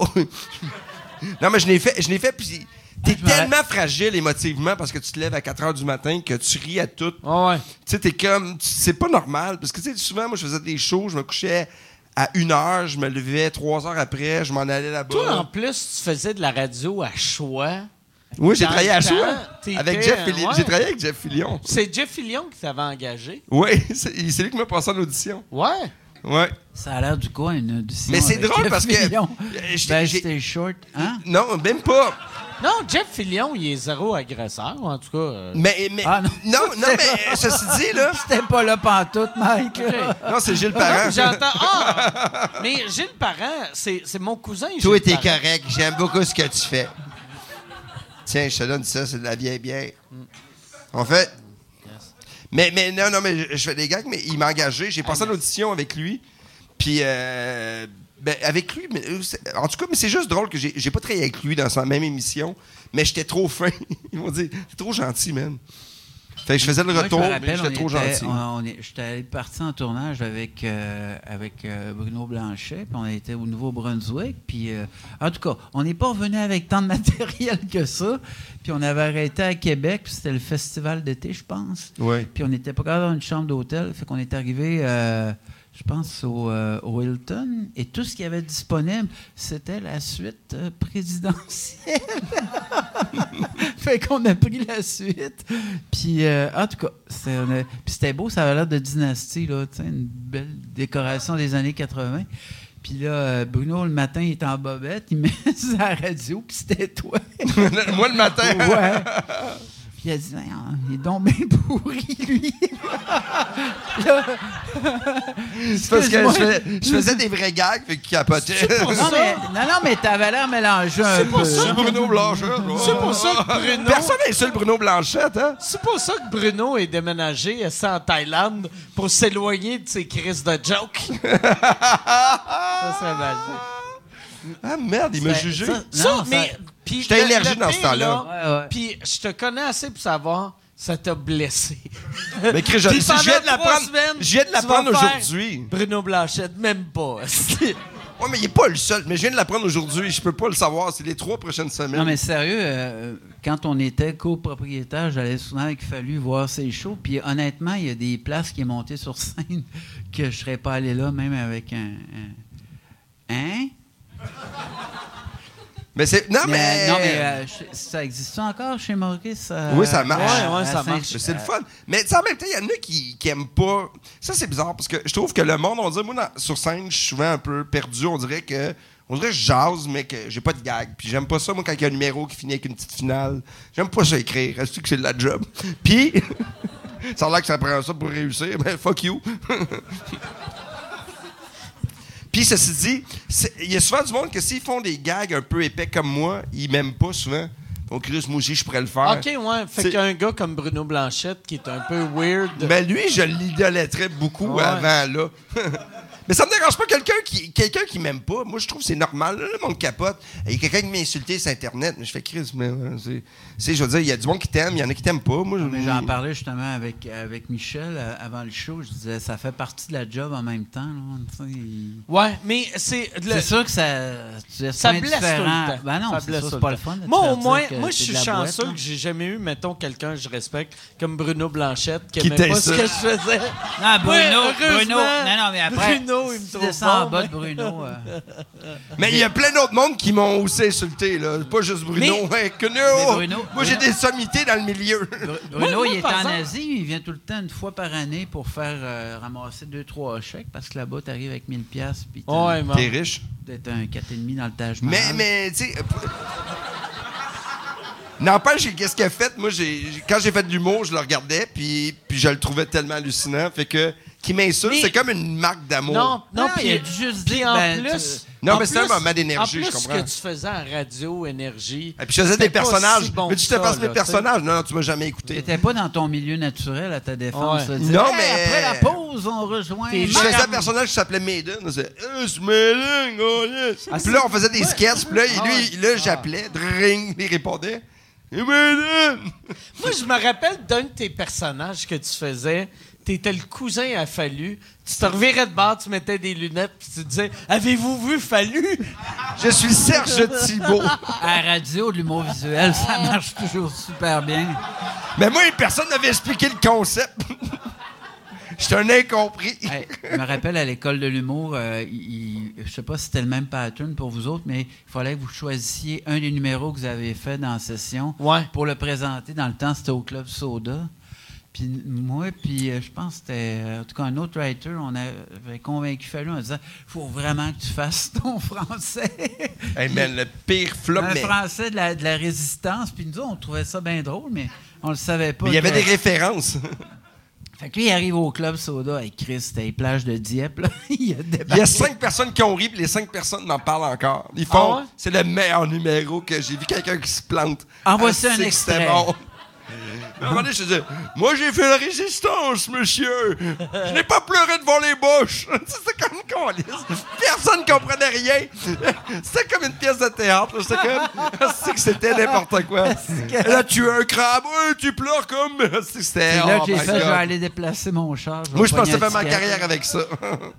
non, mais je l'ai fait, je l'ai fait, puis. T'es
je me rappelle.
tellement fragile émotivement parce que tu te lèves à 4 heures du matin que tu ris à tout. Tu
Ah ouais.
sais, t'es comme. tu- C'est pas normal. Parce que, tu sais, souvent, moi, je faisais des shows, je me couchais à 1 heure, je me levais 3 heures après, je m'en allais
Toi, en
là-bas.
plus, tu faisais de la radio à choix.
Oui, j'ai
dans
travaillé
le
à
temps,
Choix.
t'étais,
Avec Jeff
euh,
Fillion.
ouais.
J'ai travaillé avec Jeff Fillion.
C'est Jeff Fillion qui t'avait engagé.
Oui, c'est c'est lui qui m'a passé en audition.
Ouais.
Ouais.
Ça a l'air du quoi, une audition
Mais c'est
avec
drôle
Jeff
parce que-
Fillion?
Euh, j'étais-
Ben,
j'ai-
c'était short, hein?
Non, même pas.
Non, Jeff Fillion, il est zéro agresseur, en tout cas. euh.
Mais, mais
Ah,
non.
non.
non, mais ceci dit, là.
T'es pas là pantoute, Mike. là.
Non, c'est Gilles Parent.
J'entends. Ah! Mais Gilles Parent, c'est c'est mon cousin.
Toi,
Gilles
t'es
Parent.
correct. J'aime beaucoup ce que tu fais. Tiens, je te donne ça, c'est de la vieille bière. En fait. Mais, mais non, non, mais je, je fais des gags, mais il m'a engagé. J'ai passé l'audition avec lui. Puis, euh, ben, avec lui, mais, euh, c'est- en tout cas, mais c'est juste drôle que j'ai j'ai pas travaillé avec lui dans sa même émission, mais j'étais trop fin. Ils m'ont dit, t'es trop gentil, man. Fait que je faisais le
Moi,
retour,
je me
mais
rappelle,
j'étais
on
trop
était-
gentil.
on- on est- J'étais parti en tournage avec, euh, avec euh, Bruno Blanchet, puis on était au Nouveau-Brunswick. Puis, euh, en tout cas, on n'est pas revenu avec tant de matériel que ça. Puis on avait arrêté à Québec, puis c'était le festival d'été, je pense.
Ouais.
Puis on n'était pas capable d'avoir une chambre d'hôtel. Fait qu'on est arrivé, euh, je pense, au, euh, au Hilton. Et tout ce qu'il y avait disponible, c'était la suite euh, présidentielle. fait qu'on a pris la suite. Puis, euh, en tout cas, c'est- on a- puis c'était beau, ça avait l'air de dynastie, là, tu sais, une belle décoration des années 80. Puis là, euh, Bruno, le matin, il est en bobette, il met sa radio, puis c'était toi.
Moi, le matin.
Ouais. Puis elle dit, Ah, il est donc bien pourri, lui. Là,
C'est parce que je,
Excuse-moi.
fais- je faisais des vrais gags, fait qu'il capotait.
non, mais, non, non, mais t'avais l'air mélangé un peu.
C'est Bruno Blanchet.
C'est pour ça que Bruno.
Personne n'insulte Bruno Blanchette, hein?
C'est pour ça que Bruno est déménagé euh, en Thaïlande pour s'éloigner de ses crises de jokes. ça serait magique.
Ah merde, il m'a
C'est-
jugé.
ça-
Ça,
Non,
mais.
ça-
puis
J'étais
le- le
énergique dans ce
pire,
temps-là.
là,
Ouais, ouais.
Puis je te connais assez pour savoir, ça t'a blessé.
Mais Chris, je,
Puis
si je viens
pendant
de
trois
l'apprendre.
semaines,
Je viens de
tu
l'apprendre
vas faire
aujourd'hui.
Bruno Blanchette, même pas.
Ouais, mais il est pas le seul. Mais je viens de l'apprendre aujourd'hui. Je peux pas le savoir. C'est les trois prochaines semaines.
Non, mais sérieux, euh, quand on était copropriétaire, j'allais souvent avec Fallu voir ses shows. Puis honnêtement, il y a des places qui est montées sur scène que je serais pas allé là, même avec un. un- Hein?
Mais c'est. Non, Ah, mais.
Mais, non, mais euh, je- ça existe encore chez Maurice? euh,
Oui, ça marche.
Ouais, ouais, ça
Saint-
marche. euh,
Mais C'est le fun. Mais tu sais, en même temps, il y en a qui, qui aiment pas. Ça, c'est bizarre parce que je trouve que le monde, on dirait, moi, dans- sur scène, je suis souvent un peu perdu. On dirait que. On dirait que je jase, mais que j'ai pas de gag. Puis j'aime pas ça, moi, quand il y a un numéro qui finit avec une petite finale. J'aime pas ça écrire. Est-ce que c'est de la job? Puis. ça a l'air que ça prend ça pour réussir. Mais fuck you. Puis ceci dit, c'est- il y a souvent du monde que s'ils font des gags un peu épais comme moi, ils m'aiment pas souvent. Donc, Chris, moi aussi, je pourrais le faire.
OK, ouais. Fait
C'est-
qu'un gars comme Bruno Blanchette qui est un peu weird.
Mais lui, je l'idolâtrais beaucoup
Ouais.
avant, là. Mais ça me dérange pas quelqu'un qui quelqu'un qui m'aime pas. Moi, je trouve que c'est normal. Là, le monde capote. Il y a quelqu'un qui m'a insulté sur Internet. Mais je fais crise. Mais euh, c'est- c'est- je veux dire, il y a du monde qui t'aime, il y en a qui t'aiment pas. Moi, je-
Ah, Mais j'en parlais justement avec, avec Michel euh, avant le show. Je disais, ça fait partie de la job en même temps. là, tu sais, il-
Ouais, mais c'est. le-
C'est sûr que ça. tu es
ça
soin
blesse tout
différent.
le temps.
Ben non,
Ça
c'est
blesse tout
sûr, c'est
le
pas le
temps.
fun. de te
Moi,
faire
au
dire
moins,
que
moi,
t'es
je suis
de la boîte,
chanceux
là.
que j'ai jamais eu, mettons, quelqu'un que je respecte, comme Bruno Blanchette, qui
Qui
aimait pas ce
t'insulte.
que je faisais.
Non, Bruno,
Ouais,
Bruno.
heureusement,
Non, non, mais après.
Bruno, il me
si tu
trouve
descends
bon,
en bas
mais-
de Bruno. euh,
Mais il y a plein d'autres mondes qui m'ont aussi insulté. Là. Pas juste Bruno. hein, que nous.
Bruno-
moi, j'ai
Bruno-
des sommités dans le milieu.
Bru-
Moi,
Bruno,
moi,
il est en
par exemple-
Asie. Il vient tout le temps, une fois par année, pour faire euh, ramasser deux, trois chèques. Parce que là-bas, t'arrives avec 1000$. piastres, Puis t'as-
Ouais,
T'es
man.
riche.
d'être un 4,5 dans le Taj Mahal.
Mais, mais, tu sais. euh, p- N'empêche, que qu'est-ce qu'elle a fait? Moi, j'ai, j'ai- quand j'ai fait de l'humour, je le regardais, puis, puis je le trouvais tellement hallucinant. Fait que, qui m'insulte,
Mais-
c'est comme une marque d'amour.
Non, non,
Non,
puis
il a dû juste
puis
dire,
en
ben,
plus.
Non,
en
mais c'est un
plus-
moment d'énergie,
en
je
plus,
comprends. Euh,
ce que tu faisais en radio, énergie.
Et puis, je faisais
c'était
des
pas
personnages.
si bon
mais tu te
que
passes
ça,
mes
là,
personnages. Non, non, tu m'as jamais
Tu
écouté.
n'étais pas dans ton milieu naturel à ta défense.
Ouais.
de dire,
Non,
Hey,
mais-
Après la pause, on rejoint.
T'es
Je
Marc.
faisais un personnage qui s'appelait Maiden. On faisait Eh, c'est Maiden, oh, yes.
Ah,
Puis là, on faisait des sketchs. Puis là, il- lui, il- là j'appelais, dring, il répondait Eh, Maiden!
Moi, je me rappelle d'un de tes personnages que tu faisais. T'étais le cousin à Fallu. Tu te revirais de bord, tu mettais des lunettes, puis tu disais Avez-vous vu Fallu
Je suis Serge Thibault.
À la radio, de l'humour visuel, ça marche toujours super bien.
Mais moi, personne n'avait expliqué le concept. J'étais un incompris.
Hey, je me rappelle à l'école de l'humour, euh, il- il- je sais pas si c'était le même pattern pour vous autres, mais il fallait que vous choisissiez un des numéros que vous avez fait dans la session
Ouais.
pour le présenter. Dans le temps, c'était au Club Soda. Puis moi, puis euh, je pense que c'était, euh, en tout cas, un autre writer, on avait convaincu Fallu en disant faut vraiment que tu fasses ton français.
Hey man, le pire flop,
un
mais
français de la, de la résistance. Puis nous autres, on trouvait ça bien drôle, mais on le savait pas.
mais il y avait
que-
des références.
Fait que lui, il arrive au Club Soda avec Chris, c'était les plages de Dieppe. là. il a
Il y
débarqué.
a cinq personnes qui ont ri, puis les cinq personnes m'en parlent encore. Ils
Ah
font,
ouais?
c'est le meilleur numéro que j'ai vu quelqu'un qui se plante.
En voici
Ah,
un
c'est que c'était
extrait.
bon. Mais à un moment donné, je dis, moi j'ai fait la résistance, monsieur. Je n'ai pas pleuré devant les bouches. C'était comme con. Personne ne comprenait rien. C'était comme une pièce de théâtre. là. C'était comme, c'est que c'était n'importe quoi. Et Là, tu es un crabe, Ouais, tu pleures comme. C'était.
C'est là que
oh
j'ai
my
fait, je vais
God.
aller déplacer mon char. vais
Moi, je
pogner
pensais
un
faire ma
ticket.
carrière avec ça.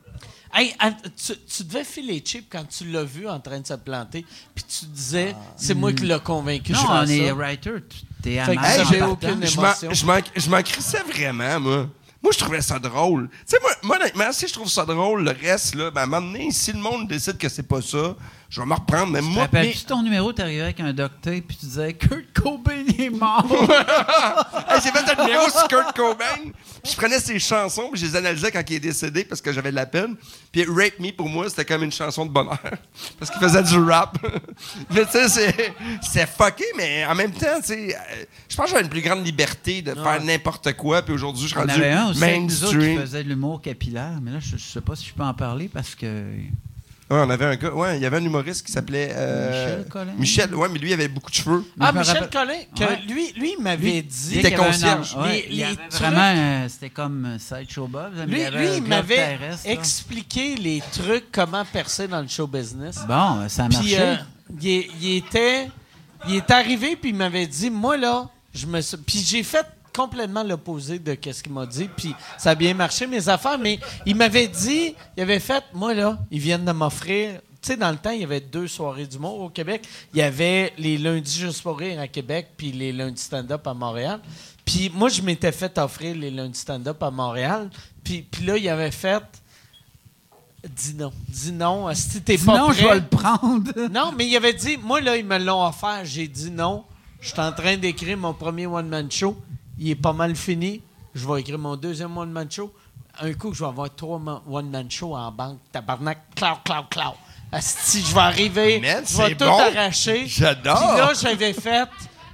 Hey, à- tu, tu devais filer chip quand tu l'as vu en train de se planter, puis tu disais C'est moi qui l'ai convaincu.
Ah. Non,
je
on
fasse
est
ça.
writer. tu- T'es
Fait que
amateur.
Hey,
j'ai
en
j'ai
partant.
aucune-
Je
émotion.
m'en- je m'en- je m'en crissais vraiment, moi. Moi, je trouvais ça drôle. Tu sais, moi, moi, honnêtement, si je trouve ça drôle, le reste, là, ben, à un moment donné, si le monde décide que c'est pas ça, Je vais me reprendre, mais moi. mais-
Rappelles-tu ton numéro, t'arrivais avec un docteur, puis tu disais Kurt Cobain est mort.
Hey, j'ai fait un numéro sur Kurt Cobain. Puis je prenais ses chansons, puis je les analysais quand il est décédé parce que j'avais de la peine. Puis Rape Me, pour moi, c'était comme une chanson de bonheur. Parce qu'il faisait du rap. mais tu sais, c'est- c'est fucké, mais en même temps, tu sais, euh, je pense que j'avais une plus grande liberté de faire n'importe quoi. Puis aujourd'hui, je suis
Il y en
rendu
avait un aussi avec nous autres qui
mainstream.
faisait de l'humour capillaire, mais là, je, je sais pas si je peux en parler parce que.
Ouais, on avait un gars, ouais, il y avait un humoriste qui s'appelait. euh,
Michel Collin.
Michel, ouais, mais lui, il avait beaucoup de cheveux.
Ah,
Je me
Michel
rappelle-
Collin, que
Ouais.
lui, lui il m'avait dit.
Il était
qu'il y avait un
concierge.
homme- ouais,
Les-
il y
les
avait
trucs-
vraiment, euh, c'était comme euh, Sideshow Bob. là, mais il y
Lui,
avait
lui,
un
il
globe
m'avait
terrestre, là.
expliqué les trucs, comment percer dans le show business.
Bon, euh, ça a
Puis
marché.
euh, il, est- il était, il est arrivé puis il m'avait dit, moi là, je me, suis- puis j'ai fait complètement l'opposé de qu'est-ce qu'il m'a dit puis ça a bien marché mes affaires mais il m'avait dit il avait fait moi là ils viennent de m'offrir tu sais dans le temps il y avait deux soirées d'humour au Québec il y avait les lundis juste pour rire à Québec puis les lundis stand-up à Montréal puis moi je m'étais fait offrir les lundis stand-up à Montréal puis puis là il avait fait dis non dis non si t'es pas
Sinon, je
prêt.
vais le prendre.
Non, mais il avait dit, moi, là, ils me l'ont offert. J'ai dit non. Je suis en train d'écrire mon premier one-man show. Il est pas mal fini. Je vais écrire mon deuxième one-man show. Un coup, je vais avoir trois ma- one-man show en banque. Tabarnak, clau, clau, clau. Asti, je vais arriver.
Man,
je vais
c'est
tout
bon.
arracher.
J'adore.
Puis là, j'avais fait.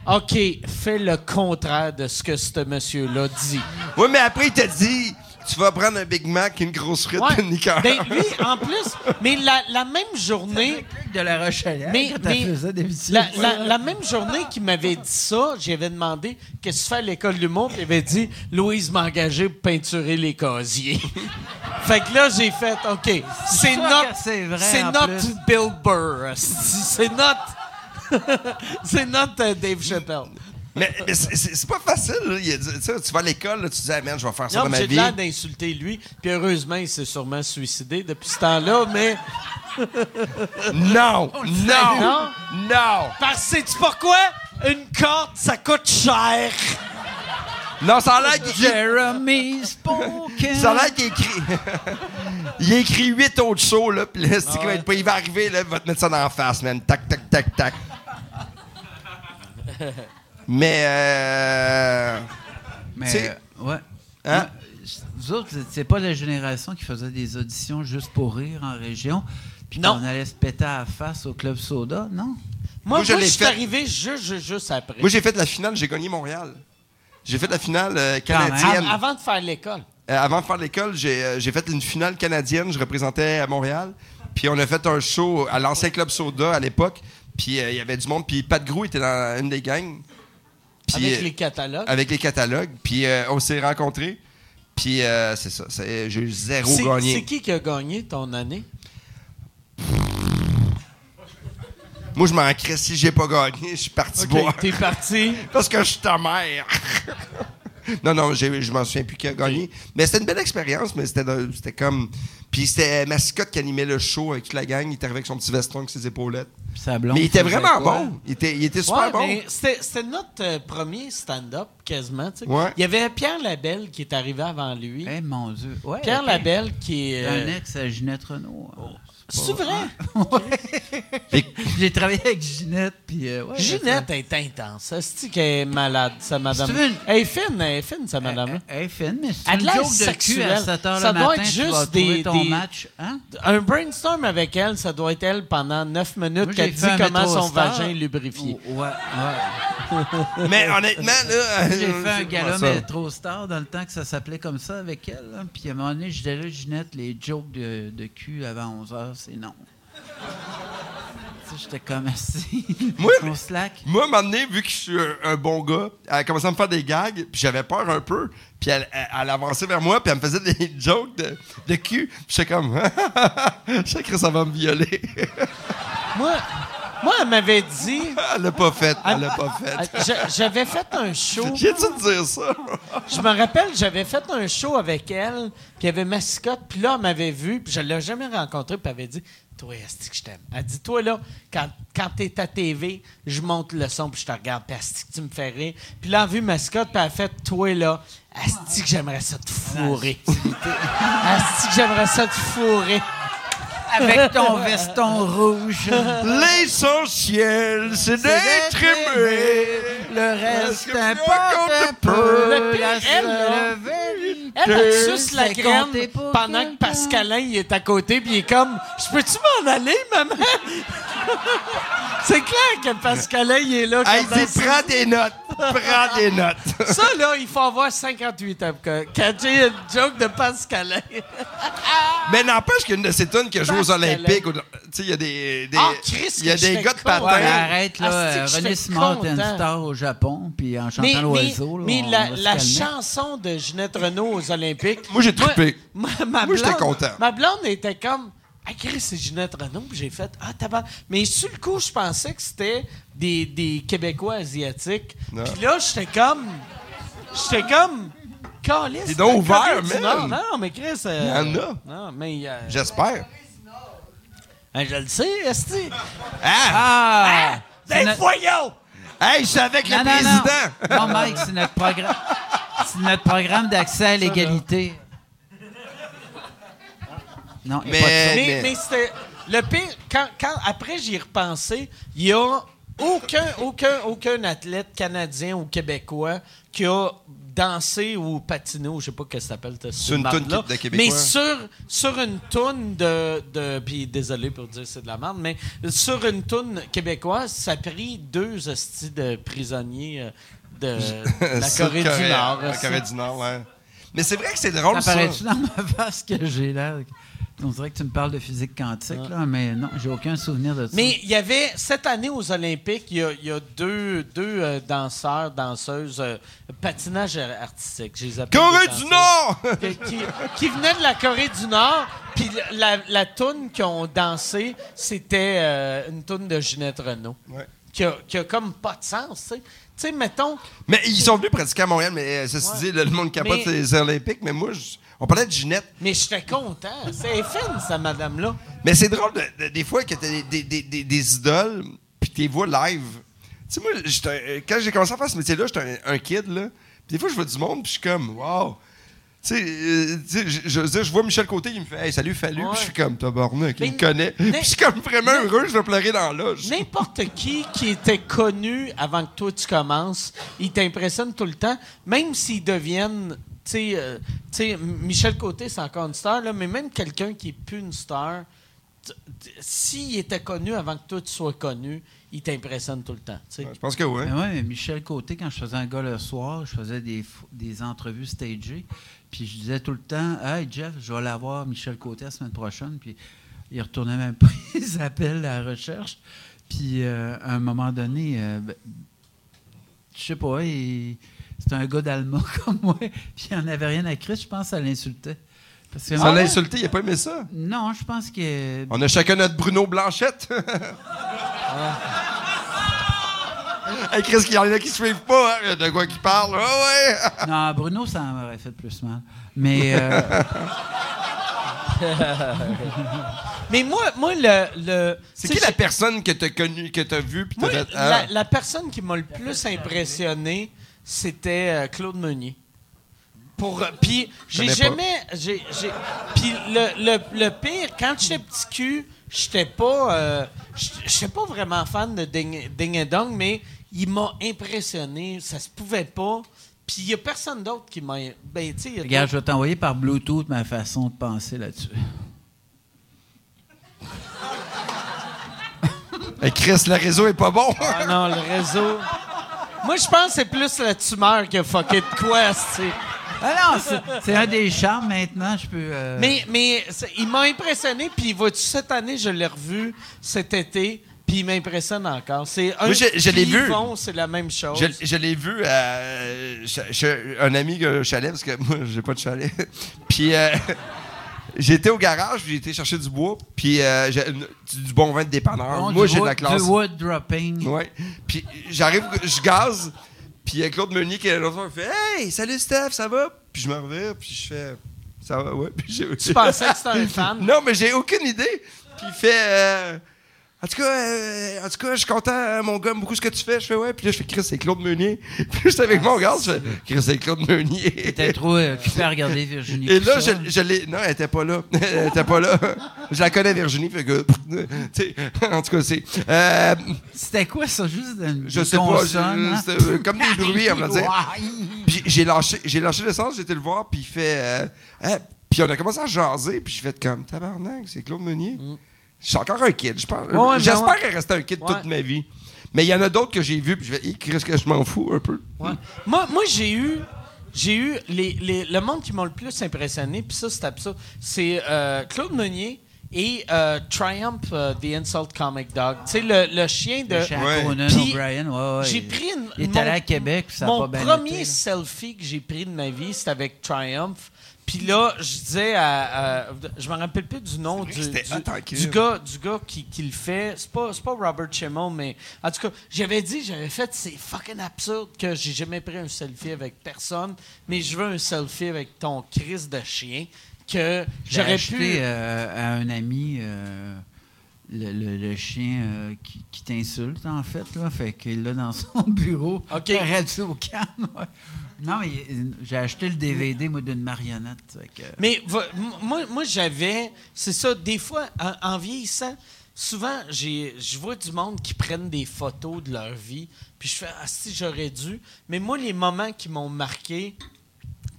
OK, fais le contraire de ce que ce monsieur-là dit.
Ouais, mais après, il t'a dit, tu vas prendre un Big Mac, une grosse frite,
Ouais.
une liqueur.
Ben, lui, en plus, mais la, la même journée,
de la Rochelle. hein,
Mais-
quand
mais-
elle faisait d'habitude.
La, la- la même journée qu'il m'avait dit ça, j'avais demandé qu'est-ce que tu fais à l'école du monde, il avait dit Louise m'a engagé pour peinturer les casiers. fait que là, j'ai fait OK, c'est
sûr
notre.
que c'est vrai,
C'est
en
notre
plus.
Bill Burr. esti. C'est notre. c'est notre euh, Dave Chappelle.
Mais, mais c'est- c'est c'est pas facile. là. Il y a du- tu sais, tu vas à l'école, là, tu dis, ah, man, je vais faire ça
Non,
dans
mais
ma
j'ai de
vie.
l'air d'insulter lui, puis heureusement, il s'est sûrement suicidé depuis ce temps-là, mais.
Non, non,
Non?
non.
Parce que sais-tu pourquoi? Une corde, ça coûte cher!
Non, ça a l'air qu'il
Jeremy Spoken.
ça a l'air qu'il écrit. il a écrit huit autres shows, là, puis
Ah
là, c'est qu'il va être pas- il va arriver, là, il va te mettre ça dans la face, man. Tac, tac, tac, tac. Mais, euh,
Mais,
C'est-
euh, ouais.
Hein?
Ouais, c- Vous autres, vous étiez pas la génération qui faisait des auditions juste pour rire en région. Puis
Non.
qu'on allait se péter à la face au Club Soda, non?
Moi,
Moi, je
moi, je
l'ai
suis
fait.
arrivé juste, juste, juste après.
moi, j'ai fait la finale, j'ai gagné Montréal. J'ai fait la finale euh,
même.
canadienne.
Av- Avant de faire l'école.
Euh, avant de faire l'école, j'ai euh, j'ai fait une finale canadienne. Je représentais à Montréal. Puis on a fait un show à l'ancien club Soda à l'époque. Puis euh, il y avait du monde. Puis Pat Grou était dans une des gangs. Puis,
avec
euh,
les catalogues.
avec les catalogues. Puis euh, on s'est rencontrés. Puis euh, c'est ça. c'est- J'ai eu zéro
C'est- C'est
gagné.
qui qui a gagné ton année?
Moi, je m'en crée. Si j'ai pas gagné, je suis parti boire.
T'es parti.
Parce que je suis ta mère. non, non, j'ai- je m'en souviens plus qui a gagné. Mais c'était une belle expérience, mais c'était de- c'était comme. Puis c'était Mascotte qui animait le show avec toute la gang. Il était arrivé avec son petit veston, avec ses épaulettes.
Puis sa blonde
mais il était
faisait
vraiment
quoi?
bon. Il était, il était super
Ouais,
bon.
mais c'était c'était notre euh, premier stand-up, quasiment. tu sais.
Ouais.
Il y avait Pierre Labelle qui est arrivé avant lui.
Eh mon Dieu. Ouais,
Pierre
ok.
Labelle qui est...
Un
euh, Oh,
ex à Ginette Renault.
C'est vrai?
J'ai travaillé avec Ginette, puis euh, ouais,
Ginette est intense. C'est-tu qu'elle est malade, sa madame?
tu veux une- Euh,
Elle est fine, elle est fine, sa
elle-
madame.
Elle, elle est fine, mais
Elle
c'est
a
une
de l'air
joke de cul à
sexuelle.
7 h
Ça
le
doit
matin,
être
tu vas
juste
trouver
des-
ton
des-
match. Hein?
Un brainstorm avec elle, ça doit être elle pendant neuf minutes
Moi,
qu'elle
j'ai
dit
fait un
comment
métro
son
star.
vagin est lubrifié.
Oh, ouais, ouais.
Mais honnêtement, là. euh,
J'ai fait un
gars
gala métro star dans le temps que ça s'appelait comme ça avec elle. là. Puis à un moment donné, j'étais là, Ginette, les jokes de, de cul avant 11 h, c'est non. Tu sais, J'étais comme assis.
Moi,
On slack.
Moi, à un moment donné, vu que je suis un, un bon gars, elle a commencé à me faire des gags, puis j'avais peur un peu, puis elle, elle- elle avançait vers moi, puis elle me faisait des jokes de, de cul, puis j'étais comme, je sais que ça va me violer.
Oh.
Moi, moi, elle m'avait dit...
elle l'a pas fait, elle l'a pas fait.
Euh, j'a- J'avais fait un show...
J'ai dû te dire ça.
Je me rappelle, j'avais fait un show avec elle, puis il y avait mascotte, puis là, elle m'avait vu, puis je l'ai jamais rencontrée, puis elle avait dit Toi, Asti, que je t'aime. Elle dit Toi, là, quand, quand t'es à TV, je monte le son, puis je te regarde, puis Asti, que tu me fais rire. Puis là, elle a vu mascotte, puis elle a fait Toi, là, Asti, que j'aimerais ça te fourrer. Asti, que j'aimerais ça te fourrer.
Avec ton veston rouge.
L'essentiel, c'est d'être aimé.
Le
Est-ce
reste
que
importe
peu?
peu.
Le
La
pire, elle, là.
seule vérité,
Elle, elle suce la
c'est
crème
compter pour
pendant
tout
que
le
Pascalin il est à côté puis il est comme Je peux-tu m'en aller, maman? c'est clair que Pascalin il est là.
Hey,
comme
dis,
dans-
prends des notes. Prends des notes.
Ça, là, il faut avoir 58 ans. pour Catcher une joke de Pascalin.
Mais n'empêche qu'une de ces tunes qui joue aux
Pascal.
Olympiques, ou dans- tu sais, il y a des. des-
Ah, Christ,
Il y a
que
des
j'étais
gars de
con.
patin.
Ouais, mais arrête, là.
Asti,
euh,
que
René
j'étais
Smart est une
content.
star au Japon, puis en chantant l'oiseau. là,
mais
on
la,
va se
la
calmer.
chanson de Ginette Renault aux Olympiques.
Moi, j'ai trippé.
Moi, ma
Moi, j'étais
blonde-
content.
Ma blonde était comme. Ah, Chris, c'est Ginette Renault. Puis j'ai fait. Ah, tabac. Mais sur le coup, je pensais que c'était des, des Québécois asiatiques.
Non.
Puis là, j'étais comme. J'étais comme. Caliste.
T'es donc
la Corée
ouvert,
du
man.
Nord. Non, mais Chris. euh,
Il y en a.
Non, mais. euh,
J'espère.
hein, je le sais, Esti.
Ah!
Ah!
Des
notre-
voyons!
Hey, je suis avec le
Non, non, non.
président!
Non, Mike, c'est notre programme. C'est notre programme d'accès à l'égalité. Non, il y a pas de
Mais-
son.
mais, mais c'était. Le pire, quand, quand, après j'y ai repensé, il n'y a aucun, aucun, aucun athlète canadien ou québécois qui a dansé ou patiné, ou je sais pas ce que ça s'appelle. cette
Sur une toune
bande-là.
de Québécois.
Mais sur, sur une toune de, de. Puis désolé pour dire c'est de la merde, mais sur une toune québécoise, ça a pris deux hosties de prisonniers euh, de la
Sur
Corée du
Corée-
Nord.
La
hostie.
Corée du Nord, ouais. Mais c'est vrai que c'est drôle,
Ça
ça.
paraît-tu dans ma face que j'ai là? On dirait que tu me parles de physique quantique, là, mais non, j'ai aucun souvenir de ça.
Mais il y avait, cette année aux Olympiques, il y a, il y a deux, deux euh, danseurs, danseuses, euh, patinage artistique, je les appelle
Corée
des
du
danseuses,
Nord!
que- Qui, qui venaient de la Corée du Nord, puis la, la, la toune qu'ils ont dansée, c'était euh, une toune de Ginette Renault.
Ouais.
Qui a, qui a comme pas de sens, tu sais. Tu sais, mettons,
Mais ils sont venus pratiquer à Montréal, mais euh, ceci
Ouais.
dit, le le monde capote
Mais-
c'est les Olympiques, mais moi, je- on parlait de Ginette.
mais j'étais content. C'est fun, ça, madame-là.
Mais c'est drôle, de- de- des fois, que t'as des, des, des, des, des idoles, puis t'es vois live. Tu sais, moi, j'étais un- euh, quand j'ai commencé à faire ce métier-là, j'étais un, un kid, là. Puis des fois, je vois du monde, puis je suis comme, wow! Tu sais, euh, tu sais, je, je veux dire, je vois Michel Côté, il me fait Hey, salut, Fallu.
Ouais.
Puis je suis comme, tabarnak, il
Mais-
me connaît.
mais-
Puis je suis comme vraiment
mais-
heureux, je vais pleurer dans la loge.
N'importe qui qui était connu avant que toi tu commences, il t'impressionne tout le temps, même s'ils deviennent. Tu sais, euh, tu sais, M- Michel Côté, c'est encore une star, là, mais même quelqu'un qui n'est plus une star, t- t- s'il était connu avant que toi tu sois connu, il t'impressionne tout le temps. tu sais.
Ouais, Je pense que oui.
Mais Ben ouais, mais Michel Côté, quand je faisais un gars le soir, je faisais des, f- des entrevues stagées. Puis je disais tout le temps Hey Jeff, je vais l'avoir Michel Côté la semaine prochaine. Puis il retournait même pas les appels à la recherche. Puis euh, à un moment donné, euh, ben, je sais pas, il- c'était un gars d'Alma comme moi. Puis il n'en avait rien à crier, je pense, que ça l'insultait. Parce
Ah
que-
Ça l'a insulté, il a pas aimé ça.
Non, je pense que.
On a chacun notre Bruno Blanchette. Ah. Hey Chris, il y en a qui suivent pas, hein, il y a de quoi qui parle. Ah Ouais, ouais.
Non, Bruno, ça m'aurait fait plus mal. Mais. euh,
Mais moi, moi le. le
C'est
tu
qui
sais,
la personne que t'as connue, que t'as vue, puis t'as
Moi,
fait. ah.
la, la personne qui m'a le plus impressionné, c'était euh, Claude Meunier. Pour, euh, puis j'ai
connais pas.
jamais, j'ai, j'ai- puis le, le- le pire, quand j'étais petit cul, j'étais pas, euh, j'étais j'étais pas vraiment fan de Ding, Ding et Dong, mais il m'a impressionné, ça se pouvait pas. Puis il y a personne d'autre qui m'a, ben tu sais, il y a-
Regarde, je vais t'envoyer par Bluetooth ma façon de penser là-dessus.
Hey Chris, le réseau est pas bon.
Ah non, le réseau. Moi, je pense que c'est plus la tumeur qui a fucké de quoi, c'est.
Ah non, c'est- c'est un des charmes maintenant, je peux. euh,
Mais, mais c'est- il m'a impressionné, puis vois-tu, cette année, je l'ai revu cet été, puis il m'impressionne encore. C'est un
Moi, je- je l'ai
qui
vu.
font, c'est la même chose.
Je, je l'ai vu à je- je- un ami qui a un chalet, parce que moi, j'ai pas de chalet. puis euh, j'étais au garage, puis j'ai été chercher du bois, puis euh, j'ai- du bon vin de dépanneur.
bon,
moi,
du
j'ai de la
wood-
classe.
Du wood dropping.
Ouais. Puis j'arrive, je gaze. Puis euh, Claude Meunier qui est là, il fait Hey, salut Steph, ça va? Puis je me reviens, puis je fais Ça va, ouais. Puis j'ai
Tu pensais que c'était un fan?
Non, mais j'ai aucune idée. Puis il fait euh, En tout, cas, euh, en tout cas, je suis content, euh, mon gars, beaucoup ce que tu fais. Je fais, ouais. Puis là, je fais, Chris, c'est Claude Meunier. Puis j'étais avec mon gars, je fais, Chris, c'est Claude Meunier.
T'es trop euh, occupé à regarder Virginie.
Et là, je,
Coussa.
je l'ai. Non, elle était pas là. elle était pas là. Je la connais, Virginie. Fait que. tu sais, en tout cas, c'est. euh,
C'était quoi ça, juste une
je
une
sais pas.
consonne, hein?
c'est, euh, comme des bruits, à me dire.
Ouaille.
Puis j'ai lâché, j'ai lâché l'essence, j'étais le voir, puis il fait. euh, Hein? puis on a commencé à jaser, puis j'ai fait comme tabarnak, c'est Claude Meunier. Je suis encore un kid, je pense.
Mm. Ouais, ouais,
J'espère
mais ouais.
rester un kid toute
Ouais.
ma vie. Mais il y en a d'autres que j'ai vus, puis je vais, Hey, Chris, que je m'en fous un peu.
Ouais. Moi, moi j'ai eu. J'ai eu les, les- le monde qui m'a le plus impressionné, puis ça, c'est absurde. C'est euh, Claude Meunier et euh, Triumph, euh, The Insult Comic Dog. Tu sais, le, le chien de.
Le chat
Ouais.
Conan
Puis,
O'Brien, ouais, ouais.
J'ai pris une-
Il est
mon-
allé à Québec, puis ça a
Mon
pas bien
premier
été, là.
selfie que j'ai pris de ma vie, c'était avec Triumph. Puis là, je disais à. à- je me rappelle plus du nom
vrai
du,
que c'était
du-
hot en crise.
du gars, du gars qui, qui le fait. C'est pas, c'est pas Robert Chemel, mais. En tout cas, j'avais dit, j'avais fait, c'est fucking absurde que j'ai jamais pris un selfie avec personne, mais je veux un selfie avec ton Chris de chien que
J'ai
j'aurais
acheté
pu.
euh, à un ami euh, le, le- le chien euh, qui, qui t'insulte, en fait. Là, fait qu'il l'a dans son bureau.
OK.
Arrête-tu au calme. ouais. Non, mais euh, j'ai acheté le DVD, moi, d'une marionnette. fait que- euh,
Mais va- m- moi, moi j'avais. C'est ça, des fois, en, en vieillissant, souvent, j'ai- je vois du monde qui prennent des photos de leur vie, puis je fais Ah, si, j'aurais dû. Mais moi, les moments qui m'ont marqué,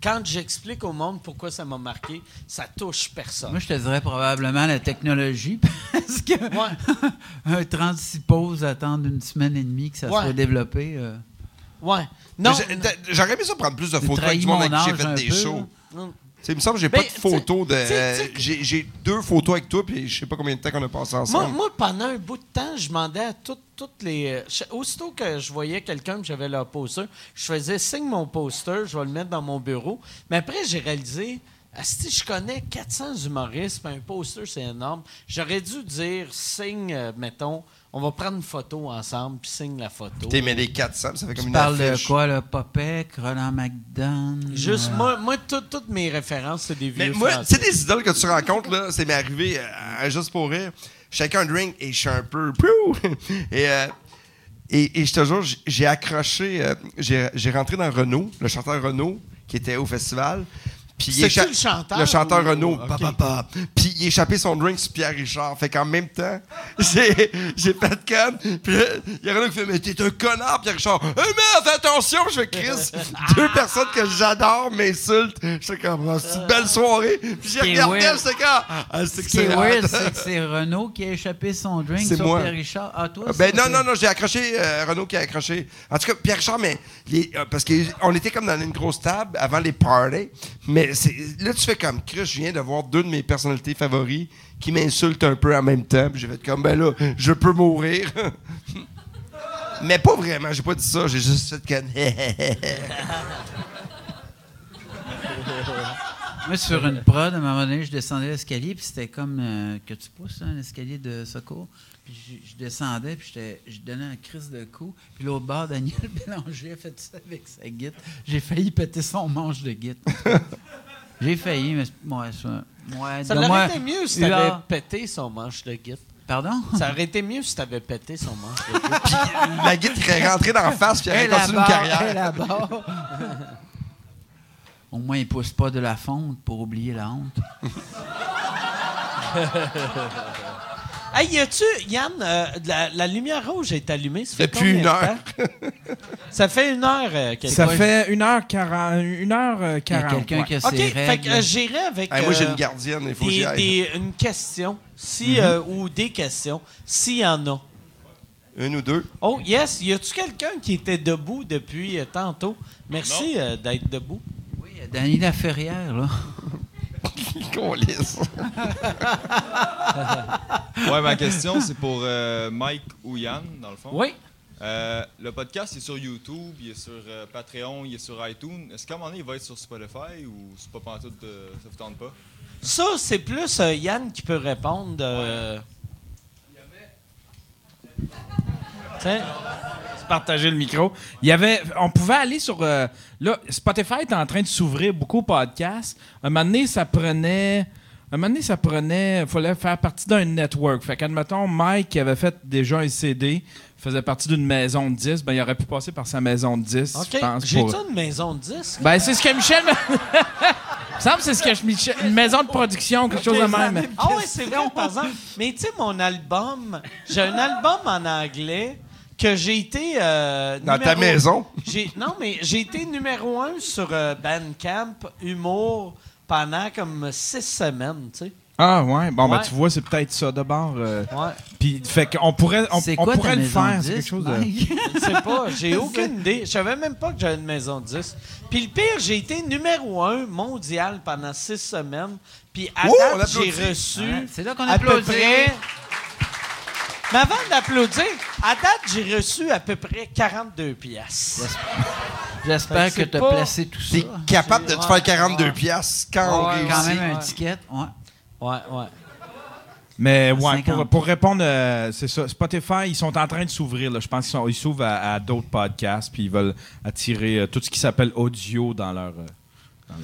quand j'explique au monde pourquoi ça m'a marqué, ça touche personne.
Moi, je te dirais probablement la technologie, parce que
Ouais.
un 36 poses attendre une semaine et demie que ça
Ouais.
soit développé. euh,
Ouais. Non.
Mais j'ai- d'a- J'aurais aimé ça prendre plus de
J'ai
photos avec
trahi
du monde
mon
avec qui j'ai
âge
fait
un
des
peu,
shows.
là. Mm.
Tu sais, il me semble que j'ai
Ben,
pas de photos de.
tu sais- tu sais-
j'ai, j'ai deux photos avec toi, puis je sais pas combien de temps qu'on a passé
Moi,
ensemble.
moi, pendant un bout de temps, je demandais à tout- toutes les. je- Aussitôt que je voyais quelqu'un que j'avais leur poster, je faisais signe mon poster, je vais le mettre dans mon bureau. Mais après, j'ai réalisé. Si je connais 400 humoristes, puis un poster, c'est énorme. J'aurais dû dire, signe, euh, mettons, on va prendre une photo ensemble, puis signe la photo.
T'es mais les 400, ça fait comme
tu
une
parles
affiche.
de quoi, là? Popek, Roland McDonald.
Juste, moi, moi tout- toutes mes références, c'est des vieux.
Mais moi, tu
Français.
sais, des idoles que tu rencontres, là, c'est m'est arrivé euh, à juste pour rire. Chacun un drink et je suis un peu. Pou! Et, euh, et, et je te jure, j- j'ai accroché. euh, j'ai j'ai rentré dans Renault, le chanteur Renault, qui était au festival. Puis il
C'est-tu
écha-
le chanteur
Le chanteur
ou-
Renault.
Ok.
pa, pa, pa. Puis il échappait son drink sur Pierre Richard. Fait qu'en même temps, j'ai j'ai pas de canne. Puis là, il y a Renault qui fait Mais t'es un connard, Pierre Richard. Hey, man, fais attention, je fais Chris. Deux personnes que j'adore m'insultent. Je comme Ah, C'est une belle soirée. Puis
Ce
j'ai
qui est
regardé,
weird.
j'étais comme Ah,
Ce
c'est que
qui est
c'est
weird,
hot.
c'est que c'est Renaud qui a échappé son drink
C'est
sur
moi.
Pierre Richard. Ah, toi?
Ah,
c'est-
Ben non, non, non, j'ai accroché, euh, Renaud qui a accroché. En tout cas, Pierre Richard, mais les- euh, parce qu'on était comme dans une grosse table avant les parties, mais c'est- là, tu fais comme Chris, je viens de voir deux de mes personnalités favoris qui m'insultent un peu en même temps, puis j'ai fait comme, ben là, je peux mourir. mais pas vraiment, j'ai pas dit ça, j'ai juste fait comme, hé, hé, hé, hé.
Moi, sur une prod, à un moment donné, je descendais l'escalier, puis c'était comme euh, que tu pousses, hein, l'escalier de secours. Puis je, je descendais, puis j'étais- je donnais un crise de coup. Puis l'autre bord, Daniel Bélanger a fait ça avec sa guite. J'ai failli péter son manche de guite. J'ai failli, mais c'est- ouais, ça. Ouais,
ça
de
aurait
moi-
été mieux si
Huard.
t'avais pété son manche de guide.
Pardon?
Ça aurait été mieux si t'avais pété son manche de guide.
la guide est rentrée dans la face, puis elle
Elle
a continué une
là-bas,
carrière.
elle là-bas. Au moins, il pousse pas de la fonte pour oublier la honte.
Hey, y a-tu, Yann, euh, la, la lumière rouge est allumée? Ça fait
Depuis
combien
une
de
heure.
temps? ça fait une heure euh, que-
Ça
quoi?
fait 1h40.
Il y a
1h40
quelqu'un qui a ses
OK, fait
règles.
que euh, j'irai avec
Hey, moi, j'ai
euh,
une gardienne, il faut que j'y
des-
aille.
des- une question si,
Mhm.
euh, ou des questions, s'il y en a.
Une ou deux.
Oh, yes, y a-tu quelqu'un qui était debout depuis euh, tantôt? Merci euh, d'être debout.
Oui, il y a Danny Laferrière, là.
Qu'on lisse.
Ouais, ma question, c'est pour euh, Mike ou Yann, dans le fond.
Oui.
Euh, le podcast, il est sur YouTube, il est sur euh, Patreon, il est sur iTunes. Est-ce qu'à un moment donné, il va être sur Spotify ou c'est pas pantoute de... ça vous tente pas?
Ça, c'est plus euh, Yann qui peut répondre. euh, Tiens.
partager le micro. Il y avait, on pouvait aller sur. euh, là, Spotify est en train de s'ouvrir beaucoup aux podcasts. Un moment donné, ça prenait un moment donné, ça prenait. fallait faire partie d'un network. Fait qu'admettons, Mike, qui avait fait déjà un CD, faisait partie d'une maison de 10, ben, il aurait pu passer par sa maison de 10, je
OK.
pense.
J'ai-tu
pour-
une maison de disques?
Ben, c'est ce que Michel. me- Il me semble que c'est ce que je- Michel- Une maison de production, quelque chose de même.
Ah ouais, c'est vrai, par exemple. Mais tu sais, mon album, j'ai un album en anglais que j'ai été... euh,
Dans ta
numéro-
maison.
J'ai- non, mais j'ai été numéro un sur euh, Bandcamp, humour, pendant comme six semaines, tu sais.
Ah ouais, bon ben
Ouais.
tu vois, c'est peut-être ça de bord. euh,
Ouais.
Puis fait qu'on pourrait on,
C'est
on
quoi
pourrait
ta
le
maison
faire,
de
c'est quelque
disque,
chose de
Mike?
Je sais pas, j'ai aucune idée. Je savais même pas que j'avais une maison de 10. Puis le pire, j'ai été numéro un mondial pendant six semaines. Puis à
Wow, on
date,
applaudit.
j'ai reçu
Ouais, c'est là qu'on
à peu
applaudit.
près... Mais avant d'applaudir, à date, j'ai reçu à peu près 42 piastres.
J'espère que
Fait que
tu as
Ah, c'est pas-
placé tout ça.
T'es capable de te
Ouais,
faire 42
ouais.
piastres
Ah
quand
ouais,
on
quand
réussit.
même un
Ouais.
ticket. Ouais.
Ouais, ouais.
Mais ouais,
50.
pour, pour répondre, euh, c'est ça. Spotify, ils sont en train de s'ouvrir. là. Je pense qu'ils sont- ils s'ouvrent à, à d'autres podcasts, puis ils veulent attirer euh, tout ce qui s'appelle audio dans leur. euh,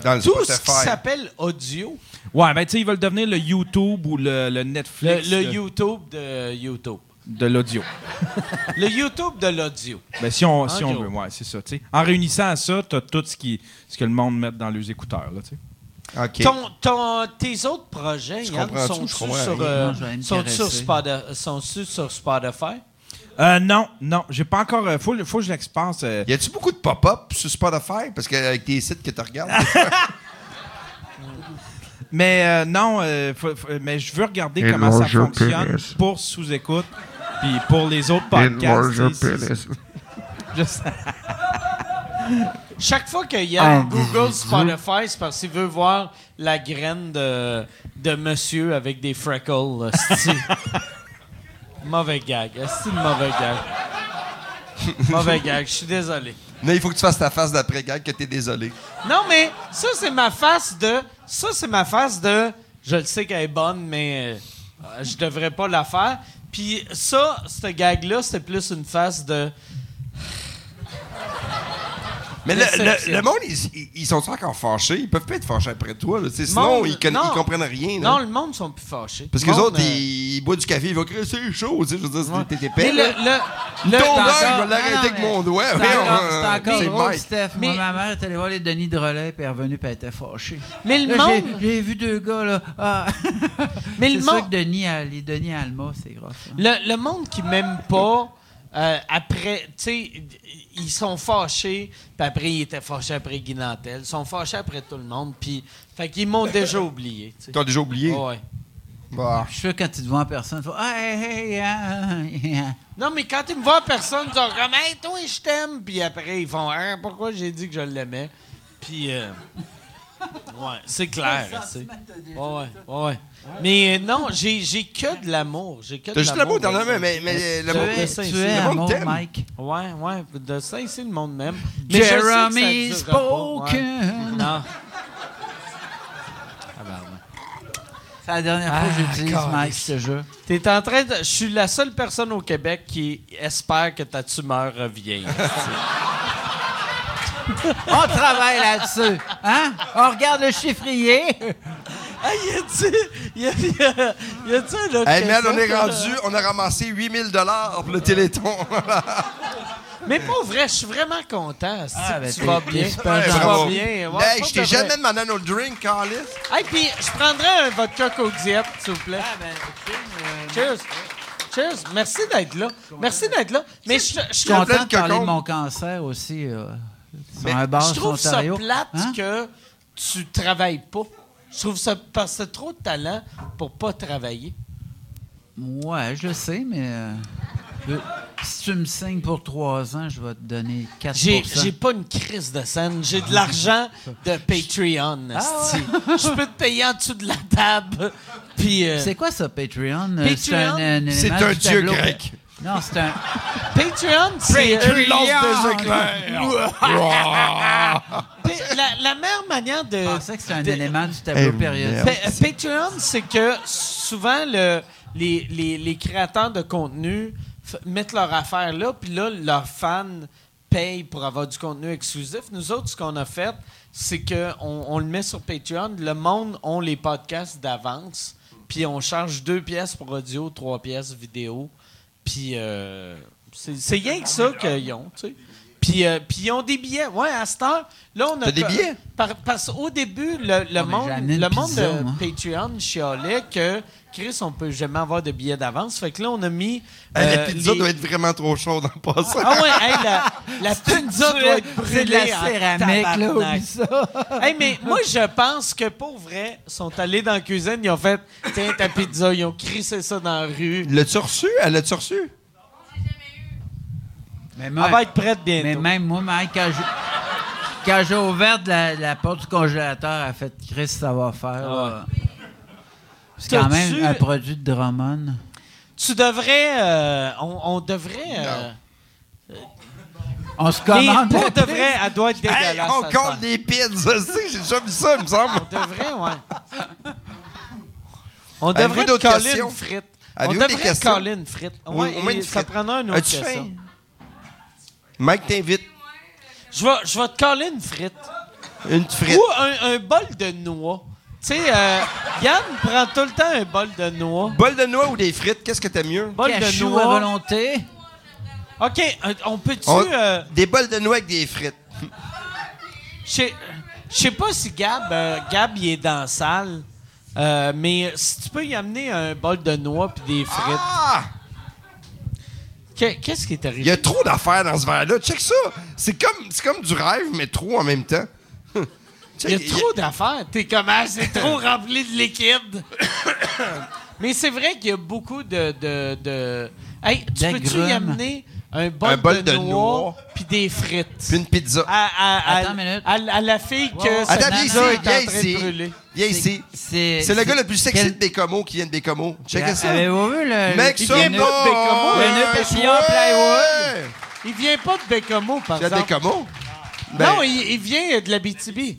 Dans le
Tout ce qui
Spotify.
s'appelle audio,
Ouais, ben tu sais, ils veulent devenir le YouTube ou le, le
le,
Netflix
le
de-
YouTube de YouTube.
de l'audio.
Le YouTube de l'audio.
Ben, si on, si
Ok.
on veut, ouais, c'est ça. tu sais. En réunissant à ça, t'as tout ce, qui, ce que le monde met dans leurs écouteurs. Là, tu sais.
OK.
Ton, ton- tes autres projets,
Je
Yann,
comprends-tu?
sont-tu
Je comprends
sur,
rien.
euh,
Non, je vais
sont-tu sur,
m'intéresser.
Spotify- sont-tu sur Spotify?
Euh, non, non, j'ai pas encore. euh, faut, le- faut que je l'expense. euh,
Y a-tu beaucoup de pop-up sur Spotify? Parce qu'avec tes sites que tu regardes.
Ah.
Mais euh, non, euh, faut- faut- mais je veux regarder comment ça fonctionne pour sous-écoute, puis pour les autres podcasts. tu sais, c'est- Je sais.
Chaque fois qu'il y a Google Spotify, c'est parce qu'il veut voir la graine de, de monsieur avec des freckles. là, c'ti. mauvais gag. C'est une mauvais gag. mauvais gag. Je suis désolé.
Mais il faut que tu fasses ta face d'après-guerre que t'es désolé.
Non, mais ça, c'est ma face de. Ça, c'est ma face de. Je le sais qu'elle est bonne, mais euh, je devrais pas la faire. Puis ça, cette gag-là, c'est plus une face de.
Mais le,
Déception.
le- le monde, ils, ils- ils sont encore fâchés. Ils peuvent pas être fâchés après toi. là. Tu sais, Sinon,
Monde-
ils, conna-
non.
ils comprennent rien. là.
Non, le monde sont plus fâchés.
Parce que les
Le monde,
autres,
euh,
ils, ils boivent du café, ils vont crier c'est chaud. tu sais, Je veux dire, c'est- t'es t'es
Mais
épais.
le.
là.
le, le-
Ton
t'as
œil, je
encore-
vais
Ah,
l'arrêter
Non, non,
avec
mais
mon doigt.
C'est
voyons,
encore,
hein,
c'est encore
c'est
drôle,
Mike.
Steph. Moi,
Mais-
ma mère est allée voir les Denis de Relais, puis elle est revenue, puis elle était fâchée.
Mais le
Là, j'ai-
monde-
J'ai vu deux gars, là. Ah.
Mais
c'est
le
sûr
monde-
que Denis, euh, les Denis Alma, c'est hein. grave.
Le, le monde qui m'aime pas, euh, après, tu sais, ils sont fâchés, puis après, ils étaient fâchés après Guy Nantel. Ils sont fâchés après tout le monde, puis. Fait qu'ils m'ont déjà oublié, tu sais.
Ils t'ont déjà oublié.
Ouais.
Bah.
Je suis sûr que quand tu te vois en personne, tu fais Ah, hey, hey, ah, ah.
Non, mais quand ils me voient, personne, ils sont comme, hey, toi, je t'aime. Puis après, ils font, Hein, pourquoi j'ai dit que je l'aimais? Puis, euh, ouais, c'est clair. c'est- Ouais, ouais, ouais. Mais euh, non, j'ai j'ai que de l'amour. J'ai que de
T'as juste l'amour
par
dans la main,
exemple.
mais, mais
Tu
l'amour.
Ouais,
es,
ça,
tu
c'est-
es
le monde
amour,
t'aime.
Mike.
Ouais, ouais, de ça, ici, le monde même.
Jeremy
Spoken.
Spoken.
Non.
C'est la dernière fois
Ah,
que j'utilise
God.
Mike, je te jure.
T'es en train de. Je suis la seule personne au Québec qui espère que ta tumeur revienne.
On travaille là-dessus. Hein? On regarde le chiffrier.
Ah, y a-tu. Y a-tu y a, y a-tu un autre
Hey, man,
question
on est
que le-
rendu, on a ramassé 8000 pour le Téléthon.
Mais pour vrai, je suis vraiment content. si
Ah, ben,
tu
t'es-
vas
t'es
bien.
super
tu
gentil.
vas
Bravo.
bien. ouais,
Hey,
pas
je t'ai
de
jamais
vrai.
demandé un autre drink, Carlis.
Hey, puis je prendrais un vodka coke diète, s'il vous plaît. Cheers. Cheers. Merci d'être là. Merci d'être là. Mais je, je,
Je suis content de
Plein de
parler de
cocons.
mon cancer aussi. euh, sur
Mais
un bar
je
sur
trouve ça
Ah, Ontario.
plate
Hein?
que tu travailles pas. Je trouve ça parce que t'as trop de talent pour pas travailler.
Ouais, je le sais, mais euh, je- si tu me signes pour trois ans, je vais te donner 4
J'ai, j'ai pas une crise de scène. J'ai de l'argent de Patreon.
Ah
esti. Je peux te payer en dessous de la table. Puis euh,
C'est quoi ça, Patreon? Euh,
Patreon?
C'est un, un
C'est
élément
un
du
dieu
tableau.
grec.
Non, c'est un.
Patreon, c'est euh,
Ouah.
pa- la, la meilleure manière de.
Je pensais que c'était un
de-
élément du tableau
Eh,
périodique.
Pa- euh, Patreon, c'est que souvent le- les, les- les créateurs de contenu f- mettent leur affaire là, puis là, leurs fans pa- paye pour avoir du contenu exclusif. Nous autres, ce qu'on a fait, c'est qu'on on le met sur Patreon. Le monde ont les podcasts d'avance. Puis on charge deux pièces pour audio, trois pièces vidéo. Puis euh, c'est c'est rien que ça qu'ils ont, tu sais. Puis, euh, puis ils ont des billets. Ouais, à cette heure, là, on a...
T'as des billets?
Par- parce qu'au début, le, le
Ah, mais
monde,
j'ai amené
le
une
monde
pizza,
de
moi.
Patreon chialait que Chris, on peut jamais avoir de billets d'avance. Fait que là, on a mis.
Hey, la
euh,
pizza
les-
doit être vraiment trop chaude en passant.
Ah ouais, hey, la, la pizza doit être brûlée.
C'est de la
en
hein.
céramique, là,
tabarnak.
oublie ça.
Hey, mais moi, je pense que pour vrai, ils sont allés dans la cuisine, ils ont fait Tiens ta pizza, ils ont crissé ça dans la rue.
L'as-tu reçu? Elle l'a-tu reçu?
Mais
Elle va être prête bientôt.
Mais même moi, Mike, quand j'ai, quand j'ai ouvert la, la porte du congélateur, elle a fait Chris, ça va faire. là. C'est quand même
Ah T'as-tu-
un produit de Drummond.
Tu devrais. euh, on, on devrait. euh,
On se
les-
commande.
pour de vrai, elle doit être dégueulasse.
Hey, on
à
compte
ce
les pizzas. c'est- J'ai déjà vu ça, il me semble.
On devrait, ouais. On
Avez-vous
devrait
d'autres
coller
questions?
une frite. On
Avez-vous des
devrait
questions?
coller une frite.
Ou-
Ouais,
au moins une
et Ça
frite.
prendra une autre
As-tu
question.
faim? Mike t'invite.
Je vais, je vais te coller une frite.
Une frite.
Ou un, un bol de noix. Tu sais, euh, Yann prend tout le temps un bol de noix.
Bol de noix ou des frites, qu'est-ce que t'aimes mieux?
Bol de
Cachou
noix.
à volonté.
OK, euh, on peut-tu...
On-
euh,
Des bols de noix avec des frites.
Je sais- je sais pas si Gab, euh, Gab il est dans la salle, euh, mais si tu peux y amener un bol de noix puis des frites.
Ah!
Que- Qu'est-ce qui est
Il y
arrivé?
a trop d'affaires dans ce verre-là. Check ça. C'est comme, c'est comme du rêve, mais trop en même temps.
Il y a trop d'affaires. T'es comme, ah, c'est trop rempli de liquide. Mais c'est vrai qu'il y a beaucoup de. de, de- Hey, tu
D'agrumes.
peux-tu y amener un bol,
Un bol
de,
de
noix
noix.
puis des frites?
Puis une pizza.
À, à- à-
Attends une minute.
à- à la fille que
Ouais, ouais.
sa
Attends, viens
non,
ici.
pizza
non,
est en train
Viens
de brûler.
ici. Viens ici.
C'est,
C'est le gars le plus sexy
quel- Eh
de Bécamo qui vient de Bécamo. Check ça.
Avez-vous vu le.
Mec,
le-
ça,
vient pas de Bécamo,
bon,
le nœud
ouais,
papillon
ouais.
plywood.
Il vient pas de Bécamo, par
Tu as
exemple.
Bécamo? Ben,
Non, il, il vient de la BTB.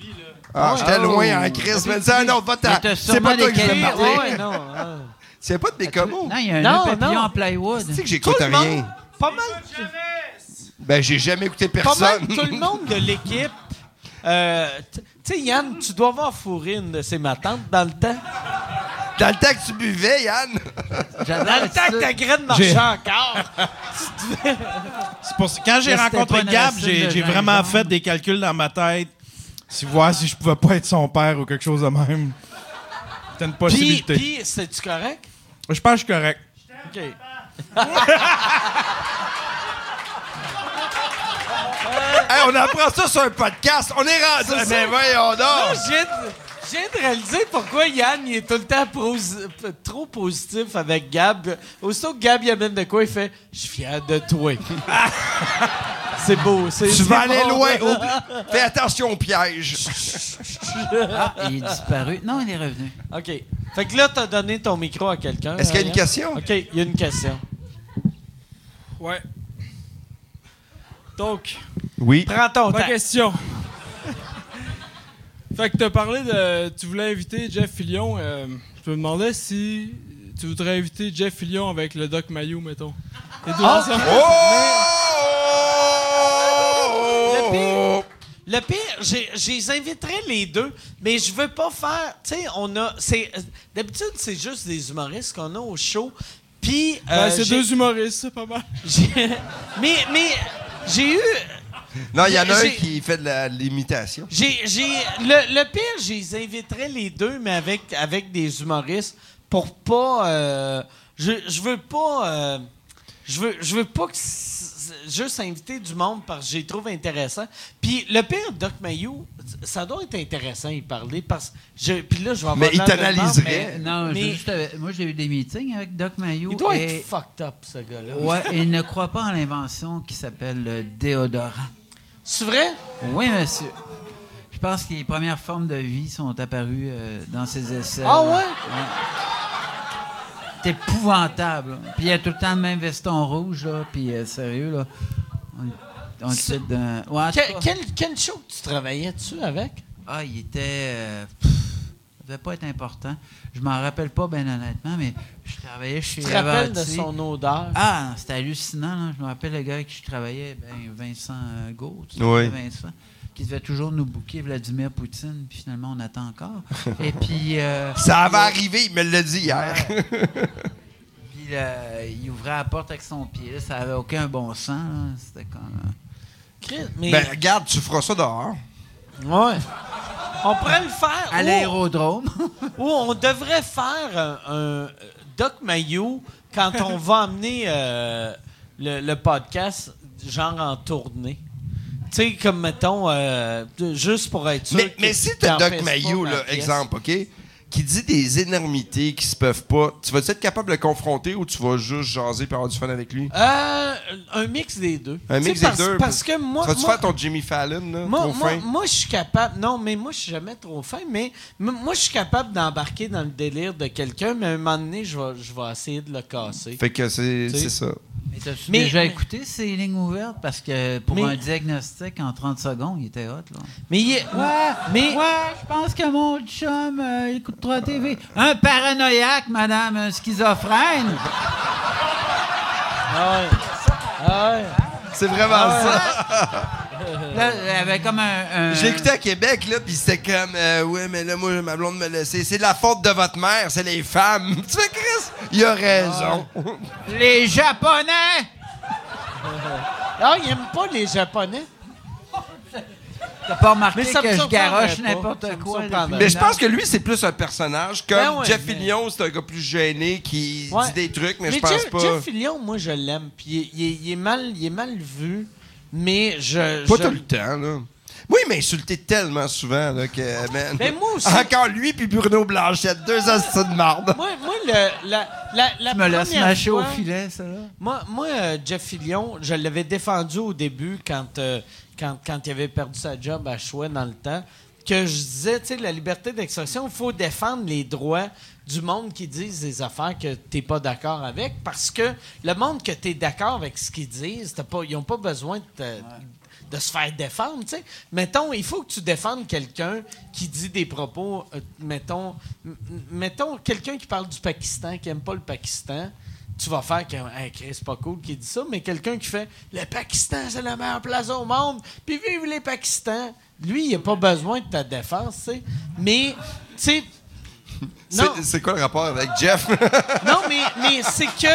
Ah, j'étais
Ah,
loin
oh.
en crise. Mais dis, ah non, va-t'en.
Mais t'as
C'est
sûrement
pas toi
des
que je veux
qualités.
parler.
ouais, non. hein.
C'est pas de Bécamo.
Non, il y a un
Non,
nœud papillon
non.
en plywood.
Tu sais que
Tout
j'écoute
le monde-
rien.
Pas mal.
Ben, j'ai jamais écouté
pas mal
personne.
tout le monde de l'équipe. euh, t- tu sais, Yann, tu dois avoir fourré une de ces matantes dans le temps.
Dans le temps que tu buvais, Yann.
Dans le
J'adore
temps que ta
ça.
graine
J'ai- Ah,
marchait encore.
C'est pour ça- Quand j'ai
Mais c'était
rencontré
pas une
Gab,
racine de
j'ai j'ai
gingembre.
vraiment fait des calculs dans ma tête. Si voir si je pouvais pas être son père ou quelque chose de même. C'était une
Puis,
possibilité.
puis c'est-tu correct?
Je pense que je suis correct.
OK.
Hey, on apprend ça sur un podcast. On est rendu.
C'est ça.
Mais voyons
Là,
donc.
je viens de- je viens de réaliser pourquoi Yann il est tout le temps prosi- p- trop positif avec Gab. Aussitôt que Gab il amène de quoi, il fait Je suis fier de toi. c'est beau. c'est-
Tu
c'est
vas aller
bon.
loin. oublie- Fais attention au piège.
Ah, il est disparu. Non, il est revenu.
hein? OK. Fait que là, t'as donné ton micro à quelqu'un.
Est-ce qu'il y a une
Yann?
question?
OK, il y a une question.
Ouais. Donc,
Oui.
Prends ton
ma
temps.
question. fait que t'as parlé de. Tu voulais inviter Jeff Fillion. euh, je me demandais si tu voudrais inviter Jeff Fillion avec le Doc Mayou, mettons.
Ah!
Les deux ensemble.
Oh!
Le Le pire, j'ai- je les inviterais les deux, mais je veux pas faire. Tu sais, on a. c'est- D'habitude, c'est juste des humoristes qu'on a au show. Puis.
Ben,
euh,
c'est
j'ai-
deux humoristes, c'est pas mal.
j'ai- mais mais j'ai eu.
Non, il y en a un
J'ai-
qui fait de la- de l'imitation.
j'ai- j'ai- le, le pire, je les inviterais les deux, mais avec, avec des humoristes pour pas. euh, je, je veux pas. euh, je veux, je veux pas que c- c- juste inviter du monde parce que je les trouve intéressant. Puis le pire, Doc Mayou, ça doit être intéressant y parler parce que je, puis là je vais avoir
Mais il
l'air d'un
t'analyserait.
marde, mais-
Non,
mais
j'ai juste avec- moi, j'ai eu des meetings avec Doc Mayo.
il doit
et-
être fucked up ce gars-là.
Ouais, il ne croit pas en l'invention qui s'appelle le déodorant.
C'est vrai?
Oui, monsieur. Je pense que les premières formes de vie sont apparues euh, dans ses essais.
Ah ouais?
C'est épouvantable. là. Puis il y a tout le temps le même veston rouge, là. Puis euh, sérieux, là. On, on le
C'est-
cite d'un. Ouais, en tout
Que-
cas.
quel, quel show que tu travaillais dessus avec?
Ah, il était. euh, pff, devait pas être important. Je m'en rappelle pas, bien honnêtement, mais je travaillais chez
Tu te rappelles de
Avanti.
son odeur?
Ah, c'était hallucinant. là. Je me rappelle le gars avec qui je travaillais, ben, Vincent euh, Gault, tu te
Oui.
rappelles, Vincent, qui devait toujours nous bouquer Vladimir Poutine, puis finalement, on attend encore. Et puis. euh,
Ça va arriver, il me l'a dit hier.
Puis là, il ouvrait la porte avec son pied. là. ça avait aucun bon sens. là. C'était comme. euh,
Chris, Mais...
Ben, regarde, tu feras ça dehors.
Ouais. On pourrait le faire.
À
ou-
l'aérodrome.
Ou, on devrait faire un, un Doc Mayou quand on va emmener euh, le, le podcast, genre en tournée. Tu sais, comme mettons, euh, de- juste pour être sûr.
Mais,
que
mais si
t'en
t'as Doc
fesses pas
Mayou,
dans la
là,
pièce.
exemple, OK, qui dit des énormités qui se peuvent pas, tu vas être capable de le confronter ou tu vas juste jaser et avoir du fun avec lui?
Euh, un mix des deux.
Un
Tu sais,
mix des
parce,
deux.
Parce que moi.
tu vas-tu
moi-
faire ton Jimmy Fallon, là,
Moi,
trop
moi,
fin?
moi, je suis capable. Non, mais moi, je suis jamais trop fin, mais m- moi, je suis capable d'embarquer dans le délire de quelqu'un, mais à un moment donné, je vais, je vais essayer de le casser.
Fait que c'est
Tu sais.
c'est ça.
Mais t'as-tu
Mais-
déjà
mais-
écouté ces lignes ouvertes? Parce que pour
Mais-
un diagnostic en 30 secondes, il était hot. Là. Ah
Mais, il est- mais
Ouais, je pense que mon chum euh, il écoute 3 TV. Un paranoïaque, madame, un schizophrène.
Ah ouais. Ah ouais.
C'est vraiment
Ah
ça.
Là, il avait comme un. un-
J'ai écouté à Québec, là, pis c'était comme, euh, ouais, mais là, moi, ma blonde me laissait. C'est de la faute de votre mère, c'est les femmes. Tu fais, Chris, il a raison.
Les Japonais!
Ah, il aime pas les Japonais.
T'as pas remarqué
Mais ça me
que je
surprendrait
garoche
pas. Ça
n'importe
me
quoi.
surprendrait.
depuis
Mais je
longtemps.
pense que lui, c'est plus un personnage. Comme
Ben ouais,
Jeff
mais-
Fillion, c'est un gars plus gêné qui
Ouais.
dit des trucs, mais, je pense
Jeff,
pas.
Jeff Fillion, moi, je l'aime. Puis il, est- il est- il est mal, il est mal vu, mais je.
Pas
je-
tout le temps, là. Moi, il m'a insulté tellement souvent, là, que, man.
Ben, moi aussi.
Encore lui puis Bruno Blanchette, deux assassins de marde.
Moi, moi, le- la, la, la
Tu me laisses
première
mâcher au
fois-
filet, ça, là.
Moi, moi euh, Jeff Fillion, je l'avais défendu au début quand, euh, quand, quand il avait perdu sa job à Chouet dans le temps, que je disais, tu sais, la liberté d'expression, il faut défendre les droits du monde qui disent des affaires que t'es pas d'accord avec, parce que le monde que tu es d'accord avec ce qu'ils disent, t'as pas, ils n'ont pas besoin de, te- de se faire défendre, tu sais. Mettons, il faut que tu défendes quelqu'un qui dit des propos, euh, mettons, m- m- mettons quelqu'un qui parle du Pakistan, qui aime pas le Pakistan, tu vas faire que Hey, Chris, c'est pas cool qui dit ça, mais quelqu'un qui fait le Pakistan, c'est la meilleure place au monde, puis vive les Pakistan. Lui, il a pas besoin de ta défense, tu sais. Mais, tu sais. Non,
C'est- C'est quoi le rapport avec Jeff?
non, mais, mais c'est que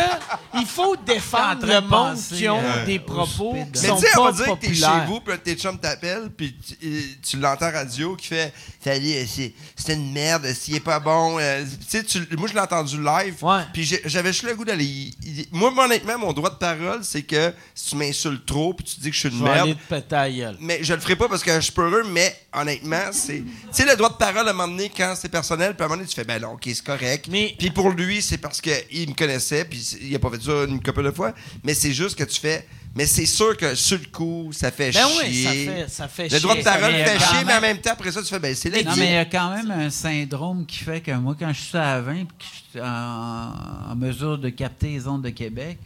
il faut défendre
T'es en train
le
de
monde
penser,
qui ont
euh,
des
au
propos
speed
qui
Mais
sont
tu sais, on
pas
va dire que t'es
populaires.
chez vous, puis là, tes chums t'appellent, puis tu, et tu l'entends radio qui fait Salut, euh, c'est c'est une merde, s'il est pas bon. euh, tu sais, tu- moi, je l'ai entendu live,
Ouais.
puis j'ai- j'avais juste le goût d'aller. y- y- Moi, honnêtement, mon droit de parole, c'est que si tu m'insultes trop, puis tu dis que je suis
Je
une
vais
merde,
aller te péter la gueule.
mais je le ferai pas parce que je suis peureux, mais honnêtement, c'est. Tu sais, le droit de parole à un moment donné, quand c'est personnel, puis à un moment donné, tu fais, ben non, ok, c'est correct.
Mais-
Puis pour lui, c'est parce qu'il me connaissait, puis c'est- il a pas fait ça une couple de fois, mais c'est juste que tu fais. Mais c'est sûr que sur le coup, ça fait
Ben oui,
chier.
ça fait, ça fait
le droit de
chier.
parole
Mais
fait
quand
chier,
même-
mais en même temps, après ça, tu fais, ben c'est
Non,
l'équipe.
euh,
mais il y a quand même un syndrome qui fait que moi, quand je suis à 20 et que je suis en, en mesure de capter les ondes de Québec,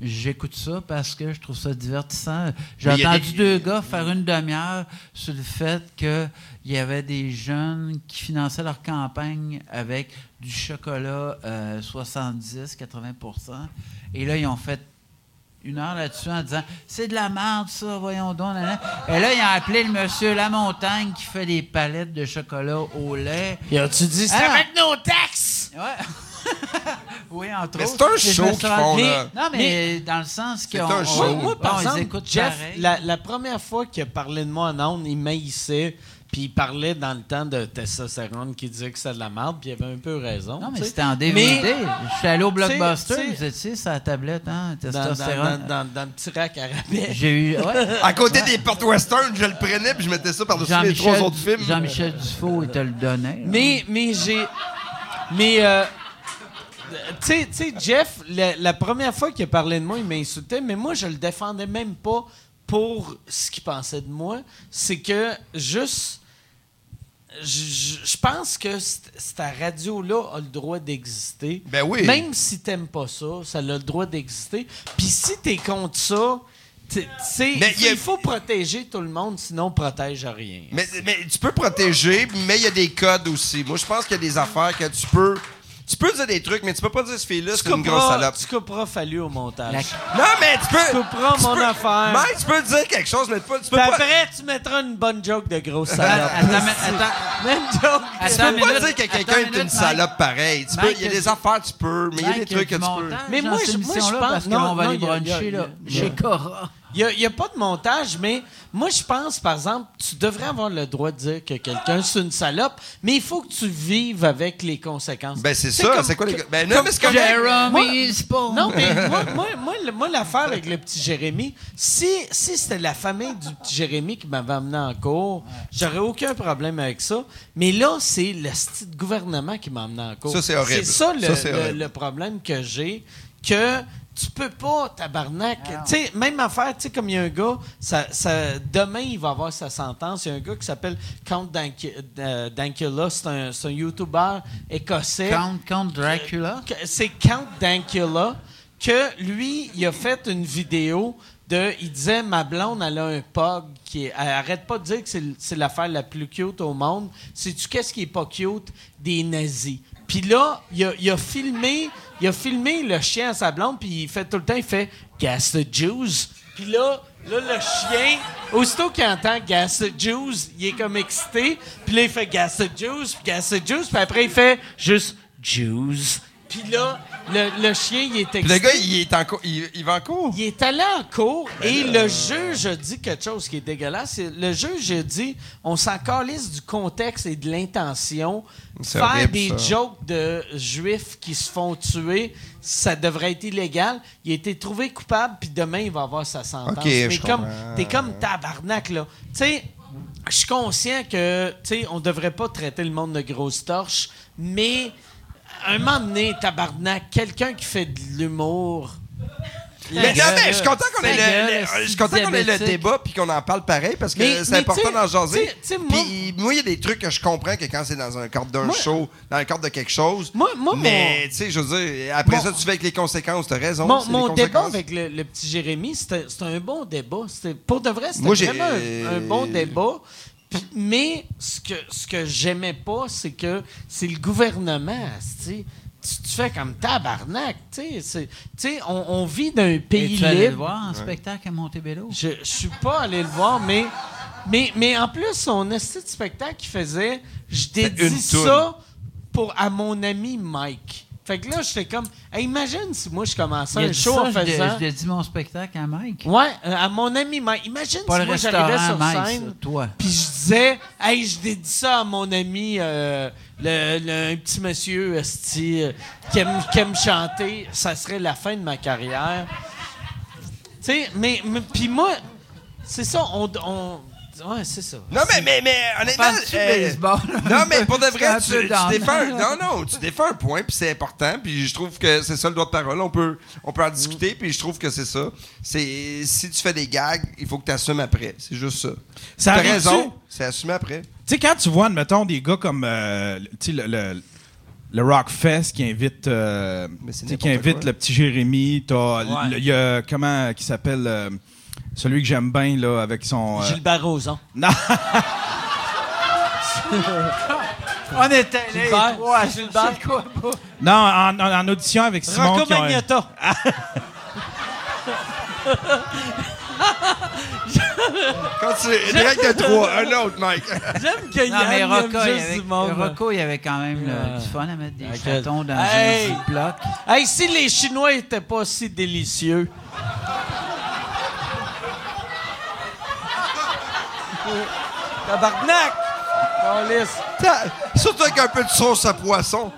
j'écoute ça parce que je trouve ça divertissant. J'ai
Mais il y a
entendu
des-
deux gars faire une demi-heure sur le fait qu'il y avait des jeunes qui finançaient leur campagne avec du chocolat euh, 70-80 Et là, ils ont fait une heure là-dessus en disant c'est de la merde ça voyons donc nanana. et là ils ont appelé le monsieur Lamontagne qui fait des palettes de chocolat au lait
Et tu dis, c'est
Ah.
avec nos taxes!
ouais oui entre
Mais
autres
c'est un
Et je me
show
suis
qu'ils
rendu-
font,
Mais-
là.
non mais, dans le sens qu'on
un
on-
show.
Moi,
Show.
moi, par
on les
exemple,
écoute
Jeff,
Ah, pareil.
la, la première fois qu'il a parlé de moi en ondes, il maïssait, puis il parlait dans le temps de testostérone qui disait que c'était de la merde, puis il avait un peu raison.
non mais
tu sais.
c'était en DVD
Mais
je suis allé au
sais,
blockbuster
tu sais-
vous étiez sur la tablette hein
dans, dans-
testostérone
dans- dans- dans le petit rack à rabais.
j'ai eu ouais.
À côté des portes western, je le prenais, puis je mettais ça par-dessus les trois
Jean-Michel
autres films.
Jean-Michel Dufault il te le donnait là.
Mais, mais j'ai. Mais. euh, tu sais- tu sais, Jeff, la, la première fois qu'il a parlé de moi, il m'insultait, mais moi, je le défendais même pas pour ce qu'il pensait de moi. C'est que juste. Je je- je pense que c't- cette radio-là a le droit d'exister.
Ben oui.
Même si t'aimes pas ça, ça a le droit d'exister. Puis si t'es contre ça, tu Tu sais,
Mais
il,
il y a-
faut protéger tout le monde, sinon on protège rien.
Mais, mais tu peux protéger, mais il y a des codes aussi. Moi, je pense qu'il y a des affaires que tu peux. Tu peux dire des trucs, mais tu peux pas dire ce fille-là,
tu
c'est une grosse
couperas,
salope.
tu couperas Fallu au montage.
Non, mais tu peux.
Tu comprends mon
peux-
affaire.
Mike, tu peux dire quelque chose, mais tu peux, tu peux
Puis
pas.
après, tu mettras une bonne joke de grosse salope.
Attends, mais- attends.
Même joke.
Tu
Attends
peux
une
pas
minute,
dire que quelqu'un
attends une
est une
minute,
salope pareille. Tu peux-
Mike,
Il y a
il y a
des affaires, tu peux, mais il y a des trucs que tu peux.
Mais moi, je- moi, je pense-
parce
non,
qu'on va
non,
aller
il y a-
bruncher
il y a-
là,
il y a-
chez Cora.
Il n'y a, pas de montage, mais moi, je pense, par exemple, tu devrais avoir le droit de dire que quelqu'un, c'est une salope, mais il faut que tu vives avec les conséquences.
Ben, c'est
Tu sais,
ça.
comme-
C'est quoi les gars? Ben, non, mais c'est correct.
Jeremy Spoon.
Non, mais moi, moi, moi, le- moi, l'affaire avec le petit Jérémy, si, si c'était la famille du petit Jérémy qui m'avait amené en cours, j'aurais aucun problème avec ça. Mais là, c'est le style de gouvernement qui m'a amené en cours.
Ça, c'est horrible.
C'est ça, le,
Ça, c'est
le-
horrible.
le problème que j'ai, que tu peux pas, tabarnak. Tu sais, même affaire, tu sais, comme il y a un gars, ça, ça- demain, il va avoir sa sentence. Il y a un gars qui s'appelle Count Danki- euh, Dankula. C'est un, c'est un YouTuber écossais.
Count, Count Dracula.
Que- C'est Count Dankula que lui, il a fait une vidéo de. Il disait Ma blonde, elle a un pog qui est. Elle arrête pas de dire que c'est l- c'est l'affaire la plus cute au monde. Sais-tu qu'est-ce qui est pas cute Des nazis. Puis là, il a, il a filmé. Il a filmé le chien à sa blonde, puis il fait tout le temps, il fait Gas the Jews. Puis là, là, le chien, aussitôt qu'il entend Gas the Jews, il est comme excité. Puis là, il fait Gas the Jews, puis Gas the Jews, puis après, il fait juste Jews. Puis là, le, le chien, il est
Puis le
excité.
gars, il est en cours. Il il va en cours.
Il est allé en cours
Ben
et le juge a dit quelque chose qui est dégueulasse. C'est- Le juge a dit on s'en calisse du contexte et de l'intention.
C'est
Faire
horrible,
des
ça.
jokes de juifs qui se font tuer, ça devrait être illégal. Il a été trouvé coupable, puis demain, il va avoir sa sentence.
Ok,
Mais
je
comme,
comprends.
t'es comme tabarnak, là. Tu sais, je suis conscient que, tu sais, on devrait pas traiter le monde de grosses torches, mais un moment donné, tabarnak, quelqu'un qui fait de l'humour.
Mais non, mais je suis content qu'on
Ta
ait
gueule,
le, le- je suis content qu'on ait le
diabétique.
débat puis qu'on en parle pareil parce
Mais-
que c'est
mais
important
t'sais-
d'en jaser.
t'sais- t'sais, moi-
Puis moi, il y a des trucs que je comprends que quand c'est dans un cadre d'un
Moi-
show, dans le cadre de quelque chose.
Moi- moi,
mais
mon-
tu sais, je veux dire, après
Mon-
ça, tu fais avec les conséquences. T'as raison.
Mon,
c'est les
mon débat
conséquences.
avec le, le petit Jérémy, c'était c'était un bon débat. C'était- Pour de vrai,
Moi,
c'était
j'ai-
vraiment un, un bon débat. Puis- mais ce que, ce que j'aimais pas, c'est que c'est le gouvernement. asti. Tu, tu fais comme tabarnak. tu sais, c'est- tu sais, on, on vit d'un
Et
pays
tu allais le
libre.
voir en spectacle à Montebello.
Je, je suis pas allé le voir, mais, mais, mais en plus, son esti de spectacle qu'il faisait, je dédie
une toune.
ça pour, à mon ami Mike. Fait que là, j'étais comme, Hey, imagine si moi je commençais
Il a
un
dit
show
ça,
en
je dé-
faisant.
Je dit mon spectacle à Mike.
Ouais, euh, à mon ami Mike. Imagine
Pas
si
le
moi
restaurant
j'arrivais sur
Mike,
scène.
ça, toi.
Puis je disais, hey, je dédie ça à mon ami, euh, le, le- un petit monsieur esti, euh, qui, aime, qui aime chanter. Ça serait la fin de ma carrière. Tu sais, mais, mais- puis moi, c'est ça, on. on- ouais, c'est ça.
Non, mais, mais, mais honnêtement. euh,
Parle-tu baseball?
non, mais pour de
C'est un
vrai,
peu
tu, tu
down.
défends. un- Non, non, tu défends un point, puis c'est important, puis je trouve que c'est ça le droit de parole. On peut, on peut en discuter, puis je trouve que c'est ça. C'est Si tu fais des gags, il faut que tu assumes après. C'est juste ça.
Ça
T'as
arrive-tu?
raison, c'est assumé après.
Tu sais, quand tu vois, admettons, des gars comme euh, le- tu sais, le, le, le Rockfest qui invite, euh,
Mais c'est
tu sais, qui
n'importe
invite
quoi.
le petit Jérémy, t'as-
Ouais.
le- il y a comment qui s'appelle euh, celui que j'aime bien là avec son euh,
Gilbert Rozon.
Non.
On était là,
Gilbert,
les trois,
c'est Gilbert.
c'est quoi, pas?
non en, en- en audition avec Simon
Rocco
qui ont-
Magnata.
Quand tu direct de trois, un autre, Mike.
J'aime que
Non, mais
Yann
Rocco,
aime
il
juste
avait,
du monde.
Rocco, il avait quand même le-
Ouais.
du fun à mettre des
Ok.
chatons dans
Hey!
un bloc.
Hey, si les Chinois étaient pas si délicieux. Tabarnak! Câlisse.
Surtout avec un peu de sauce à poisson.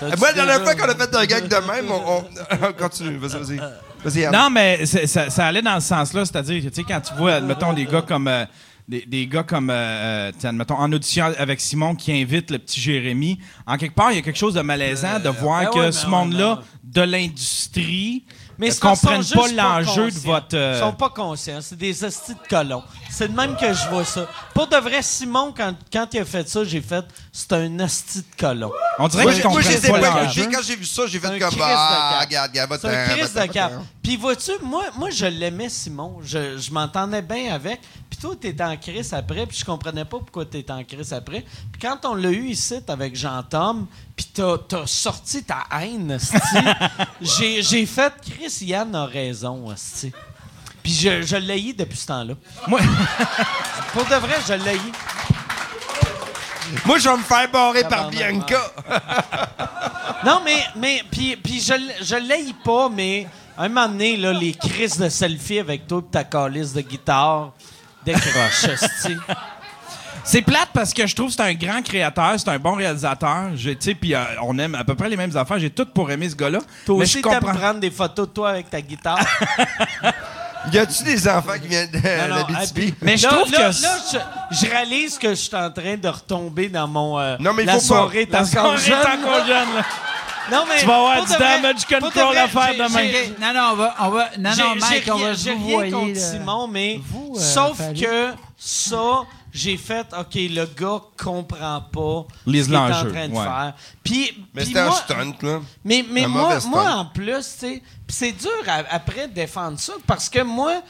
Moi, la dernière fois qu'on a fait un gag de même, on, on- on continue. Vas-y, vas-y. Vas-y, Yann.
Non, mais c'est- ça, ça allait dans le sens-là, c'est-à-dire, que, tu sais, quand tu vois, admettons, des gars comme. euh, des, des gars comme, euh, euh, tu sais, admettons, en audition avec Simon qui invite le petit Jérémy, en quelque part, il y a quelque chose de malaisant de voir
ben
que
ouais, ben
ce
ouais,
monde-là,
ben
de l'industrie,
Mais
ne
c'est parce qu'ils
comprennent
sont
pas
juste
l'enjeu de
conscients.
votre. euh,
Ils sont pas conscients. C'est des hosties de colons. C'est de même que je vois ça. Pour de vrai, Simon, quand, quand il a fait ça, j'ai fait « C'est un hostie de colon ».
On dirait
Moi,
que
j'ai-
je
moi, je les ai
comprends pas
pas
l'enjeu.
écoutés. Quand j'ai vu ça, j'ai
C'est un
fait comme.
Christ de
Ah,
cap.
regarde, regarde,
C'est un
va-t'en,
crise
va-t'en,
de cap.
va-t'en.
Puis vois-tu, moi, moi, je l'aimais, Simon. Je, je m'entendais bien avec. Puis toi, t'étais en crise après, puis je comprenais pas pourquoi t'étais en crise après. Puis quand on l'a eu ici avec Jean-Tom, puis t'as as sorti ta haine, esti, j'ai j'ai fait « Chris, Yann a raison, esti. » Puis je, je l'ai eu depuis ce temps-là.
Moi-
Pour de vrai, je l'ai eu.
Moi, je vais me faire barrer par
Tabarnak.
Bianca.
Non, mais, mais puis, puis je, l- je l'haïs pas, mais à un moment donné, là, les crises de selfie avec toi et ta calice de guitare, décroche, esti.
C'est plate parce que je trouve que c'est un grand créateur, c'est un bon réalisateur. Je- Tu sais, puis euh, on aime à peu près les mêmes affaires. J'ai tout pour aimer ce gars-là.
Toi
mais je
aussi, t'aimes
comprends.
prendre des photos de toi avec ta guitare.
Y a-tu des enfants qui viennent de
Non, non,
la
hey, puis-
BTB?
Mais je
là-
trouve
là-
que-
Là, je, je réalise que je suis en train de retomber dans mon... euh,
Non, mais il
la
faut pas.
soirée est
La soirée
encore
est
jeune.
encore jeune, là.
Non, mais
Tu vas avoir
pour
du
de vrai-
damage
pour de
control
vrai,
à faire
j'ai-
demain.
j'ai-
OK, Non, non, on va. On va non,
J'ai-
non,
j'ai
Mike, on
rien-
va
j'ai
se
rien
voyer,
contre
là.
Simon, mais
Vous, euh,
sauf
Fallon.
que ça, j'ai fait, OK, le gars comprend pas
Les
ce qu'il est en
enjeux,
train de
ouais.
faire. Puis,
Mais
puis
c'était un
moi-
stunt, là.
mais, mais
Un
moi,
mauvais stunt.
moi, en plus, tu sais, puis c'est dur à- après de défendre ça parce que moi,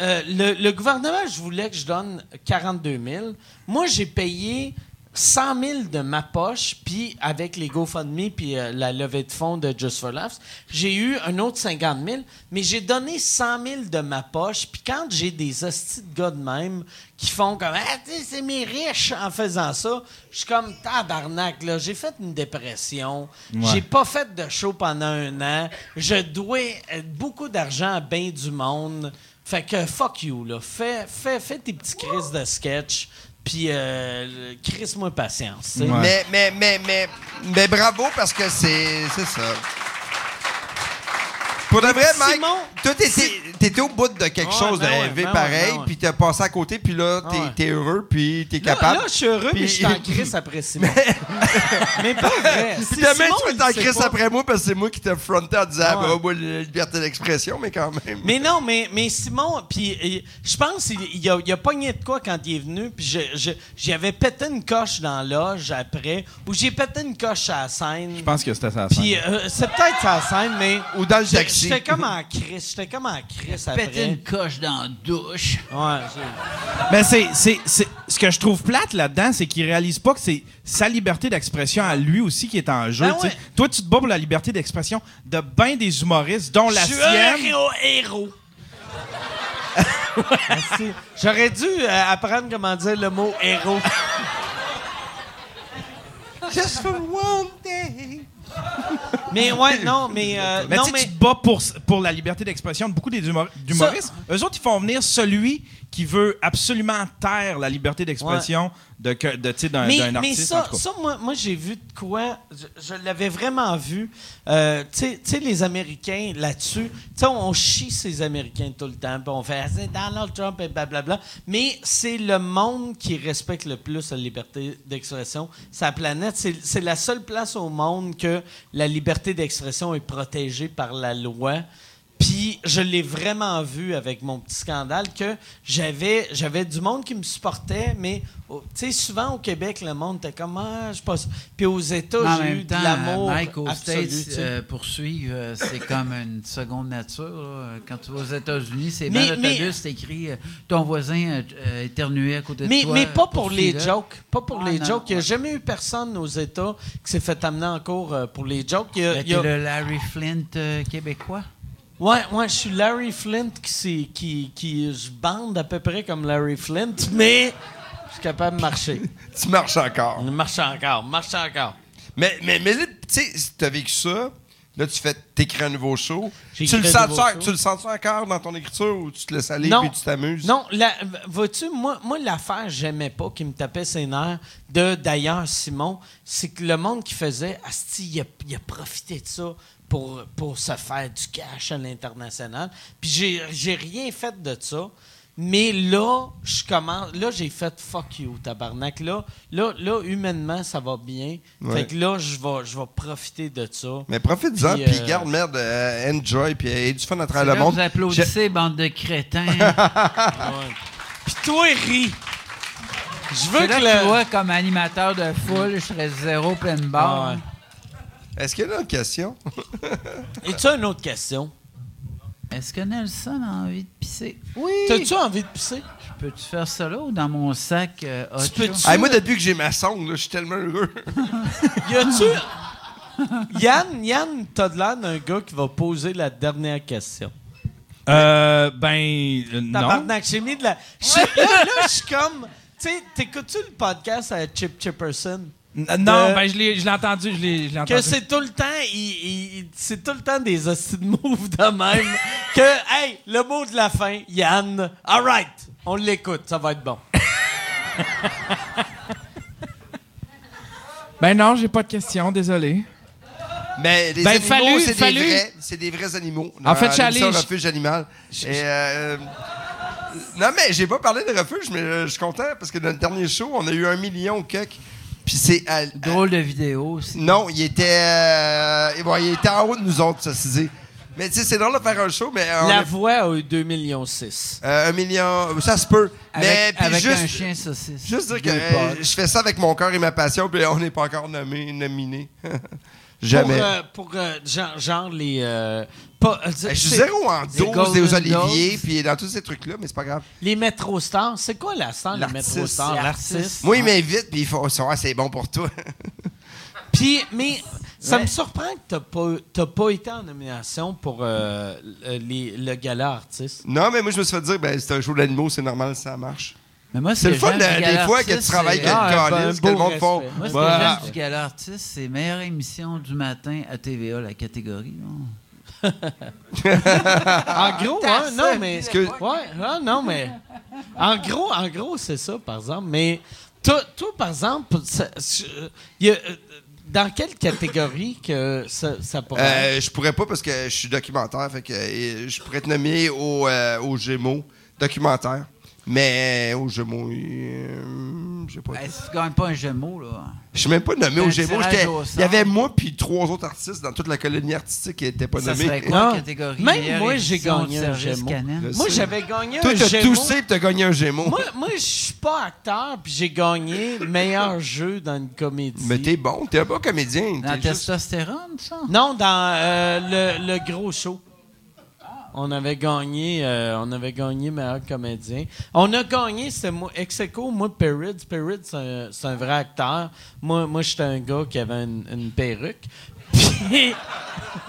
euh, le, le gouvernement, je voulais que je donne 42 000. Moi, j'ai payé 100 000 de ma poche, puis avec les GoFundMe, puis euh, la levée de fonds de Just for Laughs, j'ai eu un autre 50 000, mais j'ai donné 100 000 de ma poche. Puis quand j'ai des hosties de gars de même qui font comme Ah, tu sais, c'est mes riches en faisant ça, je suis comme tabarnak, là. J'ai fait une dépression. J'ai pas fait de show pendant un an. Je dois euh, beaucoup d'argent à bien du monde. Fait que fuck you, là. Fais, fais, fais tes petits crises de sketch, puis euh, crisse-moi patience. tu sais.
Ouais.
Mais, mais, mais, mais, mais bravo parce que c'est, c'est ça. Pour de vrai, Mike,
Simon,
toi, t'étais, t'étais au bout de quelque
Ouais,
chose de
ben ouais,
rêvé
ben ouais,
pareil,
ben ouais.
puis t'as passé à côté, puis là, t'es,
Ouais.
t'es heureux, puis t'es
Là,
capable.
Là, je suis heureux, mais je suis en crise après Simon. mais pas vrai. Si
puis demain,
Simon,
tu
il
vas t'en
sait
crise
pas-
après moi parce que c'est moi qui t'ai fronté en disant, ah,
Ouais.
bah, moi, la liberté d'expression, mais quand même.
Mais non, mais, mais Simon, puis euh, je pense qu'il il a, il a pogné de quoi quand il est venu, puis je- je- j'y avais pété une coche dans la loge après, ou j'ai pété une coche à la scène.
Je pense que c'était ça.
Puis euh, c'est peut-être sa scène, mais.
Ou dans le
J'ai-
taxi.
J'étais comme en crise. J'étais comme en crise après.
Péter une coche dans la douche.
Ouais, j'ai-
Mais Ben, c'est, c'est, c'est- ce que je trouve plate là-dedans, c'est qu'il réalise pas que c'est sa liberté d'expression à lui aussi qui est en jeu.
Ben
tu sais.
ouais.
Toi, tu te bats pour la liberté d'expression de bien des humoristes, dont la
je suis un
sienne.
héros. héros. Merci. J'aurais dû euh, apprendre comment dire le mot héros.
Just for one day.
Mais ouais, non, mais. euh,
Mais
non,
tu sais,
mais.
tu te bats pour, pour la liberté d'expression de beaucoup des humor- d'humoristes. Eux autres, ils font venir celui qui veut absolument taire la liberté d'expression de, que- de, tu sais, d'un,
mais,
d'un
mais
artiste. en
ça,
tout cas.
ça, moi, moi j'ai vu de quoi. Je, je l'avais vraiment vu. Euh, tu sais- tu sais, les Américains là-dessus, tu sais, on, on chie ces Américains tout le temps, puis on fait Ah, c'est Donald Trump et blablabla. Mais c'est le monde qui respecte le plus la liberté d'expression, sa planète. C'est c'est la seule place au monde que la liberté d'expression est protégée par la loi. Puis je l'ai vraiment vu avec mon petit scandale que j'avais j'avais du monde qui me supportait, mais oh, tu sais souvent au Québec le monde était comme ah je passe. Puis aux
Mais en
États j'ai eu
même
de
temps,
l'amour
Mike, aux
absolu. tu
States,
sais.
euh, poursuivre, euh, c'est comme une seconde nature. là. Quand tu vas aux États-Unis, c'est
Mais-
dans l'autobus,
mais-
c'est écrit euh, ton voisin euh, euh, éternuait à côté de
mais,
toi.
mais pas pour les
poursuis-le.
jokes. Pas pour
Ah,
les
non,
jokes. Il n'y a
ouais.
jamais eu personne aux États qui s'est fait amener en cours euh, pour les jokes. Il y a-
Mais
il y a-
Ben, t'es le Larry Flint euh, québécois.
Ah,
Ouais, ouais, je suis Larry Flint qui, s'est- qui, qui je bande à peu près comme Larry Flint, mais je suis capable de marcher.
Tu marches encore.
marche encore, marche encore.
Mais, mais, mais là, tu sais, si t'as vécu ça, là, tu fais, t'écris un nouveau show.
J'ai
Tu
écrit
le,
un
sens
nouveau show.
tu le sens encore dans ton écriture ou tu te laisses aller
Non.
puis tu t'amuses?
Non, la- vois-tu, moi, moi l'affaire, j'aimais pas qui me tapait ses nerfs de d'ailleurs Simon, c'est que le monde qui faisait Asti, il a, il a profité de ça pour, pour se faire du cash à l'international. Puis j'ai, j'ai rien fait de ça. Mais là, je commence. Là, j'ai fait fuck you, tabarnak. Là, là, là humainement, ça va bien. Fait
Ouais.
que là, je vais, je vais profiter de ça.
Mais profite-en,
Puis,
puis,
euh,
garde, merde, euh, enjoy, puis aie du fun à
C'est
travers le
là que Vous
monde. Je-
Ah
applaudissez, bande de crétins.
Puis toi, ris. Je veux
C'est là
que
que tu
le.
vois, comme animateur de foule, je serais zéro pleine barre.
Ah
Est-ce qu'il y a une autre question?
ouais. Et tu as une autre question?
Est-ce que Nelson a envie de pisser? Oui!
T'as-tu envie de pisser?
Peux-tu faire ça là ou dans mon sac euh, hot
Tu peux-tu-
shot?
Hey, moi, depuis que j'ai ma sonde, là, je suis tellement heureux.
Y a-tu. Yann, Yann, t'as de l'air d'un gars qui va poser la dernière question.
Euh, ben, euh, non.
Tabarnak, j'ai mis de la. j'ai- Là, là, je suis comme. Tu sais, t'écoutes-tu le podcast à Chip Chipperson?
N-
Euh,
Non, ben, je l'ai je l'ai entendu, je l'ai je l'ai
Que
entendu.
c'est tout le temps, il- il- il- c'est tout le temps des hosties de move de même. que, hey, le mot de la fin, Yann, alright, on l'écoute, ça va être bon.
Ben non, j'ai pas de question, désolé.
Mais les
Ben,
animaux,
fallu-
c'est
fallu-
des vrais, c'est des vrais animaux.
En fait, j'allais-
C'est un
je-
refuge animal. Et, euh, non, mais j'ai pas parlé de refuge, mais euh, je suis content parce que dans le dernier show, on a eu un million quelques. Puis c'est à- à-
Drôle de vidéo aussi.
Non, il était, euh, et bon, il était en haut de nous autres, ça se dit. Mais tu sais, c'est drôle de faire un show, mais euh, on
La
est-
voix a eu 2,6 millions. six.
euh, un million, ça se peut.
Avec,
mais puis
avec
juste,
un chien saucisse.
juste dire que
Deux
euh,
potes.
je fais ça avec mon cœur et ma passion, puis on n'est pas encore nommé, nominé. Jamais.
Pour, euh, pour, euh, genre, genre les. euh, pas- euh,
Je suis
c'est-
zéro en
Des
12 des
Golden
Oliviers,
Globes.
puis dans tous ces trucs-là, mais c'est pas grave.
Les métro stars, c'est quoi la star, les
L'artiste.
métro stars?
L'artiste.
L'artiste.
Moi, ils m'invitent, puis ils font ça, ah, c'est bon pour toi.
Puis, mais ça
Ouais.
me surprend que t'as pas, t'as pas été en nomination pour euh, le- les- le gala artiste.
non, mais moi, je me suis fait dire, ben, c'est un show d'animaux, c'est normal, ça marche.
Mais moi,
C'est le fun,
j'aime
de-
du
des
gala
fois, que tu
artiste,
travailles
c'est-
avec
ah,
le
ben,
calice,
un
que le
beau
monde font. bah,
respect.
Moi, ce
Voilà.
que j'aime du gala artiste, c'est meilleure émission du matin à TVA, la catégorie. non?
En gros, hein, non, mais.
Excuse-
Ouais, ah, non, mais. En gros, en gros, c'est ça, par exemple. Mais toi, toi, par exemple, ça- je- il y a, euh, dans quelle catégorie que ça, ça pourrait être?
Euh, je pourrais pas parce que je suis documentaire, fait que euh, je pourrais être nommé au, euh, aux Gémeaux, documentaire. Mais euh, aux Gémeaux, euh, je sais pas.
Hey, si tu gagnes pas un Gémeaux, là.
Je suis même pas nommé aux
Ben, un
Gémeaux.
tirage
j'étais-
au
Il y
sort.
avait moi puis trois autres artistes dans toute la colonie artistique qui n'étaient pas
Ça
nommés.
serait quoi
Non.
la catégorie?
Même
Meilleure
moi, j'ai
édition
gagné
du
un
service
Gémeaux.
canin?
Je
Moi,
sais.
j'avais gagné
Toi,
un
t'as
Gémeaux.
toussé et t'as gagné un Gémeaux.
Moi, moi je suis pas acteur, puis j'ai gagné meilleur jeu dans une comédie.
Mais t'es bon, t'es un bon comédien.
Dans la
t'es juste-
testostérone, ça?
Non, dans euh, le, le gros show. On avait gagné, euh, on avait gagné meilleur comédien. On a gagné, c'est moi, ex aequo, moi, Perrid. Perrid, c'est un, c'est un vrai acteur. Moi, moi j'étais un gars qui avait une, une perruque. Puis.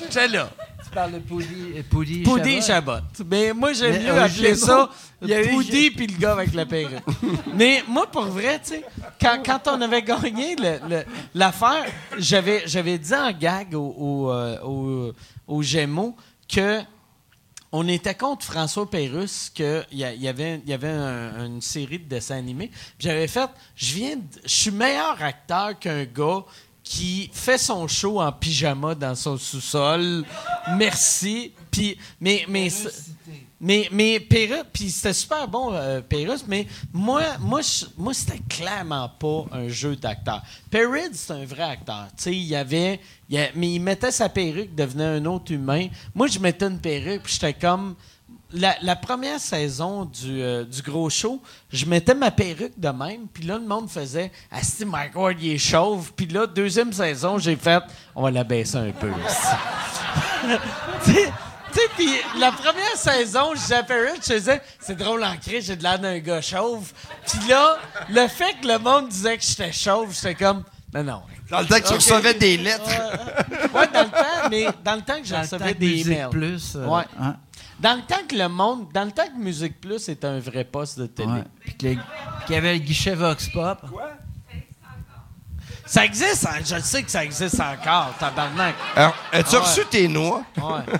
j'étais là.
Tu parles de Poudy. Poudy,
Poudy
Chabot.
Chabot. Mais moi, j'aime
Mais
mieux
un
appeler
Gémeaux,
ça
il y a eu
Poudy puis le gars avec la perruque. Mais moi, pour vrai, tu sais, quand, quand on avait gagné le- le- l'affaire, j'avais, j'avais dit en gag aux au, euh, au- aux Gémeaux que on était contre François Pérusse qu'il y, a- il y avait, il y avait un- une série de dessins animés. Puis J'avais fait, je viens, de- je suis meilleur acteur qu'un gars qui fait son show en pyjama dans son sous-sol. Merci. Puis, mais, mais, mais, mais Pérusse, puis c'était super bon, euh, Pérusse, mais moi, moi, je- moi c'était clairement pas un jeu d'acteur. Perrid, c'est un vrai acteur. Tu sais, il y avait, il y a- mais il mettait sa perruque, devenait un autre humain. Moi, je mettais une perruque, puis j'étais comme. La, la première saison du, euh, du gros show, je mettais ma perruque de même, puis là, le monde faisait Ah, si, Mike Ward, il est chauve. Puis là, deuxième saison, j'ai fait On va la baisser un peu. aussi. Tu sais, tu sais, puis la première saison, je disais à Perrin, je disais, c'est drôle en crise, j'ai de l'air d'un gars chauve. Puis là, le fait que le monde disait que j'étais chauve, j'étais comme, non, non.
Dans le temps que tu
Ok.
recevais des lettres.
Ouais, dans le temps, mais dans le temps que je
Dans le temps
recevais
que
des
Musique
emails.
Plus. euh,
Ouais.
hein,
Dans le temps que le monde, dans le temps que Musique Plus était un vrai poste de télé.
ouais. Puis que les- qu'il y avait le guichet Vox Pop.
Ça existe, hein, je sais que ça existe encore, tabarnak.
Alors, as-tu
Ah ouais.
reçu tes noix?
Ouais.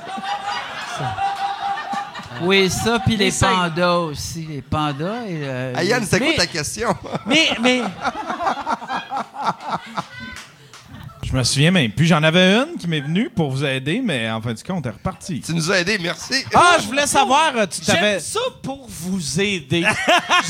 Ah. Oui, ça, puis les
ça-
pandas aussi. Les pandas et... euh,
Hey, Ah, Yann, c'était
Mais-
quoi ta question?
Mais, mais,
Je me souviens même plus. J'en avais une qui m'est venue pour vous aider, mais en fin de compte, on est reparti.
Tu nous as aidés, merci. Oh,
Ah, je voulais savoir, euh, tu t'avais.
J'aime ça pour vous aider.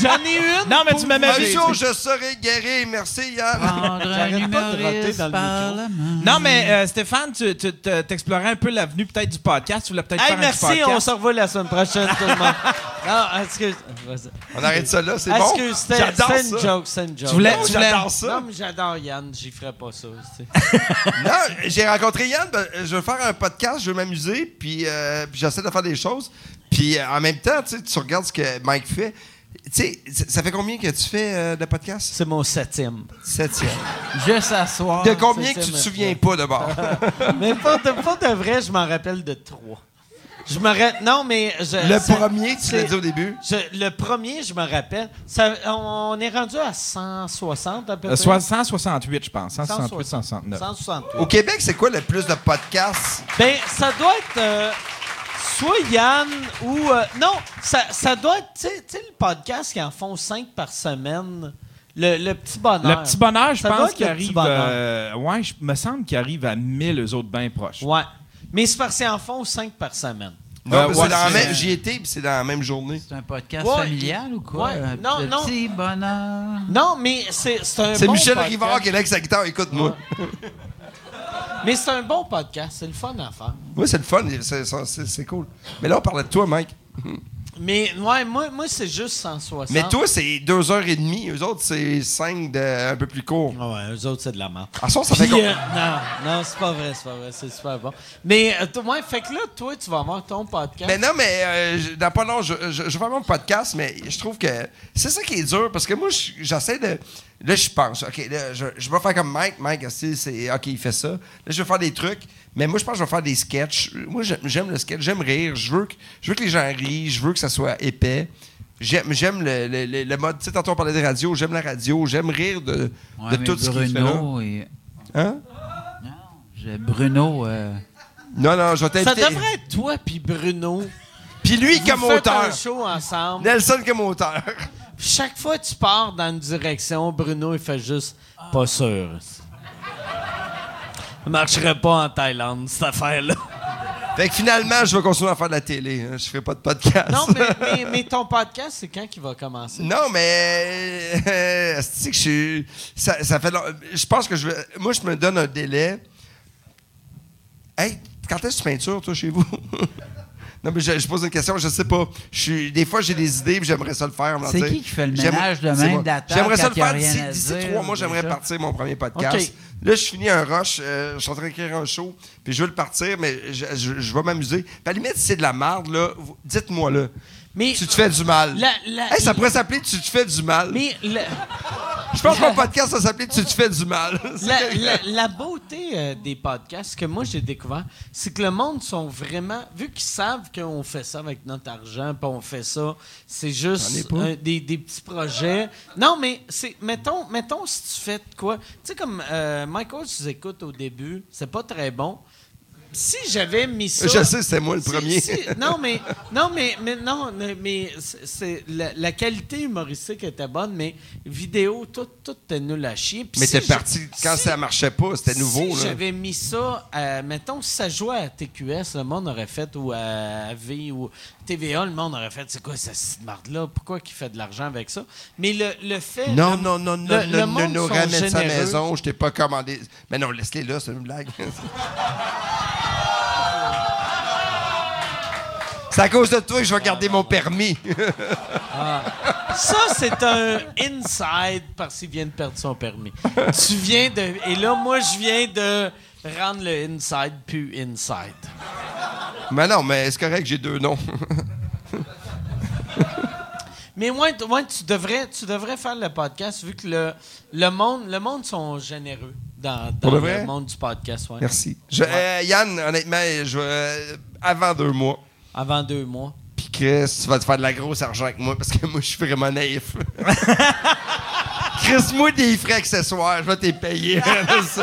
J'en ai une.
Non, mais tu m'avais
Un jour, je serai guéri, merci Yann.
Ah.
Prendre un
J'arrête pas de roter dans
humoriste
le
par la main.
Non, mais euh, Stéphane, tu tu- tu- t'explorais un peu l'avenue peut-être du podcast. Tu voulais peut-être
Hey,
faire
merci,
un petit
on
podcast.
se revoit la semaine prochaine, tout le monde. Non, excuse. Vas-y.
On arrête ça là, c'est bon.
Excuse, c'était
J'adore
c'est une
ça.
joke, c'est une joke.
Tu voulais-
Non,
tu voulais-
J'adore
Non,
ça.
mais j'adore Yann, j'y ferais pas ça. tu sais.
Non, j'ai rencontré Yann, ben, je veux faire un podcast, je veux m'amuser, puis, euh, puis j'essaie de faire des choses. Puis euh, en même temps, tu sais, tu regardes ce que Mike fait. Tu sais, c- ça fait combien que tu fais euh, de podcasts?
C'est mon septième.
Septième.
Juste à soir.
Ah,
De combien que
septième,
tu te
ouais.
souviens pas d'abord?
Mais pour de, pour de vrai, je m'en rappelle de trois. Je me ra- Non, mais. Je,
Le
c'est-
premier, tu l'as
c'est-
dit au début?
je- le premier, je me rappelle. Ça- on, on est rendu à 160 à peu
Euh,
près.
soit 168, je pense. 168, 169.
168.
Au Québec, c'est quoi le plus de podcasts?
Ben, ça doit être euh, soit Yann ou. euh, non, ça, ça doit être. Tu sais- tu sais, le podcast qui en font cinq par semaine, le, le petit bonheur.
Le petit bonheur, je
Ça doit
pense
être
qu'il
le petit
arrive.
bonheur.
euh, ouais, je me semble qu'il arrive à 1000 eux autres bien proches.
Ouais. Mais c'est parce qu'ils en font cinq par semaine.
Non,
Euh,
mais
ouais,
c'est dans la
c'est-
même- J'y étais, puis c'est dans la même journée.
C'est un podcast
Ouais.
familial ou quoi?
Ouais.
Un
Non, non.
petit bonheur.
Non, mais c'est c'est un
C'est
bon
Michel
podcast.
Rivard qui est là avec sa guitare, écoute-moi.
Mais c'est un bon podcast, c'est le fun à faire.
Oui, c'est le fun, c'est- c'est c'est cool. Mais là, on parlait de toi, Mike.
Mais ouais, moi, moi c'est juste 160.
Mais toi, c'est deux heures et demie. Eux autres, c'est cinq de, un peu plus court.
Ah Ouais, eux autres, c'est de la merde.
En soi, ça fait
Puis,
combien?
euh, non, non, c'est pas vrai, c'est pas vrai, c'est super bon. Mais euh, toi, ouais, fait que là, toi, tu vas avoir ton
Hein?
podcast.
Mais non, mais euh, je- dans pas long, je, je, je vais faire mon podcast, mais je trouve que c'est ça qui est dur parce que moi, je- j'essaie de. Là, je pense, OK, là, je, je vais faire comme Mike. Mike, aussi, c'est OK, il fait ça. Là, je vais faire des trucs, mais moi, je pense que je vais faire des sketchs. Moi, j'aime- j'aime le sketch, j'aime rire, je veux, que, je veux que les gens rient, je veux que ça soit épais. J'aime j'aime le, le- le- le mode. Tu sais, tantôt, on parlait de radio, j'aime la radio, j'aime rire de,
Ouais,
de
mais
tout ce qui se fait là.
Bruno et-
Hein?
J'ai Bruno. euh,
Non, non, je vais
ça
t'inviter.
devrait être toi puis Bruno.
Puis lui, comme
Vous faites un
auteur.
show ensemble.
Nelson, comme auteur.
Puis Chaque fois que tu pars dans une direction, Bruno, il fait juste pas sûr. Ça marcherait pas en Thaïlande, cette affaire-là.
Fait que finalement, je vais continuer à faire de la télé. hein. Je ferai pas de podcast.
Non, mais, mais, mais ton podcast, c'est quand qu'il va commencer?
Non, mais. euh, asti que je suis- Ça, ça fait long- Je pense que je vais. Moi, je me donne un délai. Hey, quand est-ce que tu peintures, toi, chez vous? non, mais je, je pose une question, je sais pas. Je suis- des fois, j'ai des idées, puis j'aimerais ça le faire. me
C'est
dire.
qui qui fait le
J'aime-
ménage de
c'est
même
moi.
d'attente
J'aimerais ça
quand
le
il y a rien
faire d'ici
à
d'ici
dire,
trois mois, j'aimerais
déjà?
partir mon premier podcast.
OK.
Là, je finis un rush. euh, je suis en train d'écrire un show, puis je veux le partir, mais je, je- je vais m'amuser. Puis à la limite, si c'est de la merde, là, vous- dites-moi, là.
Mais,
Tu te fais du mal.
La- la-
Hey, ça pourrait s'appeler Tu te fais du mal.
mais la,
Je pense que mon podcast, ça s'appelait Tu te fais du mal.
la- la- la beauté euh, des podcasts que moi j'ai découvert, c'est que le monde sont vraiment. Vu qu'ils savent qu'on fait ça avec notre argent, puis on fait ça, c'est juste euh, des, des petits projets. Non, mais c'est. Mettons, mettons si tu fais de quoi. Tu sais, comme euh, Michael, tu nous écoutes au début, c'est pas très bon. Si j'avais mis ça.
Je sais, c'est moi le
Si-
premier.
si- non, mais, non, mais, mais, non, ne- mais c'est- c'est la, la qualité humoristique était bonne, mais vidéo, tout, tout était nul à chier. Puis
Mais
si
t'es
je-
parti quand
si-
ça marchait pas, c'était nouveau.
Si
là.
j'avais mis ça, à- mettons, si ça jouait à TQS, le monde aurait fait, ou à V, ou TVA, le monde aurait fait, c'est quoi cette marde-là? Pourquoi qu'il fait de l'argent avec ça? Mais le, le fait.
Non,
le-
non, non, non,
le-
non,
le
non,
monde
non,
sont
ramène sa
généreux.
maison, je t'ai pas commandé. Mais non, laisse-les là, c'est une blague. c'est à cause de toi que je vais garder mon permis.
Ça, c'est un inside parce qu'il vient de perdre son permis. Tu viens de. Et là, moi, je viens de rendre le inside plus inside.
mais non, mais c'est correct, j'ai deux noms.
Mais moi, t- moi, tu, devrais, tu devrais faire le podcast vu que le, le monde le monde sont généreux dans, dans
Pour de vrai?
le monde du podcast. ouais.
Merci. Je- euh, Yann, honnêtement, je, euh, avant deux mois,
Avant deux mois.
Puis Chris, tu vas te faire de la grosse argent avec moi parce que moi, je suis vraiment naïf. Chris, moi, des frais accessoires, je vais t'y payer. C'est-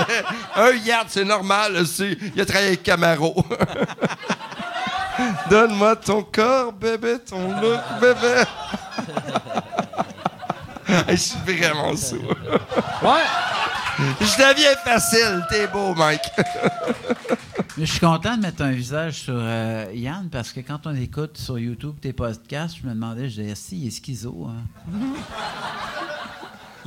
Un yard, c'est normal aussi. Il a travaillé avec Camaro. Donne-moi ton corps, bébé, ton look, bébé. Hey, Je suis vraiment sourd.
Ouais.
Je deviens facile. T'es beau, Mike.
Mais je suis content de mettre un visage sur euh, Yann parce que quand on écoute sur YouTube tes podcasts, je me demandais, je disais, si, il est schizo. hein.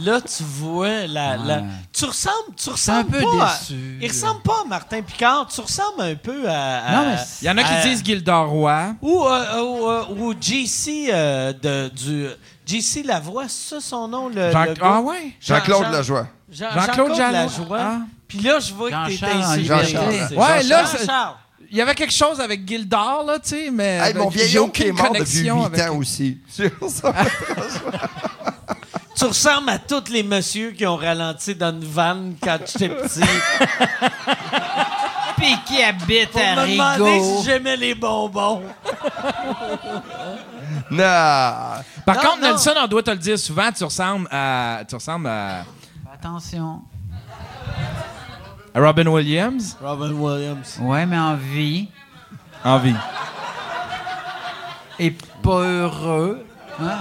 Là, tu vois la. la-
Ouais.
Tu ressembles, tu ressembles
peu
pas. à-
déçu,
Il
là.
ressemble pas à Martin Picard. Tu ressembles un peu à. à-
Non, mais c'est-
Il y en a qui
à-
disent Gildor Roy.
Ou, euh, euh, ou, euh, ou JC euh, de, du. JC Lavoie, c'est ça son nom? Le,
Jean-
le gars?
ah ouais?
Jean-
Jean-Claude
Jean-
Lajoie.
Jean-
Jean-Claude
Jean-Claude
Jean-
Lajoie.
Ah.
Puis là, je vois que t'es
Jean-Charles en
insinué.
liberté.
Ouais, là, c'est-
Jean-Charles.
Il y avait quelque chose avec Gildor, là, tu sais, mais.
Hey, mon
Euh, avec- j'ai
vieillot qui
aucune
est mort depuis 8
connexion avec-
ans aussi.
Tu ressembles à tous les messieurs qui ont ralenti dans une vanne quand j'étais petit.
Puis qui habite
Pour
à
me demander si
Rigaud.
j'aimais les bonbons.
non.
Par
Non,
contre,
non.
Nelson, on doit te le dire souvent, tu ressembles à. Tu ressembles à.
Attention.
à Robin Williams.
Robin Williams.
Ouais, mais en vie.
Envie.
Et pas heureux. hein.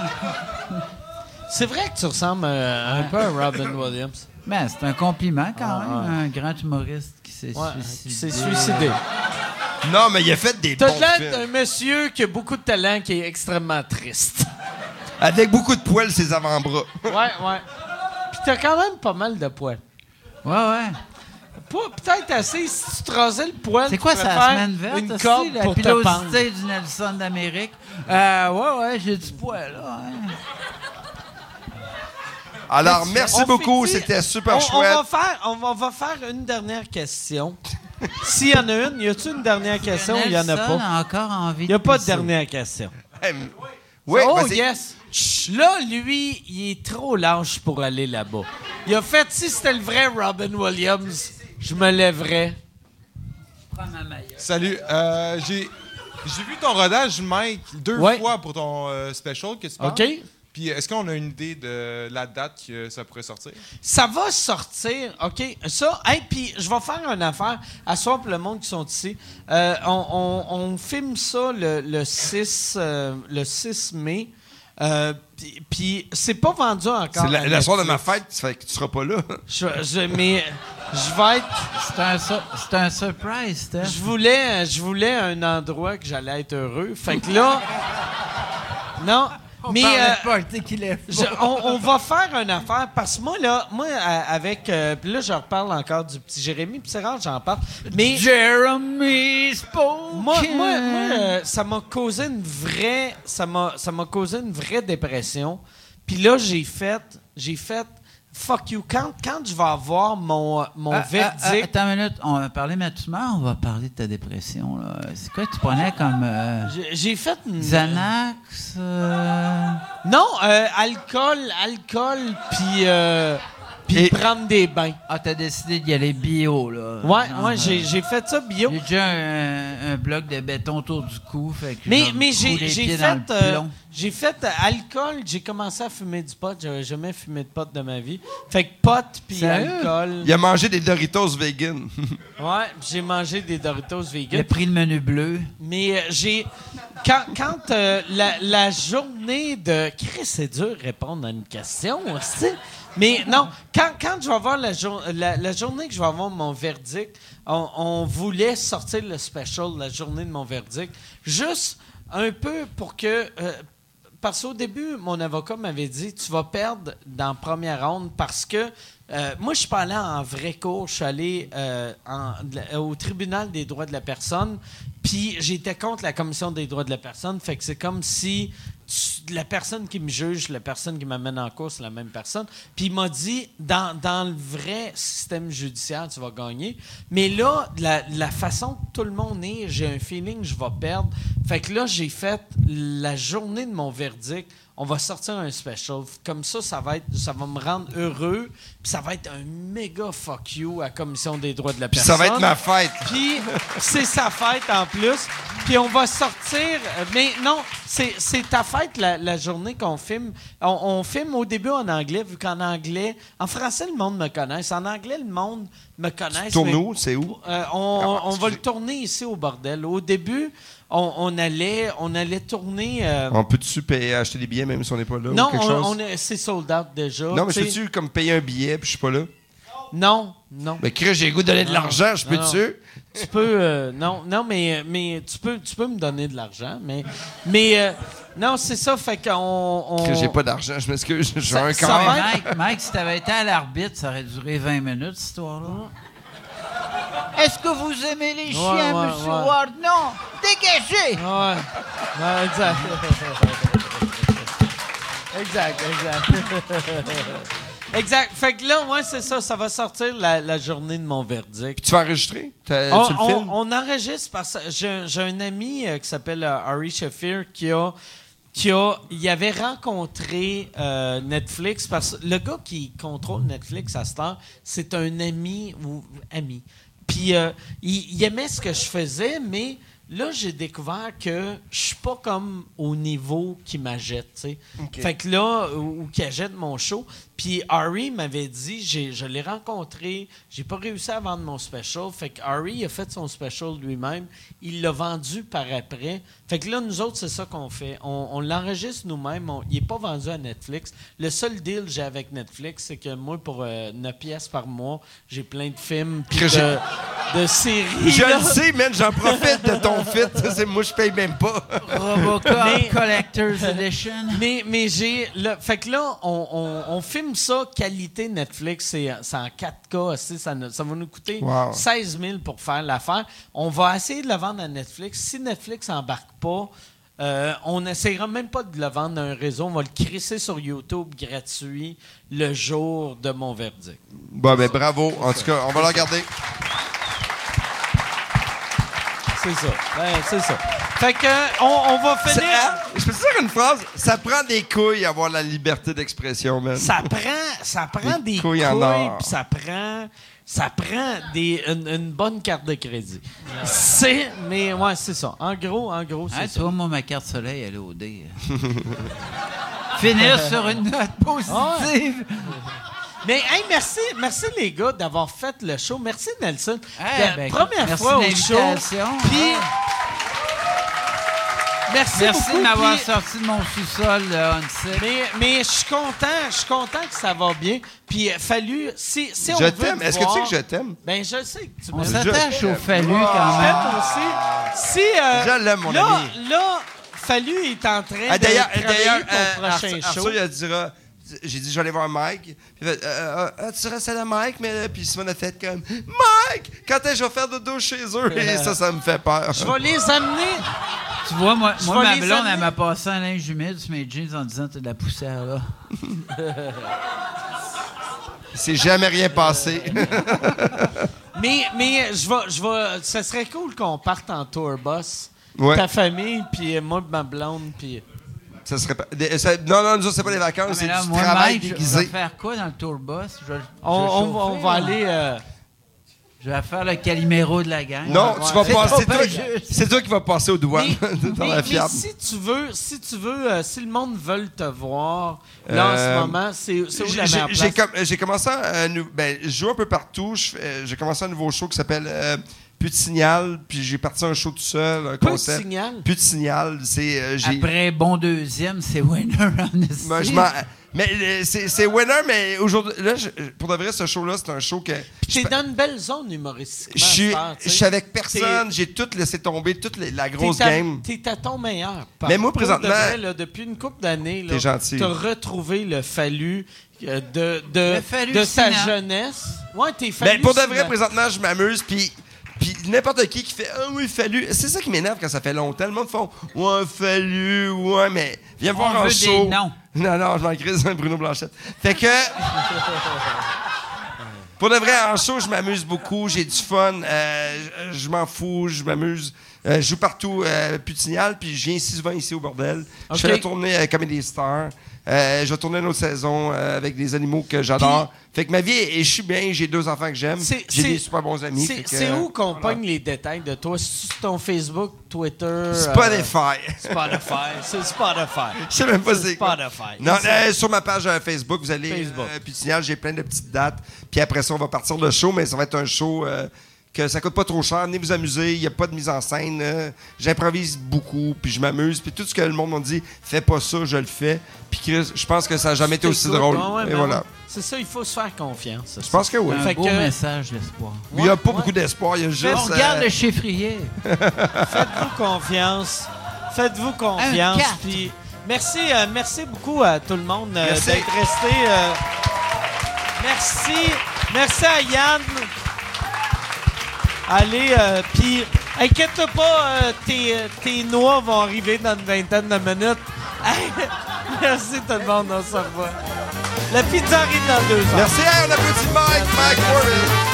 C'est vrai que tu ressembles euh, un peu à Robin Williams.
Mais c'est un compliment quand
Ah,
même. Un grand humoriste qui s'est
Ouais,
suicidé.
qui s'est suicidé.
non, mais il a fait des
T'as
bons
de l'air d'un
films.
monsieur qui a beaucoup de talent, qui est extrêmement triste.
Avec beaucoup de poils ses avant-bras.
Ouais, ouais. Puis t'as quand même pas mal de poils.
Ouais, ouais.
Pas- Peut-être assez, si tu te rasais le poil,
C'est
tu
quoi
pourrais
ça, la
faire
semaine verte?
Une
aussi,
corde
la
pour te pendre.
pilosité du Nelson d'Amérique. Euh, ouais, ouais, j'ai du poids, là. hein.
Alors, merci
On
beaucoup.
finit-
C'était super
on,
chouette.
On va, faire, on, va, on va faire une dernière question. S'il y en a une, y a-tu une dernière question ou il y en a
Nelson
pas?
a encore envie
Y a
de
pas de
pisser.
dernière question.
Hey, m- oui,
oh
vas-y.
yes! Là, lui, il est trop lâche pour aller là-bas. Il a fait, si c'était le vrai Robin Williams, je me lèverais.
Salut. euh, j'ai j'ai vu ton rodage, Mike, deux
Ouais.
fois pour ton euh, special que tu
Ah.
parles.
OK?
Puis est-ce qu'on a une idée de la date que ça pourrait sortir?
Ça va sortir, OK? Ça, hey, puis je vais faire une affaire. À soir, pour le monde qui sont ici, Euh, on, on- on filme ça le, le 6, euh, le 6 mai. Euh, puis- Puis c'est pas vendu encore.
C'est la,
à
la soirée de ma
Netflix.
fête, ça fait que tu seras pas là.
Je, je- mais je vais être...
C'est un, sur- c'est un surprise, Steph.
Je voulais, je voulais un endroit que j'allais être heureux. Fait que là... Non, mais... euh, Je- on, on va faire une affaire parce que moi là, moi à- avec euh, puis là je reparle encore du petit Jérémy, puis c'est rare que j'en parle, mais
Jeremy Spoken.
moi, moi, moi, euh, ça m'a causé une vraie ça m'a ça m'a causé une vraie dépression. Puis là j'ai fait j'ai fait fuck you quand quand je vais avoir mon euh, mon
Ah, ah, ah,
verdict
attends une minute, on va parler de ma tumeur, on va parler de ta dépression. là. C'est quoi que tu prenais comme euh,
j'ai- j'ai fait une-
Xanax? euh,
non euh, alcool alcool puis euh, puis
Et-
prendre des bains.
Ah, t'as décidé d'y aller bio, là.
Ouais,
Genre,
ouais, j'ai
euh,
j'ai fait ça bio.
J'ai déjà un, un bloc de béton autour du cou, fait que
Mais,
je me
mais
couds
j'ai
les
j'ai
pieds
fait,
dans le
euh,
plomb.
j'ai fait euh, alcool, j'ai commencé à fumer du pot. J'avais jamais fumé de pot de ma vie. Fait que pot puis
Sérieux?
alcool.
Il a mangé des Doritos vegan.
Ouais, puis j'ai mangé des Doritos
Il
vegan.
a pris le menu bleu.
Mais euh, j'ai. Quand, quand euh, la, la journée de. Chris, c'est dur de répondre à une question aussi. Mais non, quand, quand je vais avoir la, jour- la, la journée que je vais avoir mon verdict, on, on voulait sortir le special la journée de mon verdict. Juste un peu pour que. euh, parce qu'au début, mon avocat m'avait dit Tu vas perdre dans la première ronde parce que euh, moi, je suis pas allé en vrai cours, je suis allé euh, en- de- au tribunal des droits de la personne, puis j'étais contre la commission des droits de la personne. Fait que c'est comme si tu- la personne qui me juge, la personne qui m'amène en cours, c'est la même personne. Puis il m'a dit dans, dans le vrai système judiciaire, tu vas gagner. Mais là, la, la façon que tout le monde est, j'ai un feeling que je vais perdre. Fait que là, j'ai fait la journée de mon verdict. On va sortir un special. Comme ça, ça va, être, ça va me rendre heureux. Puis ça va être un méga fuck you à la Commission des droits de la
Puis
personne.
ça va être ma fête.
Puis c'est sa fête en plus. Puis on va sortir. euh, Mais non, c'est c'est ta fête la, la journée qu'on filme. On, on filme au début en anglais, vu qu'en anglais. En français, le monde me connaisse. En anglais, le monde me connaisse. mais-
Tourneau, c'est où?
euh, on,
Ah,
on va
excusez.
le tourner ici au bordel. Au début, on, on allait, on allait tourner. euh,
On peut-tu payer, acheter des billets même si on n'est pas là?
non,
Ah, ou quelque
on-
chose?
on est- c'est sold out déjà.
non, mais
tu sais.
peux-tu comme payer un billet puis je suis pas là?
Non, non.
Mais Chris, j'ai le goût de donner de
Non.
l'argent, je peux
Non,
dessus.
Tu peux. euh, non, non, mais, mais tu, peux, tu peux me donner de l'argent. Mais, mais euh, non, c'est ça. Fait qu'on. on-
Chris, j'ai pas d'argent, je m'excuse, j'ai
Ça-
un
ça
corps.
va-
Mais Mike, Mike, si t'avais été à l'arbitre, ça aurait duré 20 minutes, cette histoire-là. Mm. Est-ce que vous aimez les chiens,
ouais,
monsieur
ouais.
Ward? Non! Dégagez!
Ah, Ouais. Ouais, exact. exact, exact. exact. Fait que là, ouais, c'est ça. Ça va sortir la, la journée de mon verdict.
Puis tu vas enregistrer? T'as-
On,
Euh, tu le
Ah, on-
filmes?
on enregistre parce que j'ai un- j'ai un ami euh, qui s'appelle euh, Harry Shafir qui a qui a il avait rencontré euh, Netflix parce que le gars qui contrôle Netflix à cette heure, c'est un ami ou ami. Puis euh, il, il aimait ce que je faisais mais là j'ai découvert que je suis pas comme au niveau qui m'ajette, tu sais. Fait que là ou qui achète mon show, puis Harry m'avait dit j'ai- je l'ai rencontré, j'ai pas réussi à vendre mon special, fait que Harry a fait son special lui-même, il l'a vendu par après. Fait que là nous autres c'est ça qu'on fait, on, on l'enregistre nous-mêmes, on- il est pas vendu à Netflix. Le seul deal que j'ai avec Netflix c'est que moi pour 9 pièces par mois, j'ai plein de films puis
Que j'ai-
de, de séries.
Je
là.
le sais, man, j'en profite de ton fit. Ça, c'est- Moi, je paye même pas.
Robocop
Mais-
Collector's Edition.
Mais, mais j'ai. le- Fait que là, on, on- on filme ça qualité Netflix. C'est c'est en 4K. aussi, Ça, ne- ça va nous coûter
Wow.
16 000 pour faire l'affaire. On va essayer de le vendre à Netflix. Si Netflix embarque pas, euh, on n'essayera même pas de le vendre à un réseau. On va le crisser sur YouTube gratuit le jour de mon verdict.
Bon, ben bravo. En tout cas, on va le regarder.
C'est ça. Ouais, C'est ça. Fait que, on, on va
C'est-
finir.
hein? Je peux te dire une phrase? Ça prend des couilles avoir la liberté d'expression, man.
ça prend, ça prend des,
Des
couilles,
couilles en or.
puis ça prend, ça prend des, une, une bonne carte de crédit. C'est, mais ouais, c'est ça. En gros, en gros, c'est
Ah, tu
ça.
vois, moi, ma carte soleil, elle est au dé. Finir sur une note positive.
Mais hey, merci, merci les gars d'avoir fait le show. Merci Nelson.
Eh,
La
ben,
première
merci
fois
de
au show.
l'invitation. Ah.
Puis merci,
Merci
beaucoup,
de m'avoir
puis-
sorti de mon sous-sol, là, on sait.
Mais, mais je suis content, je suis content que ça va bien. Puis euh, fallu, si, si on
Je
veut
t'aime.
te
Est-ce que tu sais
voir-
que je t'aime?
Ben je sais que tu
On
me
s'attache au fallu
Ah. Je
quand même.
l'aime aussi. Si, euh,
Je l'aime, mon
là,
ami.
Là, Fallu est en train
Ah, D'ailleurs,
de travailler
d'ailleurs,
pour
euh,
le prochain
Arthur,
show.
Arthur, il a dit, euh, j'ai dit, je vais aller voir Mike. Puis il fait, euh, euh, ah, tu restes à la Mike, mais euh, puis Simon a fait comme, Mike, quand est-ce que je vais faire dodo chez eux? Et ça, ça me fait peur.
Je vais les amener.
Tu vois, moi,
Je
moi
vais
ma
les
blonde,
amener.
elle m'a passé un linge humide sur mes jeans en disant T'as de la poussière, là.
Ah, C'est jamais rien passé.
Mais, mais je vais, je vais, ça serait cool qu'on parte en tour bus.
Ouais.
Ta famille, puis moi, pis ma blonde, puis...
ça serait pas- des- ça- non, non, nous autres, c'est pas des
Ah,
vacances,
Mais
c'est
là,
du
moi,
travail
Mike, je- je vais
déguisé.
faire quoi dans le tour bus? Je, vais- je vais
On, on va- on
chauffer, hein.
va
là.
aller... euh,
Je vais faire le Calimero de la gang.
Ouais,
Non, tu
ouais.
vas
C'est
passer.
trop
toi-
injuste.
C'est toi qui vas passer aux douanes
Mais,
dans
mais-
la
mais
fiable.
si tu veux, si tu veux, euh, si le monde veut te voir, là,
Euh,
en ce moment, c'est c'est où la
J'ai-
meilleure
J'ai
place?
com- j'ai commencé à nou- ben, je joue un peu partout. Je fais- euh, J'ai commencé un nouveau show qui s'appelle euh, Plus de signal, puis j'ai parti un show tout seul, un
Peu de
concept.
signal.
Plus de signal, c'est euh, j'ai-
Après, bon deuxième, c'est winner en esti.
Moi, je m'en- mais euh, c'est c'est winner, mais aujourd'hui, là, je- pour de vrai, ce show-là, c'est un show que
T'es dans une belle zone humoristique.
je suis, je
hein.
suis avec personne. J'ai tout laissé tomber, toute la- la grosse
T'es à-
game.
T'es à ton meilleur.
Mais moi,
Pour de vrai,
présentement-
là, depuis une couple d'années, là,
T'es gentil.
T'as retrouvé le fallu euh, de, de,
Le fallu
de sa
Sinan.
jeunesse. Ouais, t'es fallu.
Mais Ben, pour de vrai,
Sinan.
présentement, je m'amuse, puis. Puis n'importe qui qui fait Ah oui, fallu. C'est ça qui m'énerve quand ça fait longtemps. Le monde font Ouais, fallu, ouais, mais viens me
On
voir en
veut des
show.
noms.
Non, non, je m'en crise, hein, Bruno Blanchette. Fait que. pour de vrai, en show, je m'amuse beaucoup, j'ai du fun, euh, je- je m'en fous, je m'amuse. Euh, je joue partout, euh, plus de signal, puis je viens souvent ici au bordel. Je fais
Ok.
la tournée euh, Comedy Star. Euh, je vais tourner une autre saison euh, avec des animaux que j'adore. Fait que ma vie, est- je suis bien, j'ai deux enfants que j'aime.
C'est-
J'ai
c'est-
des super bons amis. fait
C'est
que- euh,
c'est où qu'on pogne les détails de toi? C'est sur ton Facebook, Twitter? euh,
Spotify.
Spotify. C'est Spotify.
Je sais même pas c'est quoi.
Spotify.
Non, euh, sur ma page euh, Facebook, vous allez.
Facebook.
euh, puis signal, j'ai plein de petites dates. Puis après ça, on va partir le show, mais ça va être un show. euh, que ça coûte pas trop cher, venez vous amuser, il n'y a pas de mise en scène, euh, j'improvise beaucoup, puis je m'amuse, puis tout ce que le monde m'a dit, fais pas ça, je le fais, puis Chris, je pense que ça n'a jamais été aussi
T'écoutes,
drôle.
ouais, ouais,
Et
ben
voilà.
ouais. C'est ça, il faut se faire confiance.
Je pense que oui.
Un
Fait
beau
que-
message d'espoir.
Il n'y a pas beaucoup d'espoir, il y a juste.
On regarde
euh,
le chiffrier.
Faites-vous confiance. Faites-vous
Un
confiance.
quatre.
Puis merci, euh, merci beaucoup à tout le monde euh,
Merci.
d'être resté. euh, merci. Merci à Yann. Allez, euh, puis inquiète pas, euh, tes, tes noix vont arriver dans une vingtaine de minutes. merci tout le monde, on se revoit. La pizza arrive dans deux heures.
Merci, hey, on applaudit Mike, Mike Warren.